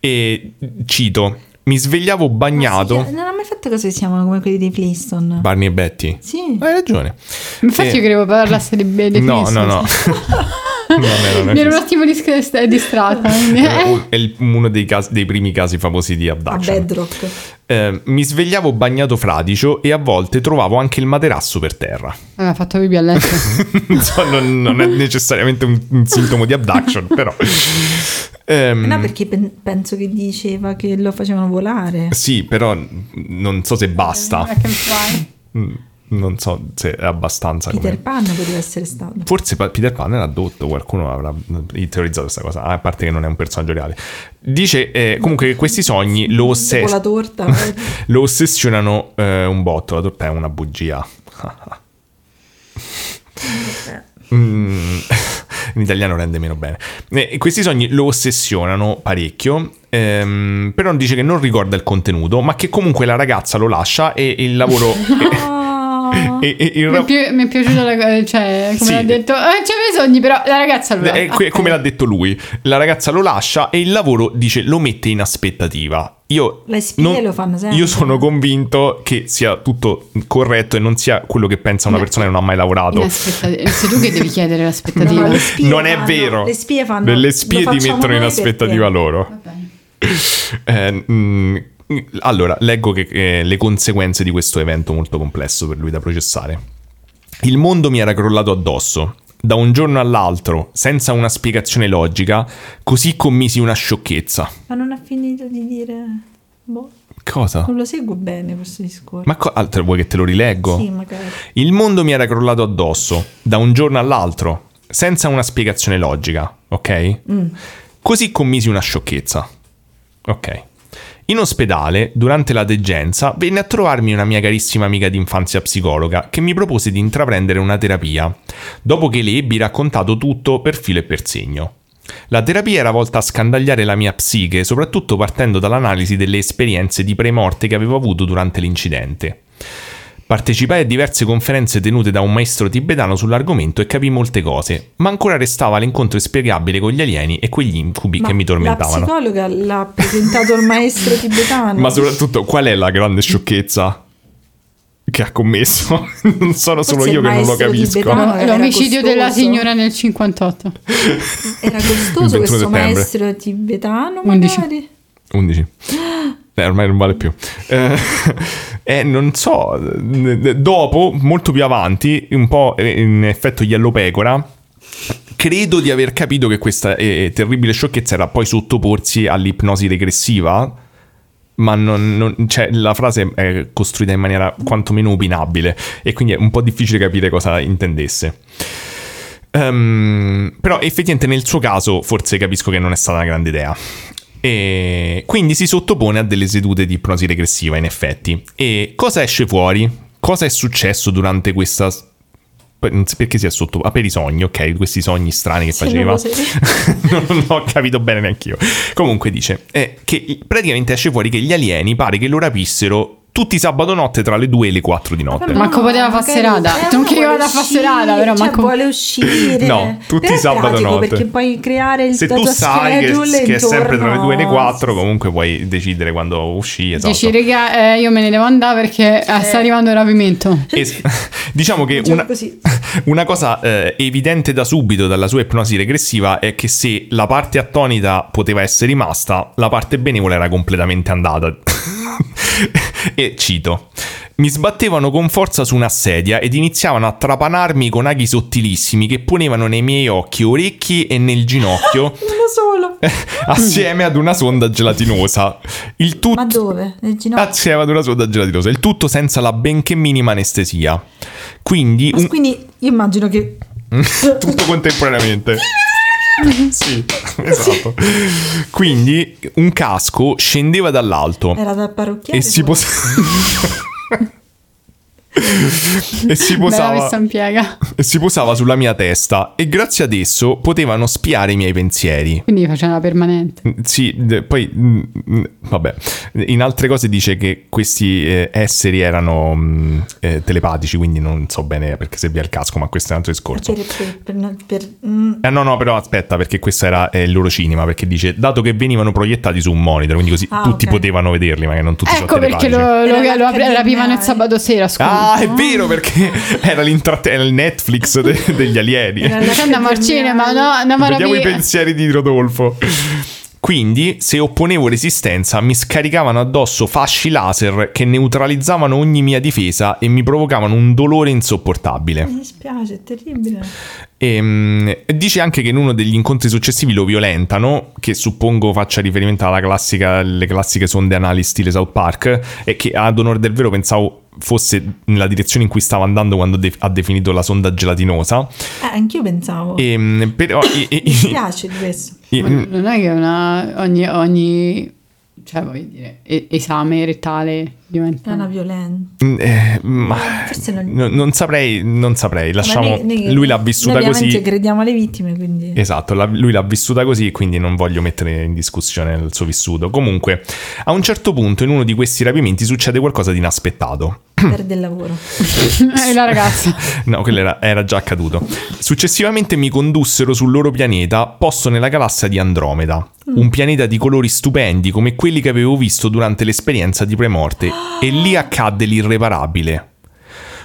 Speaker 3: E cito, mi svegliavo
Speaker 2: Ma
Speaker 1: eh,
Speaker 2: si
Speaker 3: bagnato.
Speaker 2: chiama- Non ho mai fatto cose che si chiamano come quelli dei Flintstone.
Speaker 3: Barney e Betty.
Speaker 2: Sì.
Speaker 3: Hai ragione.
Speaker 1: Infatti,
Speaker 3: Eh,
Speaker 1: io credevo parlasse di bene.
Speaker 3: No, no, no. No, no, no,
Speaker 1: Mi ero
Speaker 3: no.
Speaker 1: un attimo dis- distratta. quindi,
Speaker 3: Eh,
Speaker 1: eh.
Speaker 3: un- È il- uno dei, casi- dei primi casi famosi di
Speaker 2: A
Speaker 3: abduction.
Speaker 2: Bedrock.
Speaker 3: Eh, mi svegliavo bagnato fradicio e a volte trovavo anche il materasso per terra.
Speaker 1: Aveva Ah, fatto pipì a letto.
Speaker 3: Insomma, non, non è necessariamente un, un sintomo di abduction, però. Ehm,
Speaker 2: Eh, No, perché pen- penso che diceva che lo facevano volare.
Speaker 3: Sì, però non so se
Speaker 2: Eh,
Speaker 3: basta.
Speaker 1: Dragonfly.
Speaker 3: Mm, Non so se è abbastanza.
Speaker 2: Peter
Speaker 3: come-
Speaker 2: Pan poteva essere stato.
Speaker 3: Forse pa- Peter Pan era addotto, qualcuno avrà eh, teorizzato questa cosa, a parte che non è un personaggio reale. Dice eh, comunque che questi sogni lo, osse-
Speaker 2: Con la torta.
Speaker 3: lo ossessionano eh, un botto, la torta è una bugia. Mm, in italiano rende meno bene. Eh, questi sogni lo ossessionano parecchio, ehm, però dice che non ricorda il contenuto, ma che comunque la ragazza lo lascia e il lavoro...
Speaker 2: Ah.
Speaker 3: e- e- il
Speaker 1: Mi è
Speaker 3: ra-
Speaker 1: pi- mi è piaciuto, la- cioè, come
Speaker 3: Sì. Eh,
Speaker 1: l'ha detto, eh, c'è bisogno, però la ragazza lo
Speaker 3: È que- come l'ha detto lui, la ragazza lo lascia e il lavoro dice lo mette in aspettativa. Io,
Speaker 2: Le spie lo fanno sempre.
Speaker 3: io sono convinto che sia tutto corretto e non sia quello che pensa una persona che non ha mai lavorato.
Speaker 1: eh, sei tu che devi chiedere l'aspettativa.
Speaker 2: No, no, le spie
Speaker 3: non è
Speaker 2: fanno-
Speaker 3: vero.
Speaker 2: Le spie fanno.
Speaker 3: Le
Speaker 2: lo
Speaker 3: spie ti
Speaker 2: facciamo
Speaker 3: mettono in
Speaker 2: noi
Speaker 3: aspettativa
Speaker 2: perché-
Speaker 3: loro. Eh, mm, allora, leggo che, eh, le conseguenze di questo evento molto complesso per lui da processare. Il mondo mi era crollato addosso. Da un giorno all'altro, senza una spiegazione logica, così commisi una sciocchezza.
Speaker 2: Ma non ha finito di dire. Boh,
Speaker 3: Cosa?
Speaker 2: non lo seguo bene questo discorso.
Speaker 3: Ma co- altro vuoi che te lo rileggo?
Speaker 2: Sì, magari.
Speaker 3: Il mondo mi era crollato addosso, da un giorno all'altro, senza una spiegazione logica, ok?
Speaker 2: Mm.
Speaker 3: Così commisi una sciocchezza. Ok. In ospedale, durante la degenza, venne a trovarmi una mia carissima amica d'infanzia psicologa che mi propose di intraprendere una terapia, dopo che le ebbi raccontato tutto per filo e per segno. La terapia era volta a scandagliare la mia psiche, soprattutto partendo dall'analisi delle esperienze di premorte che avevo avuto durante l'incidente. Partecipai a diverse conferenze tenute da un maestro tibetano sull'argomento e capii molte cose, ma ancora restava l'incontro inspiegabile con gli alieni e quegli incubi che mi tormentavano.
Speaker 2: La psicologa l'ha presentato il maestro tibetano.
Speaker 3: Ma soprattutto, qual è la grande sciocchezza che ha commesso? non sono solo
Speaker 2: Forse
Speaker 3: io
Speaker 2: il
Speaker 3: che non lo
Speaker 2: maestro
Speaker 3: capisco.
Speaker 2: tibetano. era
Speaker 1: L'omicidio
Speaker 2: costoso.
Speaker 1: della signora nel 58.
Speaker 2: Era
Speaker 3: Il 21
Speaker 2: costoso questo
Speaker 3: settembre.
Speaker 2: maestro tibetano,
Speaker 1: Undici.
Speaker 2: magari.
Speaker 3: 11. Eh, ormai non vale più. Eh, eh, non so, eh, dopo, molto più avanti, un po' eh, in effetto Yellow Pecora, credo di aver capito che questa eh, terribile sciocchezza era poi sottoporsi all'ipnosi regressiva, ma non, non- cioè, la frase è costruita in maniera quantomeno opinabile e quindi è un po' difficile capire cosa intendesse. Ehm, però effettivamente nel suo caso forse capisco che non è stata una grande idea. E quindi si sottopone a delle sedute di ipnosi regressiva, in effetti. E cosa esce fuori? Cosa è successo durante questa. per- non so Perché si è sotto. Ah, per i sogni, ok? Questi sogni strani che
Speaker 2: Sì,
Speaker 3: faceva.
Speaker 2: non lo so.
Speaker 3: non, ho capito bene neanche io. Comunque dice eh, che praticamente esce fuori che gli alieni pare che lo rapissero tutti i sabato notte tra le 2 e le 4 di notte.
Speaker 1: Ma come poteva
Speaker 2: magari-
Speaker 1: Fasserada?
Speaker 2: Eh,
Speaker 1: Non
Speaker 2: uno
Speaker 1: che io
Speaker 2: vuole
Speaker 1: vada a Fasserada,
Speaker 2: uscire,
Speaker 1: però, ma
Speaker 2: cioè,
Speaker 1: com-
Speaker 2: vuole uscire.
Speaker 3: No, tutti
Speaker 2: Però è
Speaker 3: sabato
Speaker 2: pratico,
Speaker 3: notte.
Speaker 2: Perché puoi creare il
Speaker 3: se
Speaker 2: tuo
Speaker 3: tu sai che,
Speaker 2: schedule
Speaker 3: che è sempre tra le 2 e le
Speaker 2: intorno-
Speaker 3: 4, comunque puoi decidere quando usci. Esatto.
Speaker 1: Dici, raga, eh, io me ne devo andare perché eh, sta arrivando il rapimento.
Speaker 3: Es- diciamo che
Speaker 2: Già
Speaker 3: una,
Speaker 2: così.
Speaker 3: una cosa eh, evidente da subito dalla sua ipnosi regressiva è che se la parte attonita poteva essere rimasta, la parte benevola era completamente andata. e cito. Mi sbattevano con forza su una sedia ed iniziavano a trapanarmi con aghi sottilissimi che ponevano nei miei occhi, orecchi e nel ginocchio,
Speaker 2: Uno solo.
Speaker 3: assieme ad una sonda gelatinosa. Il
Speaker 2: Ma
Speaker 3: tutto
Speaker 2: dove? Nel ginocchio.
Speaker 3: assieme ad una sonda gelatinosa, il tutto senza la benché minima anestesia. Quindi un-
Speaker 2: Quindi io immagino che
Speaker 3: tutto contemporaneamente. Sì, esatto. Quindi un casco scendeva dall'alto
Speaker 2: era dal parrucchiere.
Speaker 3: e si
Speaker 2: poi.
Speaker 3: posava e si
Speaker 1: Bella
Speaker 3: posava
Speaker 1: messa in piega.
Speaker 3: e si posava sulla mia testa e grazie ad esso potevano spiare i miei pensieri.
Speaker 1: Quindi faceva la permanente.
Speaker 3: Sì, d- poi mm, mm, vabbè, in altre cose dice che questi eh, esseri erano mm, eh, telepatici, quindi non so bene perché serviva il casco, ma questo è un altro discorso.
Speaker 2: Per, per, per, per- mm,
Speaker 3: Eh, no, no, però aspetta, perché questo era eh, il loro cinema, perché dice, dato che venivano proiettati su un monitor, quindi così
Speaker 2: Ah,
Speaker 3: tutti
Speaker 2: ok.
Speaker 3: potevano vederli, ma che non tutti sono
Speaker 1: Ecco perché
Speaker 3: telepatici.
Speaker 1: lo, lo-
Speaker 2: Era
Speaker 1: lo ap-
Speaker 2: l'HDMI.
Speaker 1: rapivano il sabato sera, scusa.
Speaker 3: Ah, è vero, perché era, l'intrate- era il Netflix de- degli alieni.
Speaker 2: era
Speaker 1: Perché andiamo al cinema, no? Andiamo a
Speaker 3: Vediamo i
Speaker 1: rapi-
Speaker 3: pensieri di Rodolfo. Quindi, se opponevo resistenza, mi scaricavano addosso fasci laser che neutralizzavano ogni mia difesa e mi provocavano un dolore insopportabile.
Speaker 2: Mi dispiace, è terribile.
Speaker 3: Ehm, dice anche che in uno degli incontri successivi lo violentano, che suppongo faccia riferimento alla classica, alle classiche sonde anali stile South Park, e che ad onor del vero pensavo fosse nella direzione in cui stava andando quando de- ha definito la sonda gelatinosa.
Speaker 2: Eh, anch'io pensavo.
Speaker 3: Ehm, però... e- e-
Speaker 2: Mi dispiace di questo.
Speaker 3: e-
Speaker 1: Ma Non è che una, ogni, ogni cioè, voglio dire, e- esame rettale
Speaker 2: È
Speaker 1: diventa...
Speaker 2: una violenza.
Speaker 3: Eh, ma
Speaker 2: Forse non-
Speaker 3: non, non saprei, non saprei, lasciamo,
Speaker 2: Ma noi- noi-
Speaker 3: lui l'ha vissuta
Speaker 2: noi ovviamente
Speaker 3: così,
Speaker 2: crediamo alle vittime, quindi...
Speaker 3: esatto, la- lui l'ha vissuta così, quindi non voglio mettere in discussione il suo vissuto. Comunque, a un certo punto in uno di questi rapimenti succede qualcosa di inaspettato.
Speaker 2: perde il lavoro.
Speaker 1: e la ragazza.
Speaker 3: No, quello era, era già accaduto. Successivamente mi condussero sul loro pianeta, posto nella galassia di Andromeda, un
Speaker 2: Mm.
Speaker 3: pianeta di colori stupendi come quelli che avevo visto durante l'esperienza di premorte, e lì accadde l'irreparabile.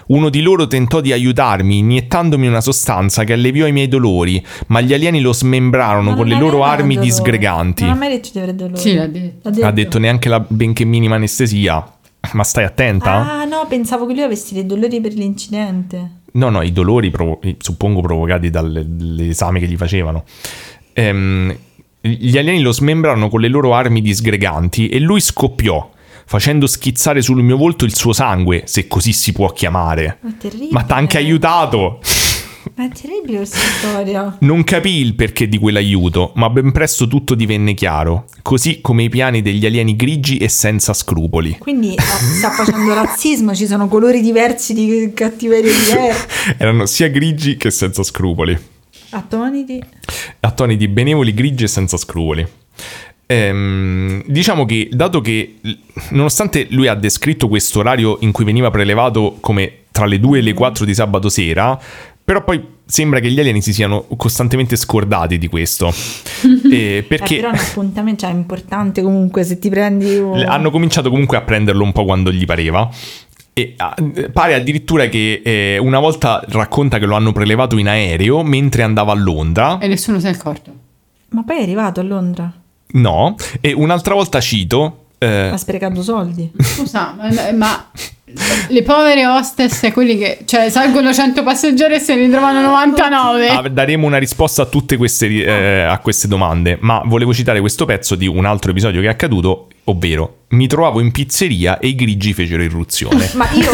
Speaker 3: Uno di loro tentò di aiutarmi iniettandomi una sostanza che alleviò i miei dolori, ma gli alieni lo smembrarono
Speaker 2: Ma
Speaker 3: con le
Speaker 2: non
Speaker 3: loro
Speaker 2: aveva
Speaker 3: armi
Speaker 2: dolore.
Speaker 3: disgreganti.
Speaker 2: Non ha mai detto di avere dolore.
Speaker 1: Sì, l'ha detto.
Speaker 3: Ha detto neanche la benché minima anestesia. Ma stai attenta?
Speaker 2: Ah, no, pensavo che lui avesse dei dolori per l'incidente.
Speaker 3: No, no, i dolori provo- suppongo provocati dall'esame che gli facevano. Ehm, gli alieni lo smembrarono con le loro armi disgreganti e lui scoppiò, facendo schizzare sul mio volto il suo sangue, se così si può chiamare.
Speaker 2: Ma è terribile.
Speaker 3: Ma t'ha anche aiutato!
Speaker 2: Ma è terribile questa storia.
Speaker 3: Non capì il perché di quell'aiuto, ma ben presto tutto divenne chiaro, così come i piani degli alieni grigi e senza scrupoli.
Speaker 2: Quindi eh, sta facendo razzismo, ci sono colori diversi di cattiverie diverse.
Speaker 3: Erano sia grigi che senza scrupoli.
Speaker 2: Atoniti.
Speaker 3: Attoniti benevoli, grigi e senza scrupoli. Ehm, diciamo che, dato che, l- nonostante lui ha descritto questo orario in cui veniva prelevato come tra le 2 e le 4 di sabato sera, però poi sembra che gli alieni si siano costantemente scordati di questo. Eh,
Speaker 2: Eh,
Speaker 3: perché
Speaker 2: però è un appuntamento cioè, è importante comunque se ti prendi... un-
Speaker 3: l- hanno cominciato comunque a prenderlo un po' quando gli pareva. E ah, pare addirittura che eh, una volta racconta che lo hanno prelevato in aereo mentre andava a Londra.
Speaker 1: E nessuno si è accorto.
Speaker 2: Ma poi è arrivato a Londra,
Speaker 3: No, e un'altra volta cito. eh,
Speaker 2: ha sprecato soldi.
Speaker 1: Scusa, ma, ma le povere hostess, quelli che cioè, salgono 100 passeggeri e se ne trovano 99.
Speaker 3: Ah, daremo una risposta a tutte queste, eh, a queste domande, ma volevo citare questo pezzo di un altro episodio che è accaduto, ovvero mi trovavo in pizzeria e i grigi fecero irruzione.
Speaker 2: Ma io...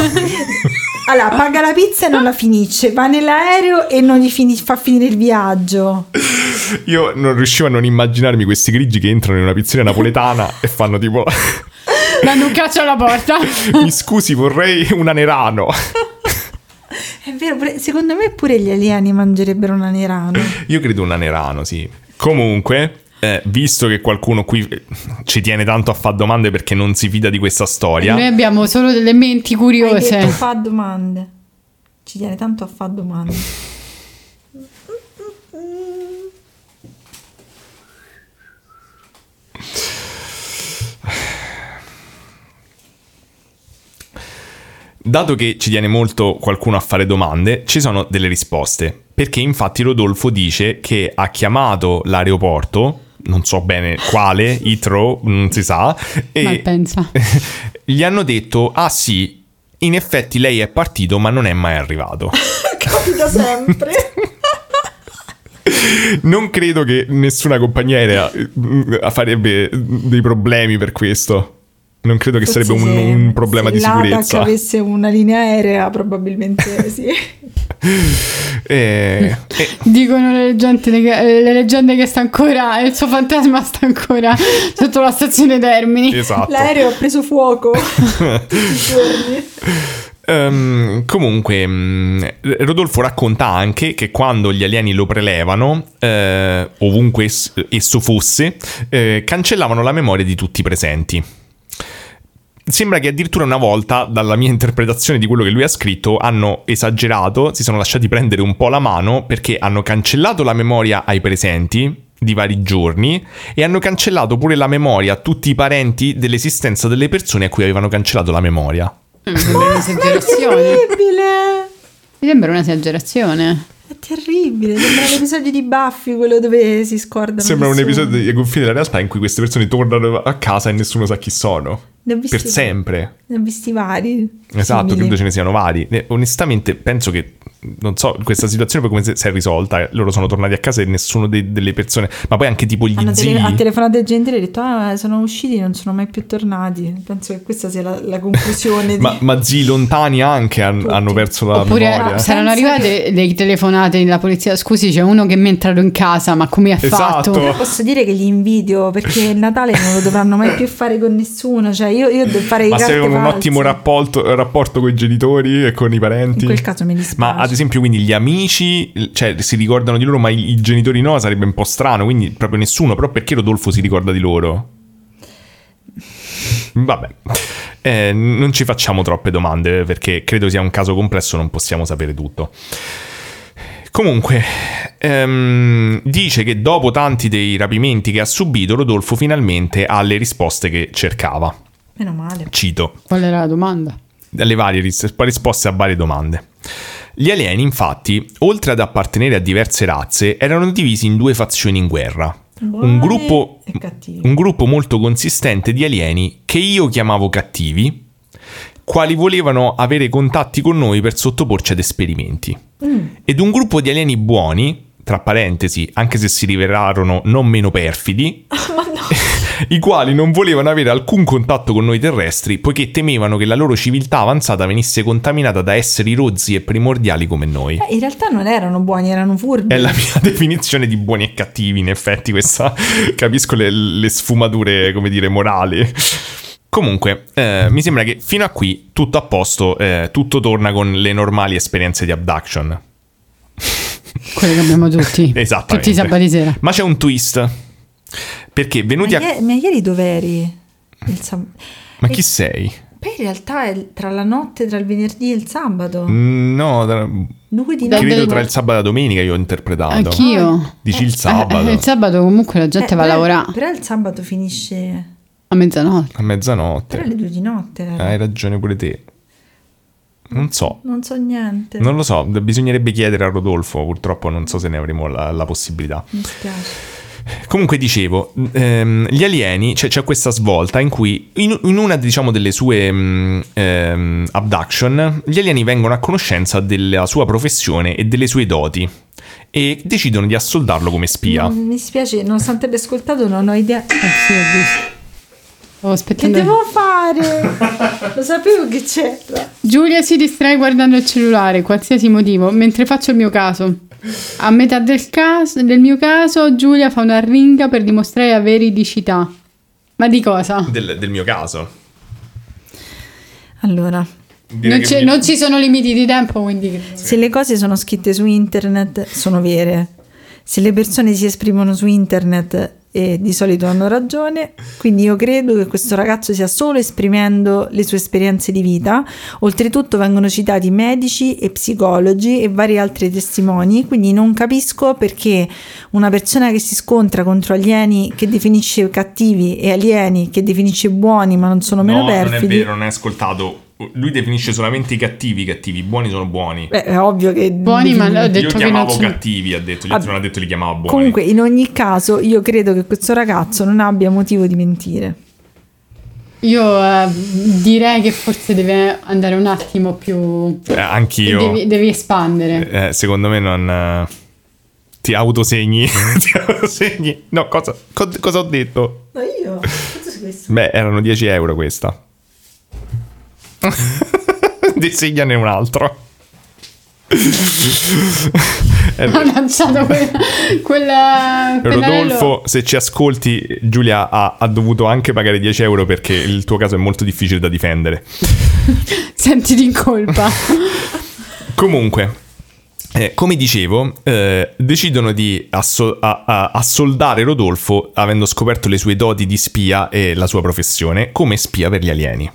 Speaker 2: allora, paga la pizza e non la finisce, va nell'aereo e non gli fini- fa finire il viaggio.
Speaker 3: Io non riuscivo a non immaginarmi questi grigi che entrano in una pizzeria napoletana e fanno tipo
Speaker 1: Danno un calcio alla porta.
Speaker 3: mi scusi vorrei un anerano.
Speaker 2: È vero, pure- secondo me pure gli alieni mangerebbero un anerano.
Speaker 3: Io credo un anerano, sì. Comunque, eh, visto che qualcuno qui eh, ci tiene tanto a fare domande perché non si fida di questa storia,
Speaker 1: Noi abbiamo solo delle menti
Speaker 2: Hai detto
Speaker 1: curiose.
Speaker 2: fa domande. Ci tiene tanto a fa domande.
Speaker 3: Dato che ci tiene molto qualcuno a fare domande, ci sono delle risposte. Perché infatti Rodolfo dice che ha chiamato l'aeroporto, non so bene quale, Itro, non si sa,
Speaker 1: Mal
Speaker 3: e
Speaker 1: pensa.
Speaker 3: gli hanno detto, ah sì, in effetti lei è partito ma non è mai arrivato.
Speaker 2: Capita sempre.
Speaker 3: Non credo che nessuna compagnia aerea eh, mh, farebbe dei problemi per questo. Non credo che sarebbe un, un problema di
Speaker 2: Se l'ATAC
Speaker 3: sicurezza.
Speaker 2: avesse una linea aerea probabilmente sì.
Speaker 3: Eh, eh,
Speaker 1: Dicono le leggende, che, le leggende che sta ancora, il suo fantasma sta ancora sotto la stazione Termini.
Speaker 3: esatto.
Speaker 2: L'aereo ha preso fuoco tutti i giorni.
Speaker 3: Ehm, comunque, mm, Rodolfo racconta anche che quando gli alieni lo prelevano, eh, ovunque es- esso fosse, eh, cancellavano la memoria di tutti i presenti. Sembra che addirittura una volta, dalla mia interpretazione di quello che lui ha scritto, hanno esagerato, si sono lasciati prendere un po' la mano perché hanno cancellato la memoria ai presenti di vari giorni e hanno cancellato pure la memoria a tutti i parenti dell'esistenza delle persone a cui avevano cancellato la memoria.
Speaker 1: Mi sembra un'esagerazione.
Speaker 2: È terribile.
Speaker 1: Mi sembra un'esagerazione.
Speaker 2: È terribile. Sembra l'episodio di Buffy, quello dove si scordano.
Speaker 3: Sembra un
Speaker 2: nessuno.
Speaker 3: episodio di confini della realtà in cui queste persone tornano a casa e nessuno sa chi sono.
Speaker 2: Ne ho visti,
Speaker 3: Per sempre.
Speaker 2: ne ho visti vari.
Speaker 3: Esatto,
Speaker 2: simili.
Speaker 3: credo ce ne siano vari. Eh, Onestamente penso che, non so, questa situazione poi come se- si è risolta. eh, Loro sono tornati a casa e nessuno de- delle persone, ma poi anche tipo gli
Speaker 2: Hanno
Speaker 3: zii.
Speaker 2: tele- ha telefonato il genitore e ha detto: Ah, sono usciti e non sono mai più tornati. Penso che questa sia la, la conclusione.
Speaker 3: ma,
Speaker 2: di...
Speaker 3: ma zii lontani anche han-
Speaker 2: Tutti.
Speaker 3: hanno perso la
Speaker 1: Oppure
Speaker 2: sa-
Speaker 3: memoria.
Speaker 1: saranno
Speaker 2: Penso
Speaker 1: arrivate le telefonate della polizia. Scusi, c'è uno che mi è entrato in casa, ma come ha
Speaker 3: Esatto.
Speaker 1: fatto?
Speaker 2: Posso dire che li invidio perché il Natale non lo dovranno mai più fare con nessuno. Cioè, io, io devo fare i
Speaker 3: Ma se
Speaker 2: carte
Speaker 3: avevano un
Speaker 2: false.
Speaker 3: ottimo rapporto, rapporto con i genitori e con i parenti.
Speaker 2: In quel caso mi dispiace.
Speaker 3: Ma ad esempio, quindi gli amici, cioè, si ricordano di loro, ma i, i genitori no, sarebbe un po' strano, quindi proprio nessuno. Però perché Rodolfo si ricorda di loro? Vabbè, Eh, non ci facciamo troppe domande perché credo sia un caso complesso, non possiamo sapere tutto. Comunque, ehm, dice che dopo tanti dei rapimenti che ha subito, Rodolfo finalmente ha le risposte che cercava.
Speaker 2: Meno male.
Speaker 3: Cito
Speaker 1: Qual era la domanda?
Speaker 3: dalle varie ris- risposte a varie domande. Gli alieni, infatti, oltre ad appartenere a diverse razze, erano divisi in due fazioni in guerra.
Speaker 2: Buoni
Speaker 3: Un gruppo,
Speaker 2: e cattivi.
Speaker 3: un gruppo molto consistente di alieni che io chiamavo cattivi, quali volevano avere contatti con noi per sottoporci ad esperimenti. Ed un gruppo di alieni buoni, tra parentesi, anche se si rivelarono non meno perfidi,
Speaker 2: Ma no,
Speaker 3: i quali non volevano avere alcun contatto con noi terrestri poiché temevano che la loro civiltà avanzata venisse contaminata da esseri rozzi e primordiali come noi.
Speaker 2: Eh, in realtà non erano buoni, erano furbi.
Speaker 3: È la mia definizione di buoni e cattivi, in effetti, questa capisco le, le sfumature, come dire, morali. Comunque, eh, mi sembra che fino a qui tutto a posto, eh, tutto torna con le normali esperienze di abduction.
Speaker 1: Quelle che abbiamo tutti.
Speaker 3: Esattamente.
Speaker 1: Tutti i sabati sera.
Speaker 3: Ma c'è un twist. Perché
Speaker 2: Ma,
Speaker 3: venuti a...
Speaker 2: ie- ma ieri dov'eri? Il sab-
Speaker 3: Ma chi sei?
Speaker 2: Poi in realtà è tra la notte, tra il venerdì e il sabato.
Speaker 3: No, tra-
Speaker 2: Lunedì
Speaker 1: Da-
Speaker 2: notte.
Speaker 3: credo
Speaker 1: del-
Speaker 3: Mm. tra il sabato e la domenica io ho interpretato.
Speaker 1: Anch'io.
Speaker 3: Dici il
Speaker 1: Eh, eh,
Speaker 3: sabato,
Speaker 1: il sabato comunque la gente
Speaker 2: Eh,
Speaker 1: va a
Speaker 2: però-
Speaker 1: lavorare
Speaker 2: Però il sabato finisce.
Speaker 1: a mezzanotte.
Speaker 3: a mezzanotte. Eh,
Speaker 2: Però alle due di notte. era.
Speaker 3: Hai ragione pure te. Non so,
Speaker 2: Non so niente.
Speaker 3: non lo so, bisognerebbe chiedere a Rodolfo, purtroppo non so se ne avremo la, la possibilità.
Speaker 2: Mi spiace.
Speaker 3: Comunque dicevo, ehm, gli alieni, c'è, c'è questa svolta in cui in, in una diciamo delle sue mh, ehm, abduction, gli alieni vengono a conoscenza della sua professione e delle sue doti e decidono di assoldarlo come spia.
Speaker 2: Non- mi spiace, nonostante abbia ascoltato, non ho idea.
Speaker 1: Stavo
Speaker 2: Che
Speaker 1: aspettando.
Speaker 2: devo fare? Lo sapevo che c'era.
Speaker 1: Giulia si distrae guardando il cellulare, qualsiasi motivo, mentre faccio il mio caso. A metà del, caso, del mio caso, Giulia fa una ringa per dimostrare la veridicità. Ma di cosa?
Speaker 3: Del, del mio caso.
Speaker 2: Allora,
Speaker 3: Dire
Speaker 1: Non,
Speaker 3: che
Speaker 1: c'è-
Speaker 3: mi-
Speaker 1: non ci sono limiti di tempo, quindi.
Speaker 2: se le cose sono scritte su internet, sono vere. Se le persone si esprimono su internet, eh, di solito hanno ragione. Quindi io credo che questo ragazzo sia solo esprimendo le sue esperienze di vita. Oltretutto vengono citati medici e psicologi e vari altri testimoni, quindi non capisco perché una persona che si scontra contro alieni che definisce cattivi e alieni che definisce buoni ma non sono meno
Speaker 3: no, non è
Speaker 2: perfidi.
Speaker 3: vero, non hai ascoltato. Lui definisce solamente i cattivi cattivi, i buoni sono buoni.
Speaker 2: Beh, è ovvio che
Speaker 1: Buoni, ma ho
Speaker 3: Io
Speaker 1: detto che non
Speaker 3: chiamavo
Speaker 1: sono.
Speaker 3: cattivi, ha detto, gli
Speaker 2: Ah,
Speaker 3: altri non ha detto li chiamavo buoni.
Speaker 2: Comunque, in ogni caso, io credo che questo ragazzo non abbia motivo di mentire.
Speaker 1: Io eh, direi che forse deve andare un attimo più.
Speaker 3: Eh, anch'io.
Speaker 1: Devi, devi espandere.
Speaker 3: Eh, secondo me non... eh, Ti autosegni. Ti autosegni. No, cosa, co- cosa ho detto?
Speaker 2: Ma io? Cosa questo?
Speaker 3: Beh, erano 10 euro questa. Disegnane un altro. Eh,
Speaker 1: Ha lanciato quel, quel pennarello.
Speaker 3: Rodolfo, se ci ascolti, Giulia ha, ha dovuto anche pagare 10 euro perché il tuo caso è molto difficile da difendere.
Speaker 1: Sentiti in colpa.
Speaker 3: Comunque, eh, come dicevo, eh, decidono di asso- a- a- assoldare Rodolfo avendo scoperto le sue doti di spia e la sua professione come spia per gli alieni.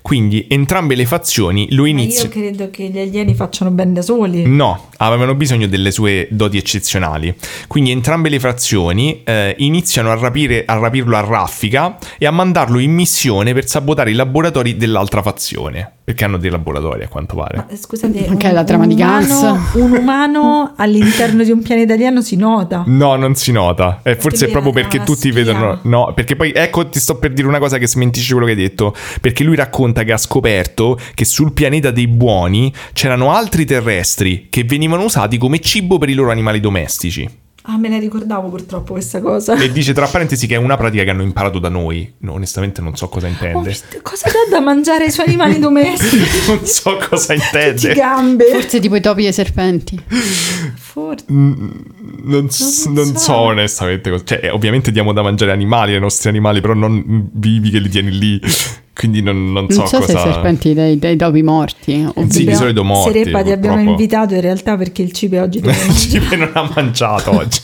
Speaker 3: Quindi entrambe le fazioni lo
Speaker 2: Io
Speaker 3: iniziano.
Speaker 2: credo che gli alieni facciano ben da soli.
Speaker 3: No, avevano bisogno delle sue doti eccezionali. Quindi entrambe le frazioni eh, iniziano a, rapire- a rapirlo a raffica e a mandarlo in missione per sabotare i laboratori dell'altra fazione. Perché hanno dei laboratori a quanto pare.
Speaker 2: Ma, eh, Scusate,
Speaker 1: Anche
Speaker 2: un-
Speaker 1: la trama
Speaker 2: un
Speaker 1: di
Speaker 2: umano,
Speaker 1: Gans.
Speaker 2: un umano all'interno di un pianeta alieno si nota.
Speaker 3: No, non si nota. Eh, forse è
Speaker 2: lui
Speaker 3: proprio
Speaker 2: era
Speaker 3: perché
Speaker 2: una
Speaker 3: tutti
Speaker 2: spia.
Speaker 3: vedono. No, perché poi ecco, ti sto per dire una cosa che smentisce quello che hai detto. Perché lui racconta che ha scoperto che sul pianeta dei buoni c'erano altri terrestri che venivano usati come cibo per i loro animali domestici.
Speaker 2: Ah, me la ricordavo purtroppo questa cosa.
Speaker 3: E dice tra parentesi che è una pratica che hanno imparato da noi. No, onestamente non so cosa
Speaker 2: Ho
Speaker 3: intende.
Speaker 2: visto- Oh, cosa dà da mangiare ai suoi animali domestici?
Speaker 3: Non so cosa
Speaker 2: Tutti
Speaker 3: intende.
Speaker 2: gambe.
Speaker 1: Forse tipo i topi e i serpenti.
Speaker 2: Forse.
Speaker 3: Non, s-
Speaker 2: Non
Speaker 3: non
Speaker 2: so.
Speaker 3: so onestamente. cosa- Cioè, eh, ovviamente diamo da mangiare animali ai nostri animali, però non vivi che li tieni lì. Quindi non, non so,
Speaker 1: Non so, se i
Speaker 3: cosa.
Speaker 1: serpenti dei, dei topi morti. eh, o
Speaker 3: Sì, di
Speaker 1: via.
Speaker 3: solito morti,
Speaker 2: Sereppa ti abbiamo
Speaker 3: purtroppo.
Speaker 2: invitato in realtà perché il cibo è oggi dove
Speaker 3: Il cibo non ha mangiato oggi.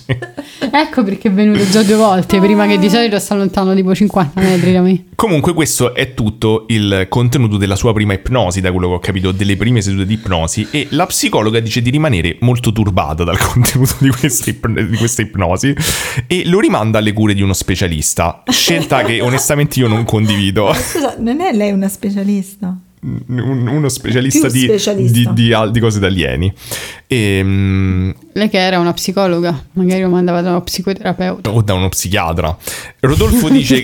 Speaker 1: Ecco perché è venuto già due volte, prima che di solito sta lontano tipo 50 metri da me.
Speaker 3: Comunque, questo è tutto il contenuto della sua prima ipnosi, da quello che ho capito, delle prime sedute di ipnosi. E la psicologa dice di rimanere molto turbata dal contenuto di questa, ip- di questa ipnosi e lo rimanda alle cure di uno specialista. Scelta che onestamente io non condivido.
Speaker 2: Scusa, non è lei una specialista?
Speaker 3: Un- uno specialista,
Speaker 2: Più
Speaker 3: di-
Speaker 2: specialista.
Speaker 3: Di, di al- di cose da alieni. Ehm,
Speaker 1: Lei che era una psicologa, magari lo mandava da uno psicoterapeuta.
Speaker 3: o da uno psichiatra. Rodolfo dice,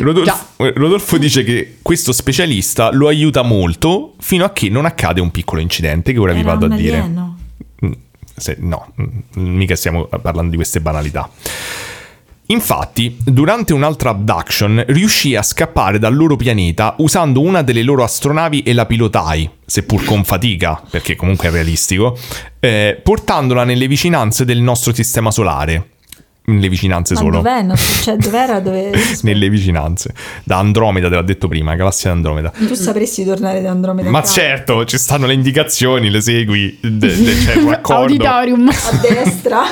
Speaker 3: Rodolfo, Rodolfo dice che questo specialista lo aiuta molto fino a che non accade un piccolo incidente che ora vi
Speaker 2: Era
Speaker 3: vado a
Speaker 2: un
Speaker 3: dire.
Speaker 2: alieno.
Speaker 3: Mm, se- no, mm, mica stiamo parlando di queste banalità. Infatti, durante un'altra abduction, riuscì a scappare dal loro pianeta usando una delle loro astronavi e la pilotai, seppur con fatica, perché comunque è realistico, eh, portandola nelle vicinanze del nostro sistema solare. Nelle vicinanze
Speaker 2: Ma
Speaker 3: solo.
Speaker 2: dov'è? Non so- cioè, dov'era? Dove...
Speaker 3: Nelle vicinanze. Da Andromeda, te l'ho detto prima, galassia di Andromeda.
Speaker 2: Tu sapresti tornare da Andromeda?
Speaker 3: Ma
Speaker 2: Cloud?
Speaker 3: certo, ci stanno le indicazioni, le segui, de- de- c'è un raccordo.
Speaker 1: Auditorium.
Speaker 2: A destra?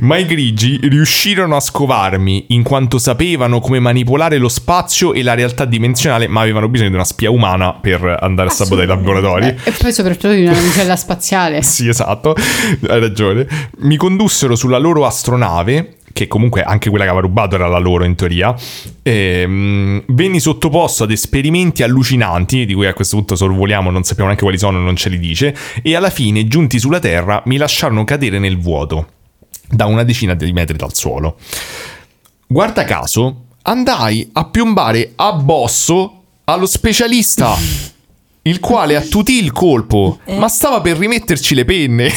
Speaker 3: Ma i grigi riuscirono a scovarmi in quanto sapevano come manipolare lo spazio e la realtà dimensionale, ma avevano bisogno di una spia umana per andare a sabotare i laboratori.
Speaker 1: E poi soprattutto di una navicella spaziale.
Speaker 3: Sì, esatto, hai ragione. Mi condussero sulla loro astronave, che comunque anche quella che aveva rubato era la loro in teoria. Ehm, venni sottoposto ad esperimenti allucinanti, di cui a questo punto sorvoliamo, non sappiamo neanche quali sono, non ce li dice. E alla fine, giunti sulla Terra, mi lasciarono cadere nel vuoto, da una decina di metri dal suolo. Guarda caso, andai a piombare a bosso allo specialista. Il quale attutì il colpo,
Speaker 2: Eh.
Speaker 3: ma stava per rimetterci le penne,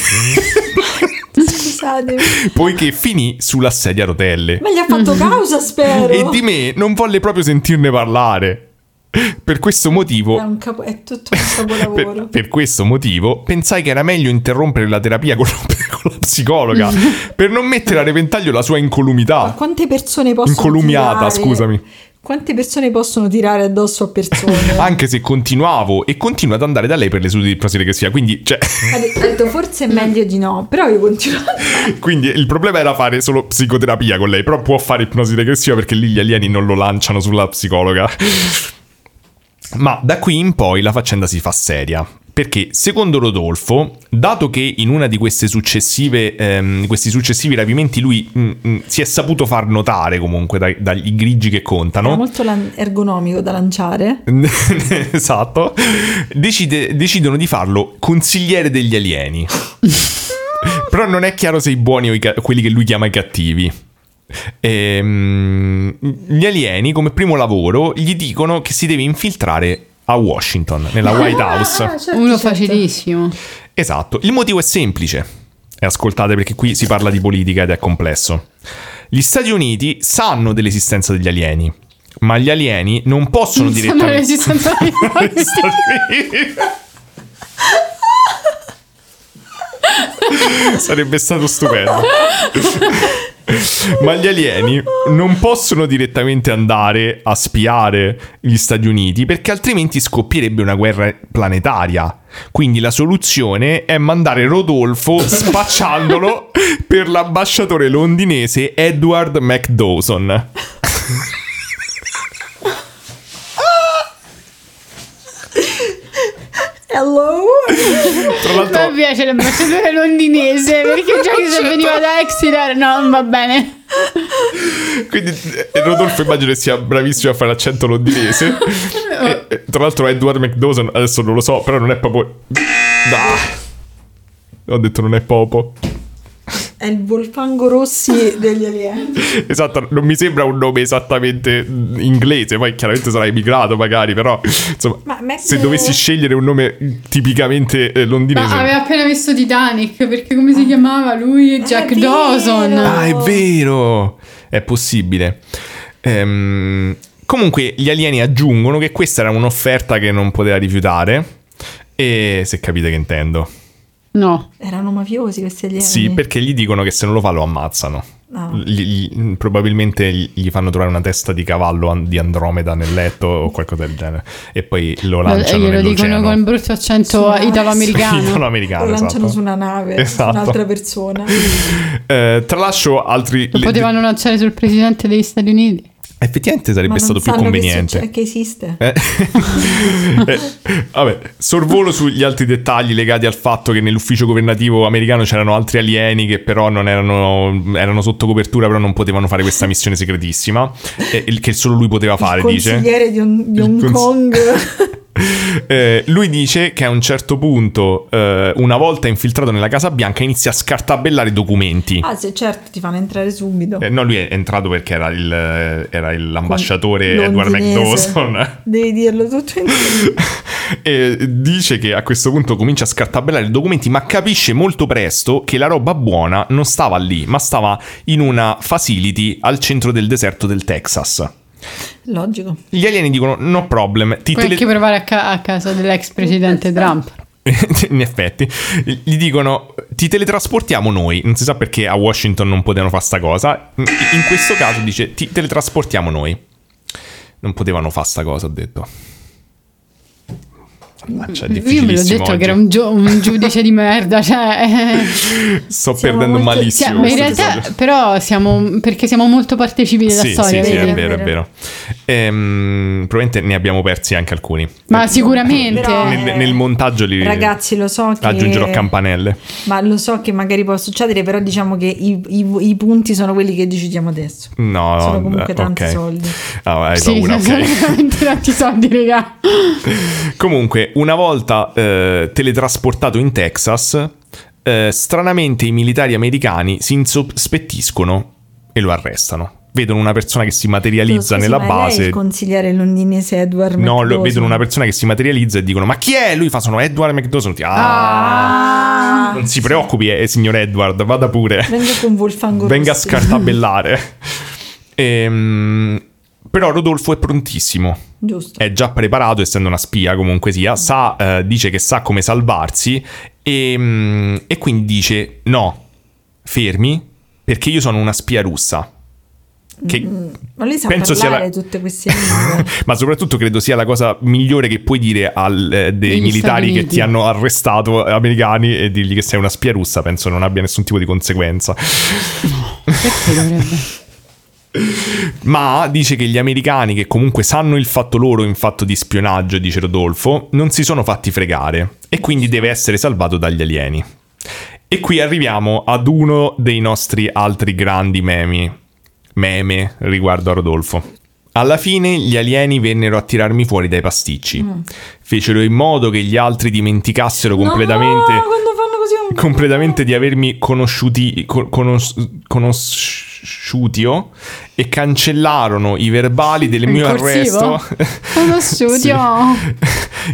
Speaker 2: Scusatemi.
Speaker 3: poiché finì sulla sedia a rotelle.
Speaker 2: Ma gli ha fatto causa, spero.
Speaker 3: E di me non volle proprio sentirne parlare. Per questo
Speaker 2: È,
Speaker 3: motivo.
Speaker 2: un capo- è tutto un
Speaker 3: Per,
Speaker 2: capolavoro.
Speaker 3: per questo motivo pensai che era meglio interrompere la terapia con, con la psicologa per non mettere a repentaglio la sua
Speaker 2: Ma
Speaker 3: incolumità.
Speaker 2: quante persone possono
Speaker 3: Incolumiata,
Speaker 2: tirare?
Speaker 3: scusami.
Speaker 2: Quante persone possono tirare addosso a persone?
Speaker 3: Anche se continuavo e continuo ad andare da lei per le sedute di profilassia. Quindi, cioè,
Speaker 2: Ha de- ha detto forse è meglio di no, però io continuo.
Speaker 3: Quindi il problema era fare solo psicoterapia con lei, però può fare ipnosi regressiva perché lì gli alieni non lo lanciano sulla psicologa. Ma da qui in poi la faccenda si fa seria. Perché, secondo Rodolfo, dato che in una di queste successive, ehm, questi successivi rapimenti lui mm, mm, si è saputo far notare comunque dai- dagli grigi che
Speaker 2: Era
Speaker 3: contano,
Speaker 2: molto lan- ergonomico da lanciare.
Speaker 3: esatto, Decide- decidono di farlo consigliere degli alieni. Però non è chiaro se i buoni o i ca- quelli che lui chiama i cattivi. Ehm, gli alieni, come primo lavoro, gli dicono che si deve infiltrare a Washington, nella White
Speaker 2: Ah,
Speaker 3: House.
Speaker 2: certo,
Speaker 1: Uno
Speaker 2: certo.
Speaker 1: facilissimo.
Speaker 3: Esatto, il motivo è semplice. E ascoltate perché qui si parla di politica ed è complesso. Gli Stati Uniti sanno dell'esistenza degli alieni, ma gli alieni non possono
Speaker 1: Sono
Speaker 3: direttamente...
Speaker 1: resistenti ai morti.
Speaker 3: Sarebbe stato stupendo. Ma gli alieni non possono direttamente andare a spiare gli Stati Uniti perché altrimenti scoppierebbe una guerra planetaria. Quindi la soluzione è mandare Rodolfo spacciandolo per l'ambasciatore londinese Edward McDawson.
Speaker 2: Hello.
Speaker 3: Tra
Speaker 1: Ma
Speaker 3: l'altro,
Speaker 1: Mi piace l'ambasciatore londinese perché già che se veniva da Exeter, no, non va bene.
Speaker 3: Quindi eh, Rodolfo immagino che sia bravissimo a fare l'accento londinese. E, eh, tra l'altro Edward McDawson, adesso non lo so, però non è proprio... Ah! Ho detto non è popo.
Speaker 2: È il Volfango Rossi degli alieni.
Speaker 3: Esatto, non mi sembra un nome esattamente mm, inglese, poi chiaramente sarà emigrato magari, però insomma,
Speaker 2: Ma Mac-
Speaker 3: se dovessi scegliere un nome tipicamente eh,
Speaker 1: Ma
Speaker 3: londinese...
Speaker 1: aveva appena visto Titanic perché come si chiamava lui? Jack
Speaker 2: Ah, vero.
Speaker 1: Dawson.
Speaker 3: Ah, è vero! È possibile. Ehm, comunque, gli alieni aggiungono che questa era un'offerta che non poteva rifiutare. E se capite che intendo.
Speaker 1: No.
Speaker 2: Erano mafiosi questi alieni.
Speaker 3: Sì, perché gli dicono che se non lo fa lo ammazzano.
Speaker 2: Ah.
Speaker 3: Gli- gli- probabilmente gli gli fanno trovare una testa di cavallo an- di Andromeda nel letto o qualcosa del genere. E poi lo
Speaker 1: E
Speaker 3: lanciano
Speaker 1: glielo dicono
Speaker 3: nell'oceano.
Speaker 1: con un brutto accento
Speaker 2: Sì. eh,
Speaker 1: italo-americano.
Speaker 3: americano
Speaker 2: Lo lanciano su una nave, su un'altra
Speaker 3: Esatto.
Speaker 2: persona.
Speaker 3: Eh, tralascio altri...
Speaker 1: Lo
Speaker 3: le-
Speaker 1: potevano lanciare sul presidente degli Stati Uniti.
Speaker 3: Effettivamente sarebbe
Speaker 2: Ma
Speaker 3: stato
Speaker 2: non
Speaker 3: più
Speaker 2: sanno che
Speaker 3: conveniente.
Speaker 2: succe- Che, esiste.
Speaker 3: Eh, eh, vabbè, sorvolo sugli altri dettagli legati al fatto che nell'ufficio governativo americano c'erano altri alieni che però non erano, erano sotto copertura, però non potevano fare questa missione segretissima, eh, il- che solo lui poteva fare,
Speaker 2: il
Speaker 3: dice.
Speaker 2: consigliere di, Hong- di
Speaker 3: Il
Speaker 2: Hong
Speaker 3: cons-
Speaker 2: Kong.
Speaker 3: Eh, lui dice che a un certo punto, eh, una volta infiltrato nella Casa Bianca, inizia a scartabellare i documenti.
Speaker 2: ah, sì, certo, ti fanno entrare subito.
Speaker 3: Eh, no, lui è entrato perché era, il- era l'ambasciatore Edward
Speaker 2: Londinese.
Speaker 3: McDawson.
Speaker 2: Devi dirlo tutto in
Speaker 3: E dice che a questo punto comincia a scartabellare i documenti, ma capisce molto presto che la roba buona non stava lì, ma stava in una facility al centro del deserto del Texas.
Speaker 2: Logico.
Speaker 3: Gli alieni dicono: No problem. Ti
Speaker 1: Puoi
Speaker 3: tele-
Speaker 1: anche provare a, ca- a casa dell'ex presidente
Speaker 2: Esatto.
Speaker 1: Trump.
Speaker 3: in effetti, gli dicono: Ti teletrasportiamo noi. Non si sa perché a Washington non potevano fare sta cosa. In in questo caso dice: Ti teletrasportiamo noi. Non potevano fare sta cosa, ho detto. Mannaggia, è
Speaker 1: Io ve l'ho
Speaker 3: difficilissimo
Speaker 1: detto che
Speaker 3: oggi.
Speaker 1: era un, gio- un giudice di merda, cioè...
Speaker 3: Sto
Speaker 2: Siamo
Speaker 3: perdendo
Speaker 2: molto-
Speaker 1: Cioè,
Speaker 3: malissimo.
Speaker 1: ma in
Speaker 3: questo
Speaker 1: realtà,
Speaker 3: episodio.
Speaker 1: però, siamo perché siamo molto partecipi della
Speaker 3: Sì,
Speaker 1: storia,
Speaker 3: sì, sì,
Speaker 1: vedi?
Speaker 3: è vero, è vero. Ehm, probabilmente ne abbiamo persi anche alcuni.
Speaker 1: Ma
Speaker 3: Eh,
Speaker 1: sicuramente.
Speaker 2: Però-
Speaker 3: nel, nel montaggio li
Speaker 2: Ragazzi, lo so che...
Speaker 3: aggiungerò campanelle.
Speaker 2: Ma lo so che magari può succedere, però diciamo che i, i- i punti sono quelli che decidiamo adesso.
Speaker 3: No,
Speaker 2: sono
Speaker 3: no,
Speaker 2: comunque
Speaker 3: eh,
Speaker 2: tanti
Speaker 3: ok.
Speaker 2: soldi.
Speaker 3: Ah, hai
Speaker 1: Sì,
Speaker 3: paura,
Speaker 1: sono
Speaker 3: ok.
Speaker 1: veramente tanti soldi, regà.
Speaker 3: Comunque, una volta eh, teletrasportato in Texas, eh, stranamente i militari americani si insospettiscono e lo arrestano. Vedono una persona che si materializza
Speaker 2: Scusi,
Speaker 3: nella
Speaker 2: ma lei è
Speaker 3: base.
Speaker 2: il consigliere londinese Edward
Speaker 3: No, lo-
Speaker 2: McDowson?
Speaker 3: vedono una persona che si materializza e dicono: Ma chi è? Lui fa: Sono Edward McDowson. Ah,
Speaker 2: Ah,
Speaker 3: non si preoccupi, eh, signor Edward, vada pure.
Speaker 2: venga con Wolfgang
Speaker 3: Venga a
Speaker 2: Rossi.
Speaker 3: scartabellare. Ehm, però Rodolfo è prontissimo.
Speaker 2: Giusto.
Speaker 3: È già preparato, essendo una spia comunque sia. Sa, eh, dice che sa come salvarsi. E, mm, e quindi dice: No, fermi, perché io sono una spia russa. Che
Speaker 2: Ma lei sa
Speaker 3: penso sia
Speaker 2: parlare
Speaker 3: la-
Speaker 2: tutte queste lingue.
Speaker 3: ma soprattutto credo sia la cosa migliore che puoi dire al, eh, dei
Speaker 1: Degli Stati
Speaker 3: militari che
Speaker 1: Uniti.
Speaker 3: ti hanno arrestato eh, americani e dirgli che sei una spia russa, penso non abbia nessun tipo di conseguenza.
Speaker 1: Perché dovrebbe?
Speaker 3: Ma dice che gli americani, che comunque sanno il fatto loro in fatto di spionaggio, dice Rodolfo, non si sono fatti fregare e quindi deve essere salvato dagli alieni. E qui arriviamo ad uno dei nostri altri grandi memi, meme riguardo a Rodolfo. Alla fine gli alieni vennero a tirarmi fuori dai pasticci. Fecero in modo che gli altri dimenticassero completamente
Speaker 2: No, quando fanno così è un...
Speaker 3: completamente di avermi conosciuti, co- conos- conosciutio e cancellarono i verbali del
Speaker 1: In
Speaker 3: mio
Speaker 1: corsivo?
Speaker 3: arresto.
Speaker 1: Uno studio.
Speaker 3: Sì.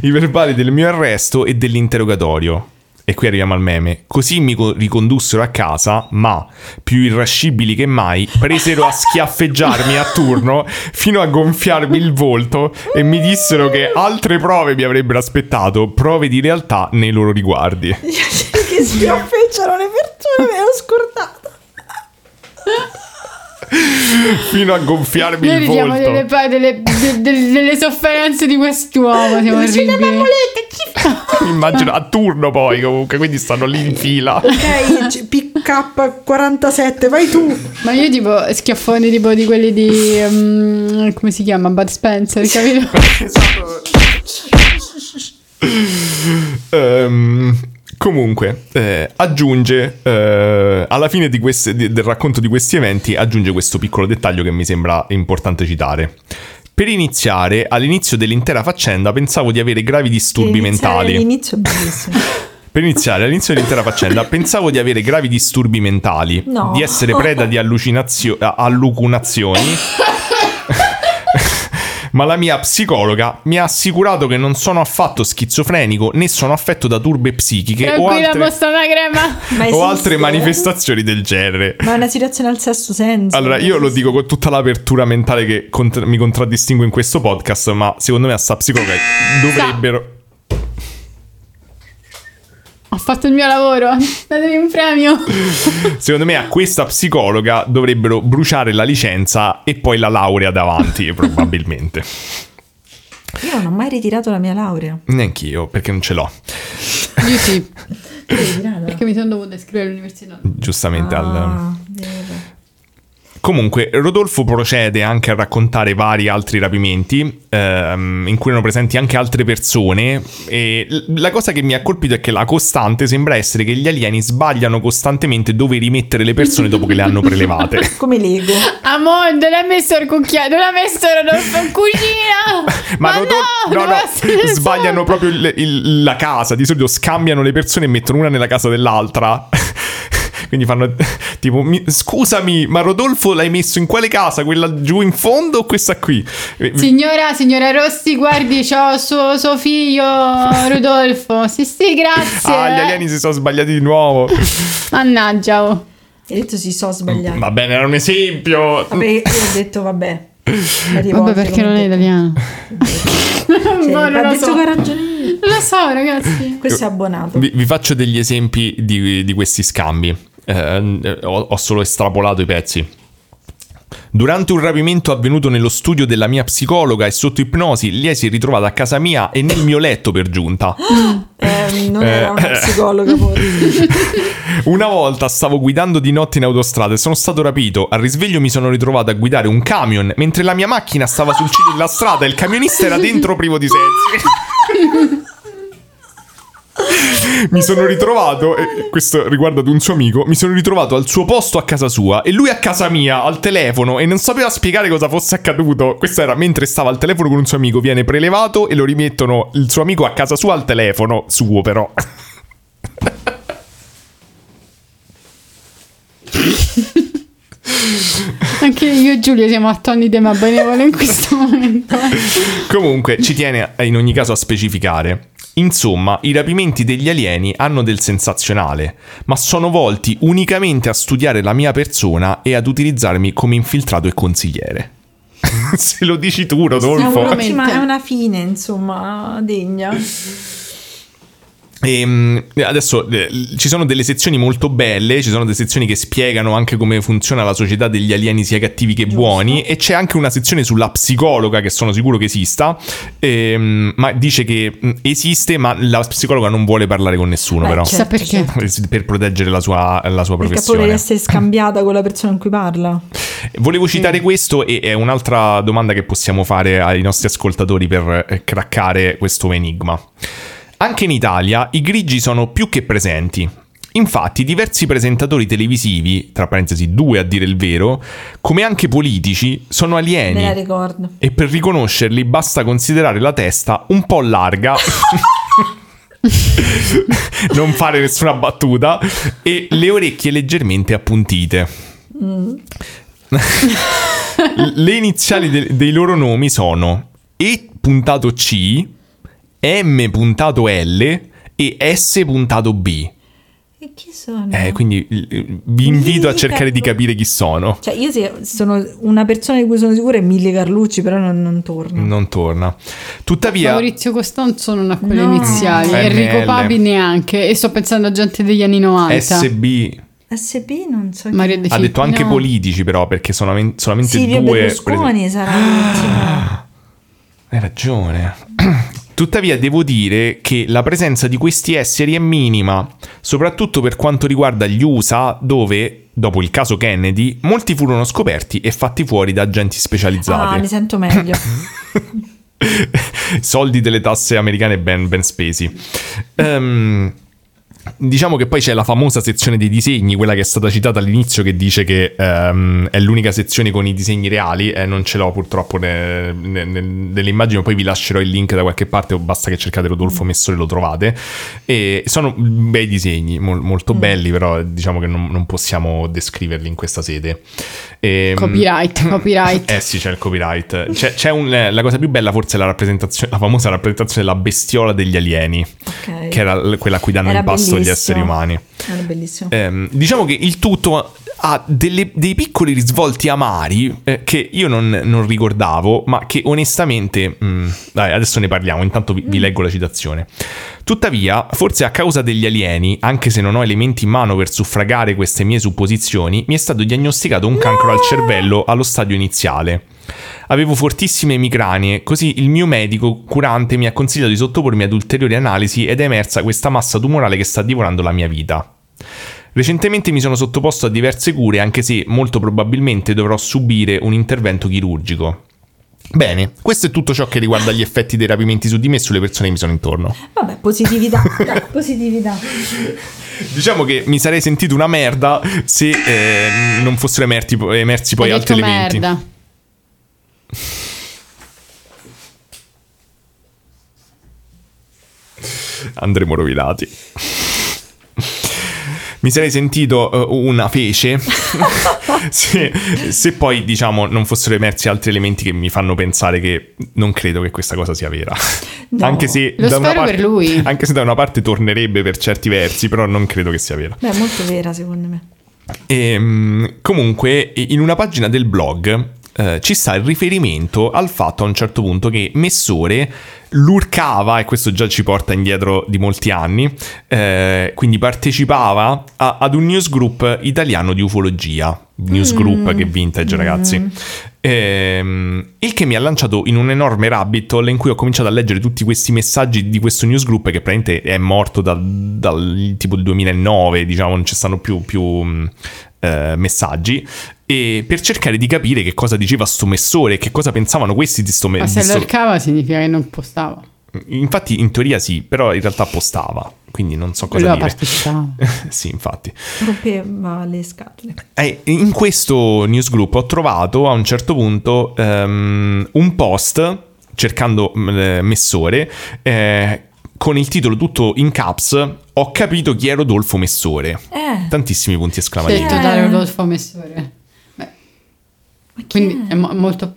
Speaker 3: I verbali del mio arresto e dell'interrogatorio. E qui arriviamo al meme. Così mi co- ricondussero a casa, ma più irascibili che mai, presero a schiaffeggiarmi a turno fino a gonfiarmi il volto e mi dissero che altre prove mi avrebbero aspettato, prove di realtà nei loro riguardi.
Speaker 2: che schiaffeggiano le persone, me l'ho scordata.
Speaker 3: fino a gonfiarmi
Speaker 1: Noi diciamo ridiamo
Speaker 3: il volto.
Speaker 1: delle, pa- delle- de- de- delle sofferenze di quest'uomo. Siamo orribili.
Speaker 3: Immagino a turno poi comunque, quindi stanno lì in fila.
Speaker 2: Ok, PK47, vai tu.
Speaker 1: Ma io tipo schiaffoni tipo di quelli di. mm, come si chiama? Bud Spencer, capito?
Speaker 3: Ehm, comunque, eh, aggiunge eh, alla fine di queste- di- del racconto di questi eventi, aggiunge questo piccolo dettaglio che mi sembra importante citare. Per iniziare, all'inizio dell'intera faccenda pensavo di avere gravi disturbi mentali.
Speaker 2: All'inizio è bellissimo.
Speaker 3: Per iniziare, all'inizio dell'intera faccenda, pensavo di avere gravi disturbi mentali,
Speaker 2: No.
Speaker 3: di essere preda di allucinazio- a- allucunazioni. Ma la mia psicologa mi ha assicurato che non sono affatto schizofrenico né sono affetto da turbe psichiche o
Speaker 1: Tranquilla,
Speaker 3: altre,
Speaker 1: posta una crema.
Speaker 2: Ma
Speaker 3: o
Speaker 2: esiste?
Speaker 3: altre manifestazioni del genere.
Speaker 2: Ma è una situazione al sesto senso.
Speaker 3: Allora, io lo dico con tutta l'apertura mentale che cont- mi contraddistingue in questo podcast, ma secondo me a sta psicologa dovrebbero.
Speaker 1: Ho fatto il mio lavoro. Datemi un premio.
Speaker 3: Secondo me a questa psicologa dovrebbero bruciare la licenza e poi la laurea davanti, probabilmente.
Speaker 2: Io non ho mai ritirato la mia laurea.
Speaker 3: Neanch'io, perché non ce l'ho.
Speaker 1: Io sì,
Speaker 2: Ritirata.
Speaker 1: perché mi sono dovuta iscrivere all'università.
Speaker 3: Giustamente al...
Speaker 2: Ah, vero.
Speaker 3: Comunque, Rodolfo procede anche a raccontare vari altri rapimenti, ehm, in cui erano presenti anche altre persone. E l- la cosa che mi ha colpito è che la costante sembra essere che gli alieni sbagliano costantemente dove rimettere le persone dopo che le hanno prelevate.
Speaker 2: Come Lego.
Speaker 1: Amore, non l'ha messo il cucchiaio, non l'ha messo Rodolfo in cucina.
Speaker 3: Ma, Rodol-
Speaker 1: no,
Speaker 3: no, no,
Speaker 1: doveva essere solo-
Speaker 3: sbagliano proprio il- il- la casa. Di solito scambiano le persone e mettono una nella casa dell'altra. Quindi fanno Tipo, mi- scusami, ma Rodolfo l'hai messo in quale casa? Quella giù in fondo o questa qui? Eh,
Speaker 1: Signora, signora Rossi, guardi, c'ho suo, suo figlio Rodolfo. Sì, sì, grazie.
Speaker 3: Ah, gli alieni si sono sbagliati di nuovo.
Speaker 1: Mannaggia, oh.
Speaker 2: Hai detto si so sbagliato.
Speaker 3: Va bene, era un esempio.
Speaker 2: Vabbè, io ho detto vabbè.
Speaker 1: Vabbè, perché non è italiano?
Speaker 2: Ma
Speaker 1: Boh, non
Speaker 2: Cioè, ha
Speaker 1: lo
Speaker 2: detto
Speaker 1: so.
Speaker 2: che ha ragione.
Speaker 1: Non lo so, ragazzi.
Speaker 2: Questo è abbonato.
Speaker 3: Vi, vi faccio degli esempi di, di questi scambi. Eh, ho, ho solo estrapolato i pezzi. Durante un rapimento avvenuto nello studio della mia psicologa e sotto ipnosi, lei si è ritrovata a casa mia e nel mio letto per giunta.
Speaker 2: Eh, non era una psicologa forse.
Speaker 3: Una volta stavo guidando di notte in autostrada e sono stato rapito. Al risveglio mi sono ritrovato a guidare un camion mentre la mia macchina stava sul ciglio della strada e il camionista era dentro privo di sensi. Mi sono ritrovato, e questo riguarda ad un suo amico, mi sono ritrovato al suo posto a casa sua e lui a casa mia, al telefono, e non sapeva spiegare cosa fosse accaduto. Questo era mentre stava al telefono con un suo amico, viene prelevato e lo rimettono il suo amico a casa sua al telefono, suo però.
Speaker 1: Anche io e Giulia siamo attonni tema benevolo in questo momento.
Speaker 2: Certo,
Speaker 3: Comunque, ci tiene eh, in ogni caso a specificare. Insomma, i rapimenti degli alieni hanno del sensazionale, ma sono volti unicamente a studiare la mia persona e ad utilizzarmi come infiltrato e consigliere. Se lo dici tu,
Speaker 2: È
Speaker 3: Rodolfo.
Speaker 1: Sicuramente.
Speaker 2: un'ottima- è una fine, insomma, degna.
Speaker 3: Ehm, adesso eh, l- ci sono delle sezioni molto belle, ci sono delle sezioni che spiegano anche come funziona la società degli alieni sia cattivi che buoni e c'è anche una sezione sulla psicologa che sono sicuro che esista, ehm, ma dice che mh, esiste ma la psicologa non vuole parlare con nessuno
Speaker 2: Beh,
Speaker 3: però
Speaker 1: Chissà
Speaker 2: Certo,
Speaker 1: perché.
Speaker 2: certo.
Speaker 3: per proteggere la sua, la sua
Speaker 2: Perché poi devi
Speaker 3: professione.
Speaker 2: essere scambiata con la persona con cui parla.
Speaker 3: Volevo citare questo e è un'altra domanda che possiamo fare ai nostri ascoltatori per eh, craccare questo enigma. Anche in Italia i grigi sono più che presenti. Infatti diversi presentatori televisivi, tra parentesi due a dire il vero, come anche politici, sono
Speaker 2: Me la
Speaker 3: alieni
Speaker 2: ricordo.
Speaker 3: e per riconoscerli basta considerare la testa un po' larga. non fare nessuna battuta e le orecchie leggermente appuntite. le iniziali de- dei loro nomi sono E puntato C, M puntato L e S puntato B.
Speaker 2: E chi sono?
Speaker 3: Eh, quindi eh, vi invito a cercare di capire chi sono.
Speaker 2: Cioè, io se sono una persona di cui sono sicura è Mille Carlucci, però non, non torno.
Speaker 3: Non torna. Tuttavia,
Speaker 1: Maurizio Costanzo non ha quelle
Speaker 2: No.
Speaker 1: iniziali,
Speaker 3: ML.
Speaker 1: Enrico Papi neanche. E sto pensando a gente degli anni
Speaker 3: Eh,
Speaker 1: 90.
Speaker 3: SB
Speaker 2: SB non so chi
Speaker 1: Maria
Speaker 2: è.
Speaker 1: De
Speaker 3: Ha
Speaker 1: Sì,
Speaker 3: detto anche
Speaker 1: no.
Speaker 3: politici, però, perché sono amen- solamente
Speaker 2: Silvio
Speaker 3: due. prese-
Speaker 2: Berlusconi Ah. sarà l'ultima.
Speaker 3: Hai ragione. Tuttavia, devo dire che la presenza di questi esseri è minima, soprattutto per quanto riguarda gli USA, dove, dopo il caso Kennedy, molti furono scoperti e fatti fuori da agenti
Speaker 2: Ah, mi
Speaker 3: specializzati.
Speaker 2: sento meglio.
Speaker 3: Soldi delle tasse americane ben, ben spesi. Ehm, Diciamo che poi c'è la famosa sezione dei disegni, quella che è stata citata all'inizio, che dice che ehm, è l'unica sezione con i disegni reali. eh, non ce l'ho purtroppo ne- ne- ne- nelle immagini, poi vi lascerò il link da qualche parte. O basta che cercate
Speaker 1: Mm.
Speaker 3: Rodolfo Messore e lo trovate. E sono bei disegni, mol- molto
Speaker 1: Mm.
Speaker 3: belli, però diciamo che non, non possiamo descriverli in questa sede. Ehm,
Speaker 1: Copyright, copyright.
Speaker 3: eh sì, c'è il copyright. C'è, c'è un- la cosa più bella, forse, è la, rappresentazione- la famosa rappresentazione della bestiola degli alieni,
Speaker 2: Ok.
Speaker 3: che era l- quella a cui danno
Speaker 2: Era
Speaker 3: in pasto gli
Speaker 2: bellissimo.
Speaker 3: esseri umani.
Speaker 2: Era bellissimo.
Speaker 3: Ehm, diciamo che il tutto ha delle- dei piccoli risvolti amari eh, che io non, non ricordavo, ma che onestamente. mm, dai, adesso ne parliamo, intanto vi,
Speaker 2: Mm.
Speaker 3: vi leggo la citazione. Tuttavia, forse a causa degli alieni, anche se non ho elementi in mano per suffragare queste mie supposizioni, mi è stato diagnosticato un cancro al cervello allo stadio iniziale. Avevo fortissime emicranie, così il mio medico curante mi ha consigliato di sottopormi ad ulteriori analisi ed è emersa questa massa tumorale che sta divorando la mia vita. Recentemente mi sono sottoposto a diverse cure, anche se molto probabilmente dovrò subire un intervento chirurgico. Bene, questo è tutto ciò che riguarda gli effetti dei rapimenti su di me e sulle persone che mi sono intorno.
Speaker 2: Vabbà, Eh, positività. dai, positività.
Speaker 3: Diciamo che mi sarei sentito una merda se eh, non fossero emerti- emersi poi
Speaker 1: Hai
Speaker 3: altri
Speaker 1: detto
Speaker 3: elementi.
Speaker 1: merda.
Speaker 3: andremo rovinati. Mi mi sarei sentito eh, una fece se, se poi, diciamo, non fossero emersi altri elementi che mi fanno pensare che non credo che questa cosa sia vera.
Speaker 2: No.
Speaker 3: Anche se
Speaker 1: Lo
Speaker 3: da una
Speaker 1: spero per
Speaker 3: parte,
Speaker 1: lui.
Speaker 3: Anche se da una parte tornerebbe per certi versi, però non credo che sia vera.
Speaker 2: Beh, è molto vera secondo me.
Speaker 3: Ehm, comunque, in una pagina del blog eh, ci sta il riferimento al fatto a un certo punto che Messore lurcava, e questo già ci porta indietro di molti anni, eh, quindi partecipava a- ad un newsgroup italiano di ufologia. Newsgroup che vintage, ragazzi. Ehm, il che mi ha lanciato in un enorme rabbit hole in cui ho cominciato a leggere tutti questi messaggi di questo newsgroup che praticamente è morto dal, dal tipo del 2009, diciamo, non ci stanno più, più mh, eh, messaggi. E per cercare di capire che cosa diceva sto messore, che cosa pensavano questi di sto
Speaker 1: Ma Ah, se
Speaker 3: messore.
Speaker 1: lurcava significa che non postava.
Speaker 3: Infatti, in teoria sì, però in realtà postava, quindi non so cosa
Speaker 1: Lui
Speaker 3: dire.
Speaker 1: partecipava.
Speaker 3: sì, infatti.
Speaker 2: Rompeva le scatole.
Speaker 3: Eh, in questo newsgroup ho trovato a un certo punto ehm, un post cercando mm, eh, Messore eh, con il titolo tutto in caps ho capito chi è Rodolfo Messore.
Speaker 2: Eh,
Speaker 3: Tantissimi punti esclamativi.
Speaker 1: Scelto da Rodolfo Messore. Beh,
Speaker 2: ma chi
Speaker 1: quindi
Speaker 2: è?
Speaker 1: è mo- molto,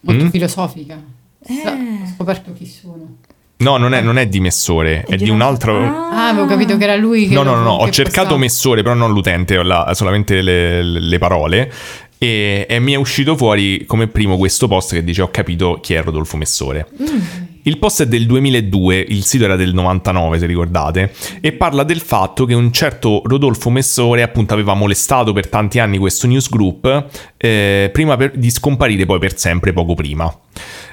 Speaker 1: molto
Speaker 3: Mm?
Speaker 1: filosofica. Sa-
Speaker 2: Eh.
Speaker 1: Ho scoperto chi sono.
Speaker 3: No, non è, non è di Messore, è, di un altro...
Speaker 1: Ah, avevo capito che era lui che
Speaker 3: No, no,
Speaker 1: lo-
Speaker 3: no, no, ho
Speaker 1: che
Speaker 3: cercato
Speaker 1: postava.
Speaker 3: Messore, però non l'utente, ho la- solamente le, le parole. E, e mi è uscito fuori come primo questo post che dice ho capito chi è Rodolfo Messore.
Speaker 2: Mm.
Speaker 3: Il post è del 2002, il sito era del 99 se ricordate, e parla del fatto che un certo Rodolfo Messore appunto aveva molestato per tanti anni questo newsgroup eh, prima per- di scomparire poi per sempre poco prima.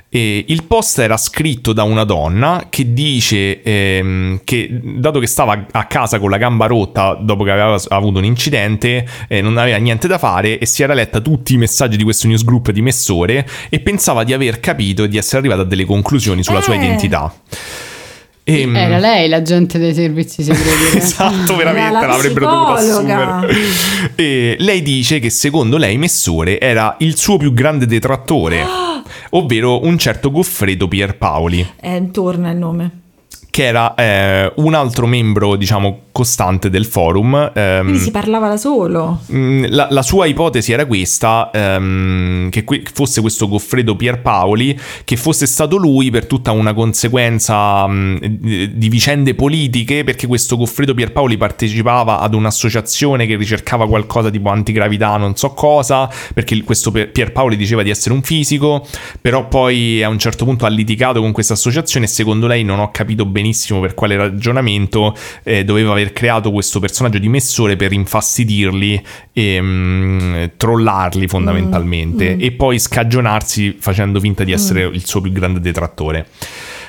Speaker 3: E il post era scritto da una donna che dice ehm, che dato che stava a casa con la gamba rotta dopo che aveva s- avuto un incidente eh, non aveva niente da fare e si era letta tutti i messaggi di questo newsgroup di Messore e pensava di aver capito e di essere arrivata a delle conclusioni sulla sua
Speaker 2: Eh.
Speaker 3: identità. Ehm,
Speaker 1: Era lei l'agente dei servizi segreti. eh.
Speaker 3: Esatto,
Speaker 2: Era
Speaker 3: veramente
Speaker 2: la
Speaker 3: l'avrebbero dovuto
Speaker 2: psicologa.
Speaker 3: assumere. E lei dice che secondo lei Messore era il suo più grande detrattore, ovvero un certo Goffredo Pierpaoli,
Speaker 2: Eh, torna il nome.
Speaker 3: che era eh, un altro membro, diciamo, costante del forum. ehm,
Speaker 2: Quindi si parlava da solo.
Speaker 3: Mm, La, la sua ipotesi era questa, ehm, che que- fosse questo Goffredo Pierpaoli, che fosse stato lui per tutta una conseguenza mm, di di vicende politiche, perché questo Goffredo Pierpaoli partecipava ad un'associazione che ricercava qualcosa tipo antigravità, non so cosa, perché il- questo Pier- Pierpaoli diceva di essere un fisico, però poi a un certo punto ha litigato con questa associazione e secondo lei non ho capito benissimo per quale ragionamento eh, doveva aver creato questo personaggio di Messore per infastidirli e mm, trollarli fondamentalmente e poi scagionarsi facendo finta di essere il suo più grande detrattore.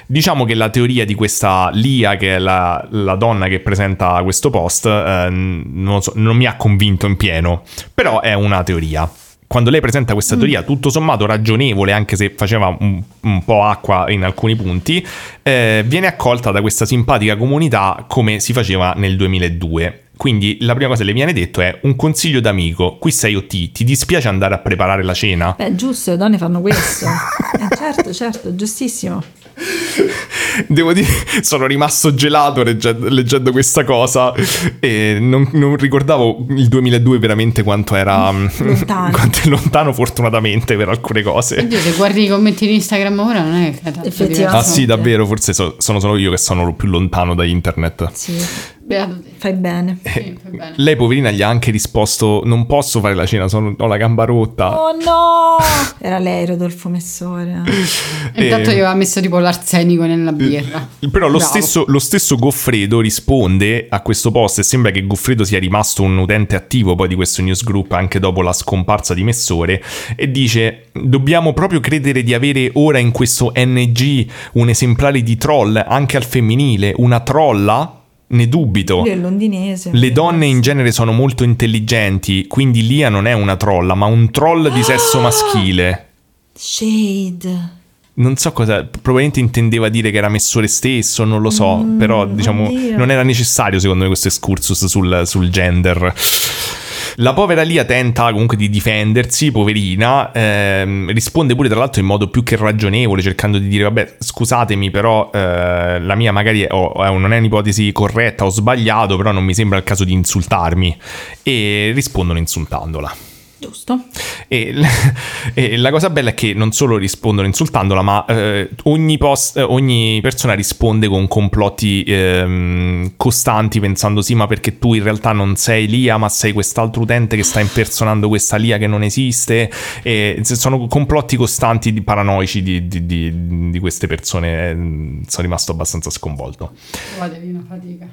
Speaker 3: Diciamo che la teoria di questa Lia, che è la, la donna che presenta questo post, eh, non, so- non mi ha convinto in pieno, però è una teoria. Quando lei presenta questa teoria, tutto sommato ragionevole, anche se faceva un, un po' acqua in alcuni punti, eh, viene accolta da questa simpatica comunità come si faceva nel 2002. Quindi la prima cosa che le viene detto è un consiglio d'amico, qui sei OT, ti dispiace andare a preparare la cena?
Speaker 2: Beh, giusto, le donne fanno questo. Eh, certo, certo, giustissimo.
Speaker 3: Devo dire, sono rimasto gelato legge- leggendo questa cosa e non, non ricordavo il 2002 veramente quanto era
Speaker 2: Lontano.
Speaker 3: quanto è lontano fortunatamente per alcune cose.
Speaker 1: Oddio, se guardi i commenti di Instagram ora non è che è tanto
Speaker 2: Effettivamente.
Speaker 1: diverso.
Speaker 3: Ah sì, davvero, forse so- sono solo io che sono lo più lontano da internet.
Speaker 2: Sì,
Speaker 1: Beato te.
Speaker 2: fai bene.
Speaker 3: Eh.
Speaker 1: Sì, va bene.
Speaker 3: Lei poverina gli ha anche risposto non posso fare la cena, sono- ho la gamba rotta.
Speaker 2: Oh no! Era lei Rodolfo Messore.
Speaker 1: Intanto
Speaker 3: Eh.
Speaker 1: gli aveva messo tipo l'arsenico nella birra.
Speaker 3: Però lo
Speaker 1: Bravo.
Speaker 3: stesso, lo stesso Goffredo risponde a questo post e sembra che Goffredo sia rimasto un utente attivo poi di questo newsgroup anche dopo la scomparsa di Messore e dice dobbiamo proprio credere di avere ora in questo NG un esemplare di troll anche al femminile, una trolla? Ne dubito.
Speaker 2: Lui è londinese.
Speaker 3: Le donne in genere sono molto intelligenti, quindi Lia non è una trolla, ma un troll di sesso maschile.
Speaker 2: Shade.
Speaker 3: Non so cosa, probabilmente intendeva dire che era messore stesso, non lo so, però diciamo
Speaker 2: oddio.
Speaker 3: non era necessario secondo me questo excursus sul, sul gender. La povera Lia tenta comunque di difendersi, poverina, ehm, risponde pure tra l'altro in modo più che ragionevole, cercando di dire, vabbè, scusatemi, però eh, la mia magari è- o- è un- non è un'ipotesi corretta, ho sbagliato, però non mi sembra il caso di insultarmi. E rispondono insultandola.
Speaker 2: Giusto.
Speaker 3: E, l- e la cosa bella è che non solo rispondono insultandola, ma eh, ogni, post, eh, ogni persona risponde con complotti ehm, costanti, pensando sì, ma perché tu in realtà non sei Lia, ma sei quest'altro utente che sta impersonando questa Lia che non esiste. E s- sono complotti costanti di paranoici di, di- di- di queste persone. ehm, Sono rimasto abbastanza sconvolto.
Speaker 1: Guarda, una fatica.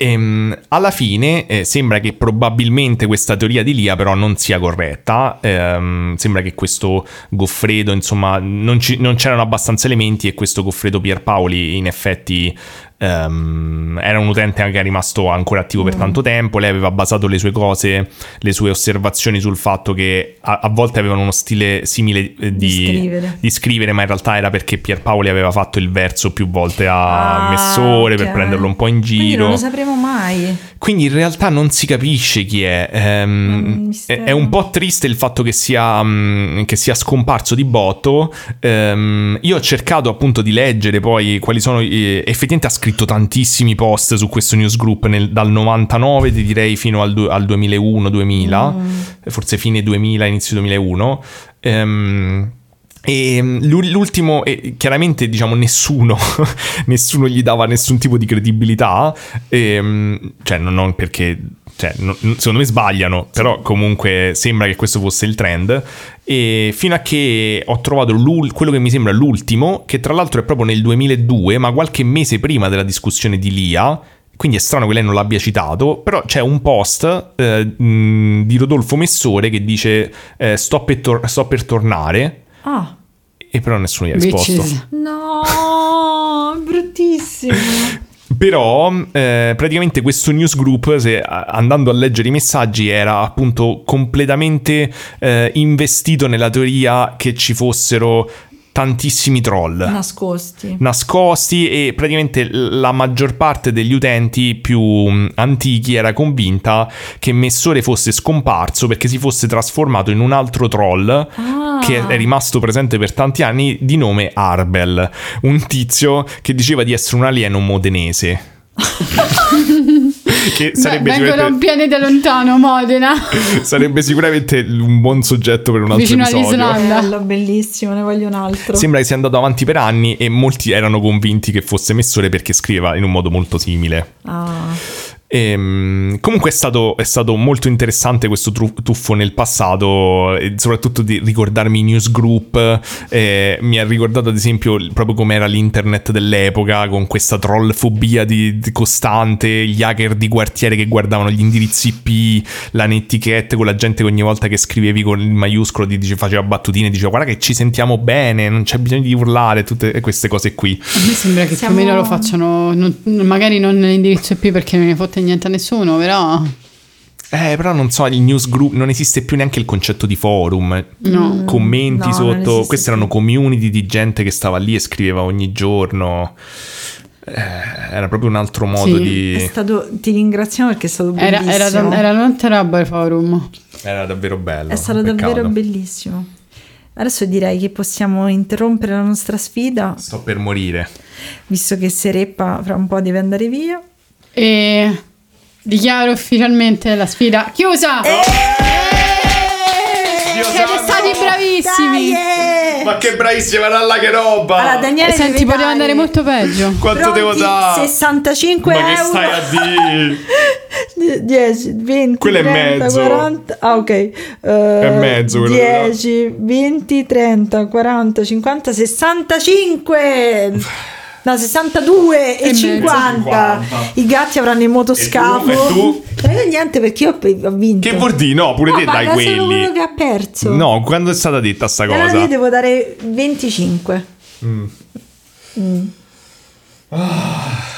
Speaker 3: Ehm, alla fine eh, sembra che probabilmente questa teoria di Lia però non sia corretta, Ehm, sembra che questo Goffredo, insomma, non, ci- non c'erano abbastanza elementi e questo Goffredo Pierpaoli in effetti ehm, era un utente anche rimasto ancora attivo
Speaker 2: Mm.
Speaker 3: per tanto tempo, lei aveva basato le sue cose, le sue osservazioni sul fatto che a, a volte avevano uno stile simile
Speaker 2: Di
Speaker 3: eh, di,
Speaker 2: scrivere.
Speaker 3: di scrivere, ma in realtà era perché Pierpaoli aveva fatto il verso più volte a
Speaker 2: Ah,
Speaker 3: Messore per
Speaker 2: ok.
Speaker 3: prenderlo un po' in giro.
Speaker 2: Quindi non lo sapremo mai.
Speaker 3: Quindi in realtà non si capisce chi è. ehm,
Speaker 2: Mm,
Speaker 3: è
Speaker 2: mistero.
Speaker 3: è un po' triste il fatto che sia, mm, che sia scomparso di botto. Ehm, io ho cercato appunto di leggere poi quali sono. i- effettivamente ha scritto tantissimi post su questo newsgroup nel- dal 99, ti direi fino al, du- al 2001-2000,
Speaker 2: Mm.
Speaker 3: Eh, forse fine 2000, inizio 2001. Ehm, e mm, l'u- l'ultimo, e chiaramente diciamo nessuno, nessuno gli dava nessun tipo di credibilità, Ehm, cioè non, non perché, cioè, non- non- secondo me sbagliano, però comunque sembra che questo fosse il trend. E fino a che ho trovato l'ul- quello che mi sembra l'ultimo, che tra l'altro è proprio nel 2002, ma qualche mese prima della discussione di Lia. Quindi è strano che lei non l'abbia citato, però c'è un post eh, mh, di Rodolfo Messore che dice eh, sto, per tor- sto per tornare
Speaker 2: Ah,
Speaker 3: e però nessuno gli ha risposto.
Speaker 1: Bitches.
Speaker 2: no, è bruttissimo.
Speaker 3: Però eh, praticamente questo newsgroup, se, a- andando a leggere i messaggi, era appunto completamente eh, investito nella teoria che ci fossero tantissimi troll.
Speaker 2: Nascosti.
Speaker 3: nascosti e praticamente la maggior parte degli utenti più mh, antichi era convinta che Messore fosse scomparso perché si fosse trasformato in un altro troll
Speaker 2: Ah.
Speaker 3: che è rimasto presente per tanti anni di nome Arbel, un tizio che diceva di essere un alieno modenese. che sarebbe,
Speaker 1: Beh, vengo da un
Speaker 3: sicuramente,
Speaker 1: pianeta lontano, Modena.
Speaker 3: sarebbe sicuramente un buon soggetto per un altro
Speaker 1: Vicino
Speaker 3: episodio.
Speaker 1: all'Islanda.
Speaker 2: Ah, Bello, bellissimo, ne voglio un altro.
Speaker 3: Sembra che sia andato avanti per anni e molti erano convinti che fosse Messore perché scriveva in un modo molto simile.
Speaker 2: Ah.
Speaker 3: Ehm, comunque è stato, è stato molto interessante questo tru- tuffo nel passato, e soprattutto di ricordarmi i newsgroup. eh, mi ha ricordato, ad esempio, il- proprio com'era l'internet dell'epoca, con questa trollfobia di, di costante, gli hacker di quartiere che guardavano gli indirizzi IP, la netiquette con la gente che ogni volta che scrivevi con il maiuscolo ti dice, faceva battutine, diceva guarda che ci sentiamo bene, non c'è bisogno di urlare, tutte queste cose qui.
Speaker 1: A me sembra che
Speaker 2: Siamo-
Speaker 1: più o meno lo facciano, non- magari non nell'indirizzo IP perché non ne fotte niente a nessuno, però
Speaker 3: Eh, però non so, il newsgroup non esiste più neanche il concetto di forum. Mm,
Speaker 1: no.
Speaker 3: Commenti
Speaker 2: Mm, no, non
Speaker 3: sotto,
Speaker 2: esiste
Speaker 3: queste
Speaker 2: più.
Speaker 3: erano community di gente che stava lì e scriveva ogni giorno. Eh, era proprio un altro modo
Speaker 1: Sì.
Speaker 2: È
Speaker 3: di.
Speaker 2: stato, ti ringraziamo perché è stato
Speaker 1: Era,
Speaker 2: bellissimo.
Speaker 1: era, tan- era tanta roba il forum.
Speaker 3: Era davvero bello.
Speaker 2: È stato
Speaker 3: peccato.
Speaker 2: davvero bellissimo. Adesso direi che possiamo interrompere la nostra sfida,
Speaker 3: Sto per morire.
Speaker 2: visto che Sereppa fra un po' deve andare via.
Speaker 1: E dichiaro ufficialmente la sfida chiusa.
Speaker 3: Eh, Dio
Speaker 1: Siete
Speaker 3: santo!
Speaker 1: stati bravissimi.
Speaker 2: eh!
Speaker 3: Ma che bravissima, era là che roba!
Speaker 2: Allora, Daniele,
Speaker 1: Senti,
Speaker 2: deve
Speaker 1: poteva
Speaker 2: dare
Speaker 1: andare molto peggio.
Speaker 3: Quanto
Speaker 2: pronti
Speaker 3: devo dare?
Speaker 2: 65
Speaker 3: Ma che
Speaker 2: euro.
Speaker 3: stai a dire?
Speaker 2: 10, 20,
Speaker 3: Quello è
Speaker 2: 30,
Speaker 3: mezzo.
Speaker 2: 40. Ah, ok. Eh,
Speaker 3: È mezzo quello
Speaker 2: 10, 20, 30, 40, 50, 65. No, 62 e,
Speaker 1: E mezzo.
Speaker 2: 50.
Speaker 3: 50.
Speaker 2: I gatti avranno il motoscafo.
Speaker 3: E tu? E tu?
Speaker 2: No, io niente perché io ho ho vinto.
Speaker 3: Che vuol dire? No, pure
Speaker 2: No,
Speaker 3: te dai
Speaker 2: paga solo quello
Speaker 3: quelli.
Speaker 2: che ha perso.
Speaker 3: No, quando è stata detta sta
Speaker 2: Allora
Speaker 3: cosa?
Speaker 2: io devo dare 25.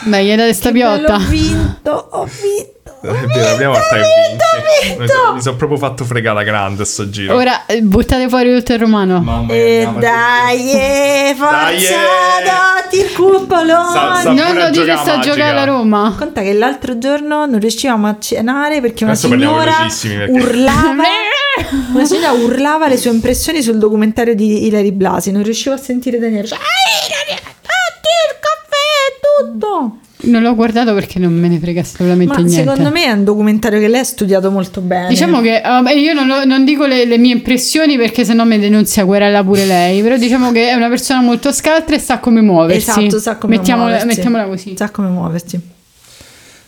Speaker 1: Beh, gli date sta
Speaker 2: Bello,
Speaker 1: piotta.
Speaker 2: Ho vinto, ho vinto.
Speaker 3: Eh, È vero, la prima volta che vinci. Mi so- Mi sono proprio fatto fregata grande sto giro.
Speaker 1: Ora eh, buttate fuori tutto il romano.
Speaker 3: Mamma mia,
Speaker 2: E
Speaker 3: andiamo a-
Speaker 2: eh, dai, eh,
Speaker 3: Dai,
Speaker 2: forza,
Speaker 3: eh.
Speaker 2: doti il cupolo.
Speaker 3: Sa- sa-
Speaker 1: non
Speaker 3: pure
Speaker 1: lo
Speaker 3: a
Speaker 1: dite
Speaker 3: giocare
Speaker 1: sta a
Speaker 3: magica.
Speaker 1: giocare alla Roma.
Speaker 2: Conta che l'altro giorno non riuscivamo a cenare perché una
Speaker 3: Adesso parliamo
Speaker 2: signora
Speaker 3: velocissimi, perché-
Speaker 2: urlava una signora urlava le sue impressioni sul documentario di Ilari Blasi, non riuscivo a sentire Daniele. Cioè, "Ilari, tutti il caffè, tutto.
Speaker 1: Non l'ho guardato perché non me ne frega assolutamente
Speaker 2: Ma
Speaker 1: niente.
Speaker 2: secondo me è un documentario che lei ha studiato molto bene.
Speaker 1: Diciamo che vabbè, io non, lo- non dico le, le mie impressioni perché sennò mi denunzia Guerella pure lei. Però diciamo che è una persona molto scaltra e sa come muoversi.
Speaker 2: esatto, sa come
Speaker 1: mettiamola,
Speaker 2: muoversi.
Speaker 1: mettiamola così.
Speaker 2: Sa come muoversi.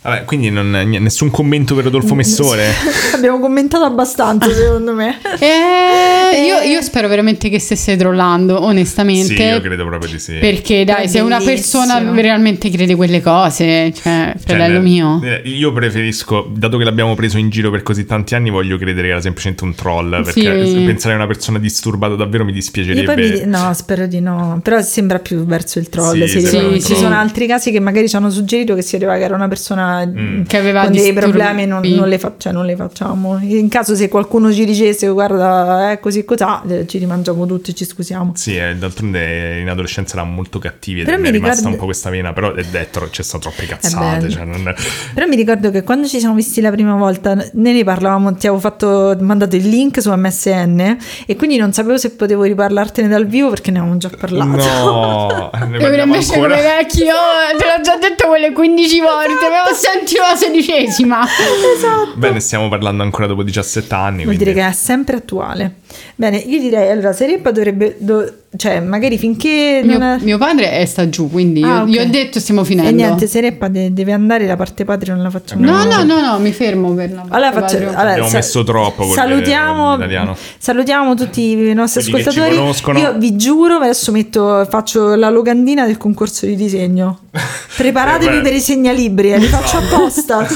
Speaker 3: Vabbè, quindi non, n- nessun commento per Rodolfo Messore.
Speaker 2: Abbiamo commentato
Speaker 1: Ah.
Speaker 2: abbastanza, secondo me.
Speaker 1: Eh, io, io spero veramente che stesse trollando, onestamente.
Speaker 3: sì, io credo proprio di sì.
Speaker 1: Perché dai,
Speaker 2: È
Speaker 1: se una
Speaker 2: bellissimo.
Speaker 1: persona realmente crede quelle cose, cioè,
Speaker 3: Cioè,
Speaker 1: fratello
Speaker 3: nel-
Speaker 1: mio.
Speaker 3: eh, Io preferisco, dato che l'abbiamo preso in giro per così tanti anni, voglio credere che era semplicemente un troll.
Speaker 1: Sì.
Speaker 3: Perché pensare a una persona disturbata davvero mi
Speaker 2: Io
Speaker 3: dispiacerebbe.
Speaker 2: poi mi- no, spero di no. Però sembra più verso il troll.
Speaker 3: Sì,
Speaker 2: sì,
Speaker 1: sembra
Speaker 2: però
Speaker 1: un
Speaker 2: ci
Speaker 1: troll.
Speaker 2: sono altri casi che magari ci hanno suggerito che si doveva che era una persona mh,
Speaker 1: Che aveva
Speaker 2: con dei
Speaker 1: disturbi.
Speaker 2: problemi non, non le fa- cioè, non le facciamo. In caso se qualcuno ci dicesse guarda è così cos'ha, eh, ci rimangiamo tutti e ci scusiamo.
Speaker 3: Sì, eh, d'altronde eh, in adolescenza eravamo molto cattivi ed
Speaker 2: Però
Speaker 3: mi è
Speaker 2: mi
Speaker 3: rimasta
Speaker 2: ricordo-
Speaker 3: un po' questa vena, però è detto c'è sono troppe cazzate.
Speaker 2: bello.
Speaker 3: Cioè, non...
Speaker 2: Però mi ricordo che quando ci siamo visti la prima volta ne- ne parlavamo, ti avevo fatto, mandato il link su MSN e quindi non sapevo se potevo riparlartene dal vivo perché ne avevamo già parlato.
Speaker 3: No, ne
Speaker 1: E ora
Speaker 3: parliamo
Speaker 1: invece
Speaker 3: ancora.
Speaker 1: come vecchio,
Speaker 2: Esatto.
Speaker 1: eh, te l'ho già detto quelle 15 volte, avevo sentito la sedicesima.
Speaker 2: Esatto.
Speaker 3: Bene, stiamo parlando ancora dopo 17 anni.
Speaker 2: Vuol
Speaker 3: quindi-
Speaker 2: dire che è sempre attuale. Bene, io direi allora Serie A dovrebbe, do- cioè magari finché non
Speaker 1: Mio,
Speaker 2: è-
Speaker 1: mio padre è sta giù, quindi io-
Speaker 2: Ah, ok.
Speaker 1: gli ho detto stiamo finendo.
Speaker 2: E niente, Serie A de- deve andare la parte patria non la facciamo.
Speaker 1: No, no, no, no, mi fermo per la
Speaker 2: Allora, faccio,
Speaker 1: Padre.
Speaker 2: allora,
Speaker 3: Abbiamo messo troppo col-
Speaker 2: salutiamo,
Speaker 3: l'italiano.
Speaker 2: salutiamo tutti i nostri
Speaker 3: Quelli che ci
Speaker 2: ascoltatori.
Speaker 3: conoscono.
Speaker 2: Io vi giuro, adesso metto, faccio la locandina del concorso di disegno.
Speaker 3: Eh,
Speaker 2: Preparatevi
Speaker 3: beh. Esatto.
Speaker 2: per i segnalibri, eh, li faccio apposta.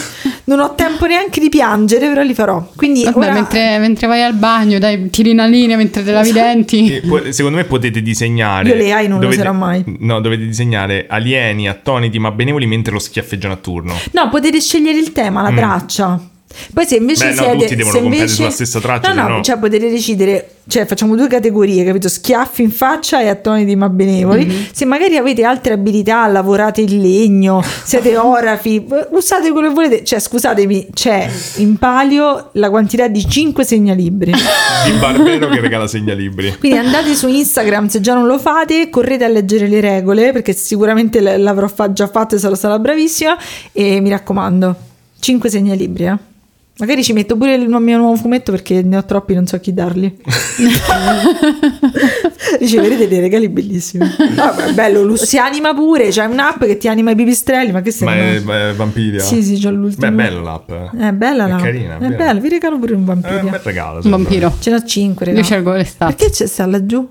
Speaker 2: Non ho tempo neanche di piangere, però li farò. Quindi
Speaker 1: Vabbè,
Speaker 2: ora-
Speaker 1: mentre, mentre vai al bagno, dai, tiri una linea mentre te lavi i
Speaker 3: Esatto.
Speaker 1: denti.
Speaker 3: E po- Secondo me potete disegnare.
Speaker 2: Io le AI non le userò mai.
Speaker 3: No, dovete disegnare alieni, attoniti ma benevoli mentre lo schiaffeggiano a turno.
Speaker 2: No, potete scegliere il tema, la traccia. Poi se invece
Speaker 3: Mm. Beh, no,
Speaker 2: siete
Speaker 3: tutti devono
Speaker 2: se
Speaker 3: competere
Speaker 2: invece-
Speaker 3: sulla stessa traccia,
Speaker 2: No, no,
Speaker 3: se no-
Speaker 2: cioè potete decidere, cioè facciamo due categorie, capito? Schiaffi in faccia e attoniti ma benevoli.
Speaker 3: Mm-hmm.
Speaker 2: Se magari avete altre abilità, lavorate il legno, siete orafi, usate quello che volete. Cioè, scusatemi, c'è in palio la quantità di 5 segnalibri.
Speaker 3: Il barbero che regala segnalibri.
Speaker 2: Quindi andate su Instagram se già non lo fate, correte a leggere le regole perché sicuramente l- l'avrò fa- già fatto e sarò stata bravissima e mi raccomando, 5 segnalibri. Eh. Magari ci metto pure il mio nuovo fumetto perché ne ho troppi, non so chi darli. Riceverete dei regali bellissimi. Ah, beh, bello, lu- si anima pure, c'è un'app che ti anima i pipistrelli, ma che
Speaker 3: Ma è,
Speaker 2: sei?
Speaker 3: è vampiria.
Speaker 2: Sì, sì, c'ho l'ultimo.
Speaker 3: Beh, è bella l'app. eh.
Speaker 2: È bella
Speaker 3: È
Speaker 2: la.
Speaker 3: carina, è
Speaker 2: è
Speaker 3: bella. Eh,
Speaker 2: bella, vi regalo pure un
Speaker 3: È un bel
Speaker 2: vampiro.
Speaker 3: regalo.
Speaker 1: Un
Speaker 3: secondo me.
Speaker 1: vampiro.
Speaker 2: Ce n'ho 5,
Speaker 1: Io scelgo le stat.
Speaker 2: Perché c'è sta laggiù?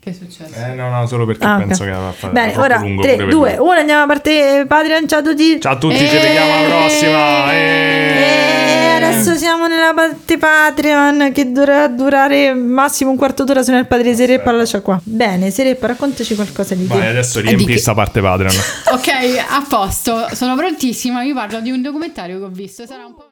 Speaker 1: Che è successo?
Speaker 3: Eh, no, no, solo perché
Speaker 2: Ah, ok.
Speaker 3: penso che la fa
Speaker 2: Bene,
Speaker 3: troppo
Speaker 2: ora
Speaker 3: lungo pure
Speaker 2: 3,
Speaker 3: per
Speaker 2: 2,
Speaker 3: lui.
Speaker 2: 1, andiamo a parte Patreon, ciao a tutti.
Speaker 3: Ciao a tutti, ci vediamo alla prossima. Eh.
Speaker 2: E adesso siamo nella parte Patreon che dovrà durare massimo un quarto d'ora se non è il padre Sereppa la c'è qua. Bene, Sereppa, raccontaci qualcosa di
Speaker 3: Vai,
Speaker 2: te.
Speaker 3: adesso
Speaker 2: Eh, di
Speaker 3: riempi
Speaker 2: che-
Speaker 3: sta parte Patreon.
Speaker 1: Ok, a posto, sono prontissima, vi parlo di un documentario che ho visto, sarà un po'...